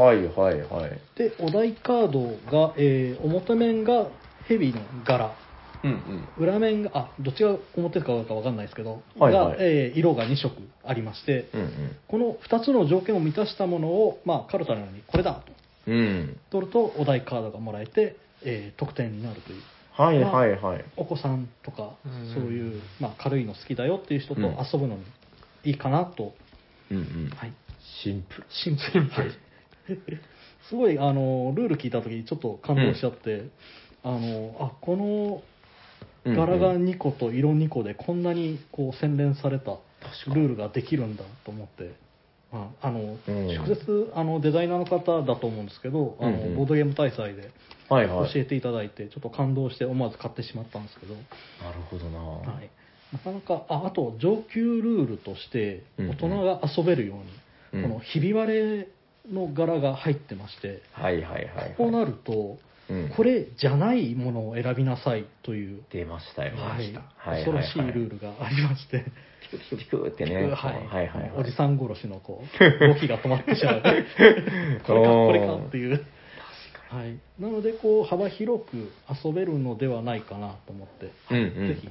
[SPEAKER 3] はいはいはい。
[SPEAKER 4] でお題カードが、えー表面が蛇の柄
[SPEAKER 3] うん
[SPEAKER 4] 裏面があどっちが表かどうかわかんないですけど、
[SPEAKER 3] はいはい
[SPEAKER 4] が、えー色が2色ありまして
[SPEAKER 3] うん。うん
[SPEAKER 4] この2つの条件を満たしたものを、まあ、カルタのようにこれだと
[SPEAKER 3] うん。うん。
[SPEAKER 4] 取るとお題カードがもらえて、えー得点になるという
[SPEAKER 3] はいはいはい。
[SPEAKER 4] お子さんとか
[SPEAKER 1] うん
[SPEAKER 4] そういう、まあ、軽いの好きだよっていう人と
[SPEAKER 3] うん
[SPEAKER 4] 遊ぶのにいいかなと、
[SPEAKER 3] うんうん。
[SPEAKER 4] はい、
[SPEAKER 3] シンプル。
[SPEAKER 4] シンプルに、はい、すごいあのルール聞いた時にちょっと感動しちゃって、あのあこの
[SPEAKER 3] うんうん
[SPEAKER 4] 柄が2個と色2個でこんなにこう洗練された
[SPEAKER 3] 確か
[SPEAKER 4] ルールができるんだと思って、まあ、あの
[SPEAKER 3] うん
[SPEAKER 4] 直接あのデザイナーの方だと思うんですけどあの、
[SPEAKER 3] うんうん
[SPEAKER 4] ボードゲーム大祭で
[SPEAKER 3] はいは
[SPEAKER 4] 教
[SPEAKER 3] い。
[SPEAKER 4] えていただいて、ちょっと感動して思わず買ってしまったんですけど、
[SPEAKER 3] なるほどな
[SPEAKER 4] はい、なかなかああと上級ルールとして
[SPEAKER 3] うん
[SPEAKER 4] 大人が遊べるように、
[SPEAKER 3] うん
[SPEAKER 4] このひび割れの柄が入ってまして、
[SPEAKER 3] はいはいはい。
[SPEAKER 4] こうなると、
[SPEAKER 3] うん
[SPEAKER 4] これじゃないものを選びなさいという、
[SPEAKER 3] 出ましたよ。
[SPEAKER 4] はい
[SPEAKER 3] はいはい
[SPEAKER 4] 恐ろしいルー
[SPEAKER 3] ル。
[SPEAKER 4] ルがありまして、
[SPEAKER 3] ピクピクピクってね。
[SPEAKER 4] はい
[SPEAKER 3] はいはいはい。
[SPEAKER 4] おじさん殺しの こう動きが止まってしまうこれかこれかっていう。はい、なのでこう幅広く遊べるのではないかなと思って、はい
[SPEAKER 3] うんうん
[SPEAKER 4] ぜひ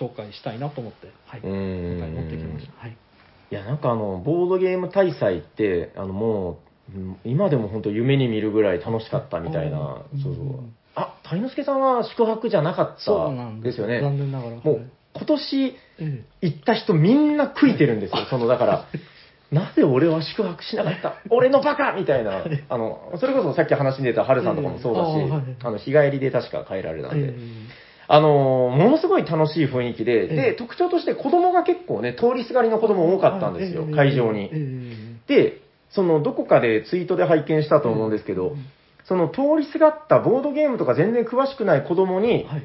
[SPEAKER 4] 紹介したいなと思って、はい、
[SPEAKER 3] うんうんうん
[SPEAKER 4] 今回持ってきました。はい
[SPEAKER 3] いや、なんかあの、ボードゲーム大祭って、あの、もううん、今でも本当夢に見るぐらい楽しかったみたいな
[SPEAKER 4] う、ん
[SPEAKER 3] そうそう。あ、谷之助さんは宿泊じゃなか
[SPEAKER 4] そうな
[SPEAKER 3] っ
[SPEAKER 4] ん
[SPEAKER 3] たで
[SPEAKER 4] ですす
[SPEAKER 3] よ
[SPEAKER 4] よ
[SPEAKER 3] ね。
[SPEAKER 4] 残念ながら。
[SPEAKER 3] も、
[SPEAKER 4] はいう
[SPEAKER 3] 今年
[SPEAKER 4] え
[SPEAKER 3] 行った人みんな悔いてるんですよ。その、だから、なぜ俺は宿泊しなかった俺のバカみたいな、あの、それこそさっき話に出た春さんとかもそうだし、
[SPEAKER 4] ええあはい
[SPEAKER 3] あの、日帰りで確か帰られた
[SPEAKER 4] え
[SPEAKER 3] んで、
[SPEAKER 4] え
[SPEAKER 3] あのーものすごい楽しい雰囲気で、
[SPEAKER 4] え
[SPEAKER 3] で、
[SPEAKER 4] え
[SPEAKER 3] 特徴として子供が結構ね、通りすがりの子供多かったんですよ、会場
[SPEAKER 4] え
[SPEAKER 3] に。
[SPEAKER 4] え
[SPEAKER 3] で、その、どこかでツイートで拝見したと思うんですけど、その、通りすがったボードゲームとか全然詳しくない子供に、
[SPEAKER 4] はい。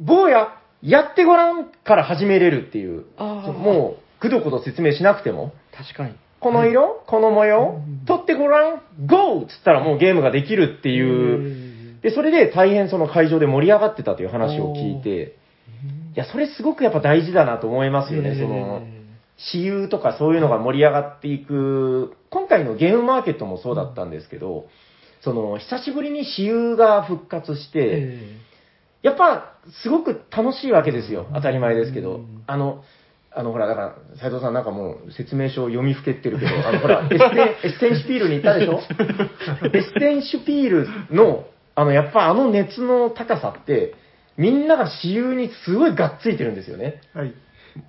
[SPEAKER 3] 坊や、やってごらんから始めれるっていう、
[SPEAKER 4] ああ、
[SPEAKER 3] もう、くどくど説明しなくても、
[SPEAKER 4] 確かに。
[SPEAKER 3] この色、この模様、取ってごらん、GO! っつったらもうゲームができるっていう、で、それで大変その会場で盛り上がってたという話を聞いて、いや、それすごくやっぱ大事だなと思いますよね、その、私有とかそういうのが盛り上がっていく、今回のゲームマーケットもそうだったんですけど、その、久しぶりに私有が復活して、やっぱすごく楽しいわけですよ、当たり前ですけ
[SPEAKER 4] う
[SPEAKER 3] ど
[SPEAKER 4] ん。
[SPEAKER 3] あの、あのほら、だから、斉藤さんなんかもう説明書を読みふけってるけど、あのほら、エステ ンエステンシュピールに行ったでしょエステンシュピールの、あの、やっぱあの熱の高さって、みんなが私有にすごいがっついてるんですよね。
[SPEAKER 1] はい。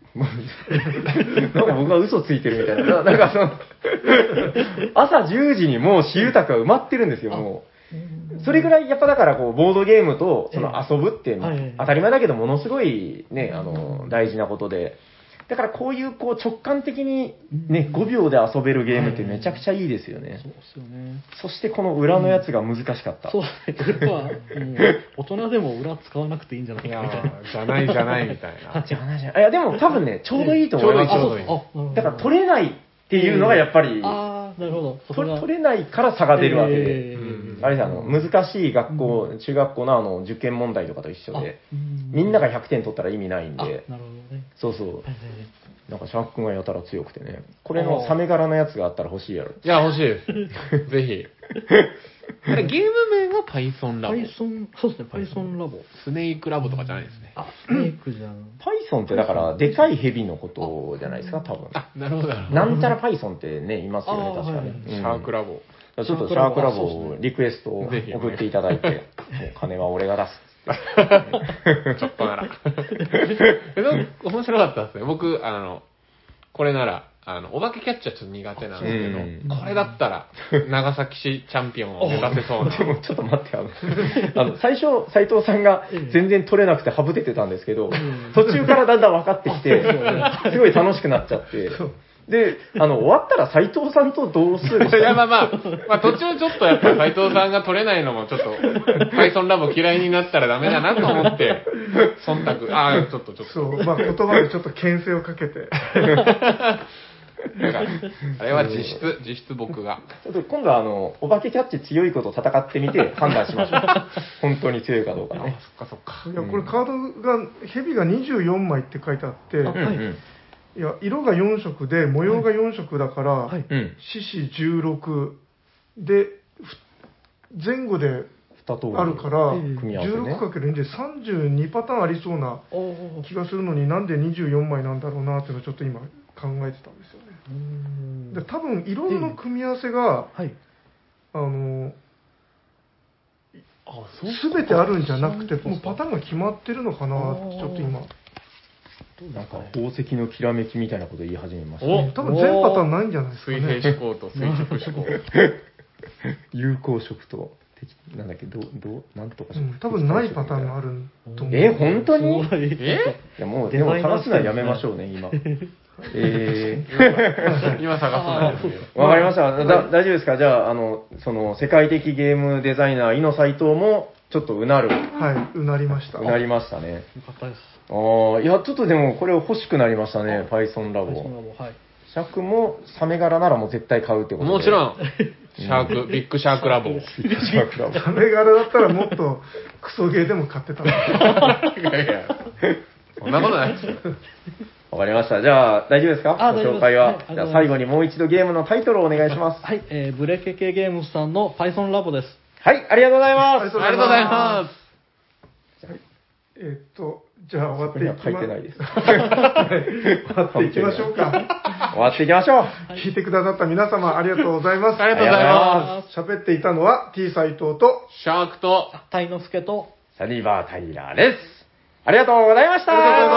[SPEAKER 3] なんか僕が嘘ついてるみたいな。ななんかその、 朝10時にもう私有宅は埋まってるんですよ、もう。それぐらい、やっぱだからこう、ボードゲームとその遊ぶって、
[SPEAKER 4] ええはい
[SPEAKER 3] 当たり前だけど、ものすごいね、あの、大事なことで。だからこういうこう直感的にね、
[SPEAKER 4] うん
[SPEAKER 3] 5秒で遊べるゲームってめちゃくちゃいいですよね
[SPEAKER 4] そ。うですよね。
[SPEAKER 3] そしてこの裏のやつが難しかった。
[SPEAKER 4] そうね。れは、もう、大人でも裏使わなくていいんじゃない
[SPEAKER 2] い
[SPEAKER 4] か
[SPEAKER 2] や
[SPEAKER 4] みたいな。
[SPEAKER 2] ーじゃないじゃないみたいな。
[SPEAKER 3] じゃあなじゃあいや、でも多分ね、ちょうどいいと思います
[SPEAKER 2] ちょう
[SPEAKER 3] よ。
[SPEAKER 2] どいい
[SPEAKER 4] あそうあなるほど
[SPEAKER 3] だから取れないっていうのがやっぱり、
[SPEAKER 4] ああ、なるほど。
[SPEAKER 3] 取れ取れないから差が出るわけで。
[SPEAKER 2] うん
[SPEAKER 3] あれですあの、難しい学校、中学校のあの、受験問題とかと一緒で、みんなが100点取ったら意味ないん
[SPEAKER 4] あ、なる
[SPEAKER 3] で、
[SPEAKER 4] ほどね。
[SPEAKER 3] そうそう
[SPEAKER 4] は。いはいはい
[SPEAKER 3] なんか、シャーク君がやたら強くてね。これ
[SPEAKER 4] あ
[SPEAKER 3] の
[SPEAKER 4] ー
[SPEAKER 3] サメ柄のやつがあったら欲しいやろ。
[SPEAKER 2] いや、欲しい です。ぜひ。あれゲーム名が Python ラボ。
[SPEAKER 4] Python、そうですね、Python ラボ。
[SPEAKER 2] スネークラボとかじゃないですね。
[SPEAKER 4] あ、メイクじゃん。
[SPEAKER 3] Python ってだから、でかいヘビのことじゃないですか、多分。
[SPEAKER 2] あ、なるほど、なるほど。
[SPEAKER 3] なんちゃら Python ってね、いますよ
[SPEAKER 4] あ
[SPEAKER 3] ね、
[SPEAKER 4] ー
[SPEAKER 3] 確かね。
[SPEAKER 2] シャーク
[SPEAKER 3] ラ
[SPEAKER 2] ラボ。
[SPEAKER 3] ボ。ちょっとシャークラボ
[SPEAKER 4] シャークラボあそう
[SPEAKER 3] を
[SPEAKER 4] です
[SPEAKER 3] リクエストを
[SPEAKER 2] ぜひ
[SPEAKER 3] 送っていただいて、もう金は俺が出す。
[SPEAKER 2] ちょっとな ら。えでも面白かったですね。僕、あの、これなら、あの、お化けキャッチャーちょっと苦手なんですけ
[SPEAKER 3] う
[SPEAKER 2] ど、
[SPEAKER 4] ん
[SPEAKER 2] これだったら、長崎市チャンピオンを目指せそうな。
[SPEAKER 3] でもちょっと待って、あ の、あの最初、斉藤さんが全然取れなくてはぶててたんですけど、途中からだんだん分かってき て、すごい楽しくなっちゃって、で、あの、終わったら斉藤さんと同数 でし
[SPEAKER 2] いや、
[SPEAKER 3] た。
[SPEAKER 2] まあまあ、まあ途中ちょっとやっぱ斎藤さんが取れないのもちょっと、Python ラボ嫌いになったらダメだなと思って、忖度、ああ、ちょっとちょっと。
[SPEAKER 1] そう、まあ言葉でちょっと牽制をかけ て。
[SPEAKER 2] だ から、あれは実質、実質僕が。
[SPEAKER 3] ちょっと今度はあの、お化けキャッチ強い子と戦ってみ て判断しましょう。本当に強いかどうか
[SPEAKER 2] あ
[SPEAKER 3] ね。
[SPEAKER 2] そっかそっか。
[SPEAKER 1] いや、これカードが、蛇が24枚って書いてあって、
[SPEAKER 3] うんうん。
[SPEAKER 1] いや、色が4色で、模様が4色だから、
[SPEAKER 4] はい
[SPEAKER 3] うん。
[SPEAKER 1] 獅子16で、ふ前後で
[SPEAKER 3] 二通り。
[SPEAKER 1] あるから、
[SPEAKER 4] ええ
[SPEAKER 3] 組み合わせね
[SPEAKER 1] 16×2 で32パターンありそうな
[SPEAKER 4] おお。
[SPEAKER 1] 気がするのになんで24枚なんだろうなっていうのをちょっと今考えてたんですよね。で多分色の組み合わせが、
[SPEAKER 4] はい。
[SPEAKER 1] あの
[SPEAKER 4] あ、そう
[SPEAKER 1] 全てあるんじゃなくてもうパタ
[SPEAKER 4] ン。
[SPEAKER 1] ーンが決まってるのかなってちょっと今
[SPEAKER 3] なんか、宝石のきらめきみたいなこと言い始めました
[SPEAKER 2] お
[SPEAKER 3] ね。
[SPEAKER 1] 多分全パターンないんじゃないですか
[SPEAKER 2] 水
[SPEAKER 1] ね
[SPEAKER 2] 平思考と垂直思考。
[SPEAKER 3] 有効色と敵、なんだっけ、どう、どう、なんとか
[SPEAKER 1] う
[SPEAKER 3] 色
[SPEAKER 1] ん、多分ないパターンがあると思う
[SPEAKER 3] え、本当に
[SPEAKER 4] すごい
[SPEAKER 2] え
[SPEAKER 3] いやもう、でも話すのはやめましょうね、今。 え
[SPEAKER 2] 今探すのよ。
[SPEAKER 3] ー、わかりました。だ大丈夫ですかじゃあ、あの、その、世界的ゲームデザイナー、井野斎藤も、ちょっとうなる、
[SPEAKER 1] はいうなりました
[SPEAKER 3] うなりましたね。
[SPEAKER 4] よかったです。
[SPEAKER 3] ああ、いや、ちょっとでも、これ欲しくなりましたね、
[SPEAKER 4] あ
[SPEAKER 3] Python ラ
[SPEAKER 4] Python
[SPEAKER 3] ボ。
[SPEAKER 4] ラボ、はい。
[SPEAKER 3] シャクも、サメ柄ならもう絶対買うってことで。
[SPEAKER 2] もちろ
[SPEAKER 3] ん。
[SPEAKER 2] ん、シャー ク、ビッグシャークラボ。
[SPEAKER 3] シャクラボ。
[SPEAKER 1] ダメ柄だったらもっとクソゲーでも買ってたんだ
[SPEAKER 2] いやいや、そんなこと ないですよ。
[SPEAKER 3] わかりました。じゃあ、大丈夫ですか
[SPEAKER 4] あ
[SPEAKER 3] ご
[SPEAKER 4] 大丈夫
[SPEAKER 3] 紹
[SPEAKER 4] です
[SPEAKER 3] 介
[SPEAKER 4] はいあ
[SPEAKER 3] は
[SPEAKER 4] り
[SPEAKER 3] じゃ
[SPEAKER 4] が。とうございます
[SPEAKER 3] あ、最後にもう一度ゲームのタイトルをお願いします。
[SPEAKER 4] はい、えーブレケケゲームズさんの Python ラボです。
[SPEAKER 3] はい、ありがとうございます。
[SPEAKER 1] ありがとうございますけ
[SPEAKER 2] ありがとうございます。
[SPEAKER 1] どえっとじゃあ終わっ
[SPEAKER 3] こ
[SPEAKER 1] て
[SPEAKER 3] こに
[SPEAKER 1] い
[SPEAKER 3] は
[SPEAKER 1] き
[SPEAKER 3] 書い
[SPEAKER 1] ま
[SPEAKER 3] てないです。
[SPEAKER 1] 終わっていきましょうか
[SPEAKER 3] 終わっていきましょう。
[SPEAKER 1] 聞いてくださった皆様ありがとうございます
[SPEAKER 2] ありがとうございま
[SPEAKER 1] 喋っていたのは T 斎藤と
[SPEAKER 2] す。シャークと、
[SPEAKER 4] タイノスケと
[SPEAKER 3] サニバー・タイラーです。ありがとうございました。
[SPEAKER 1] ありがとうございました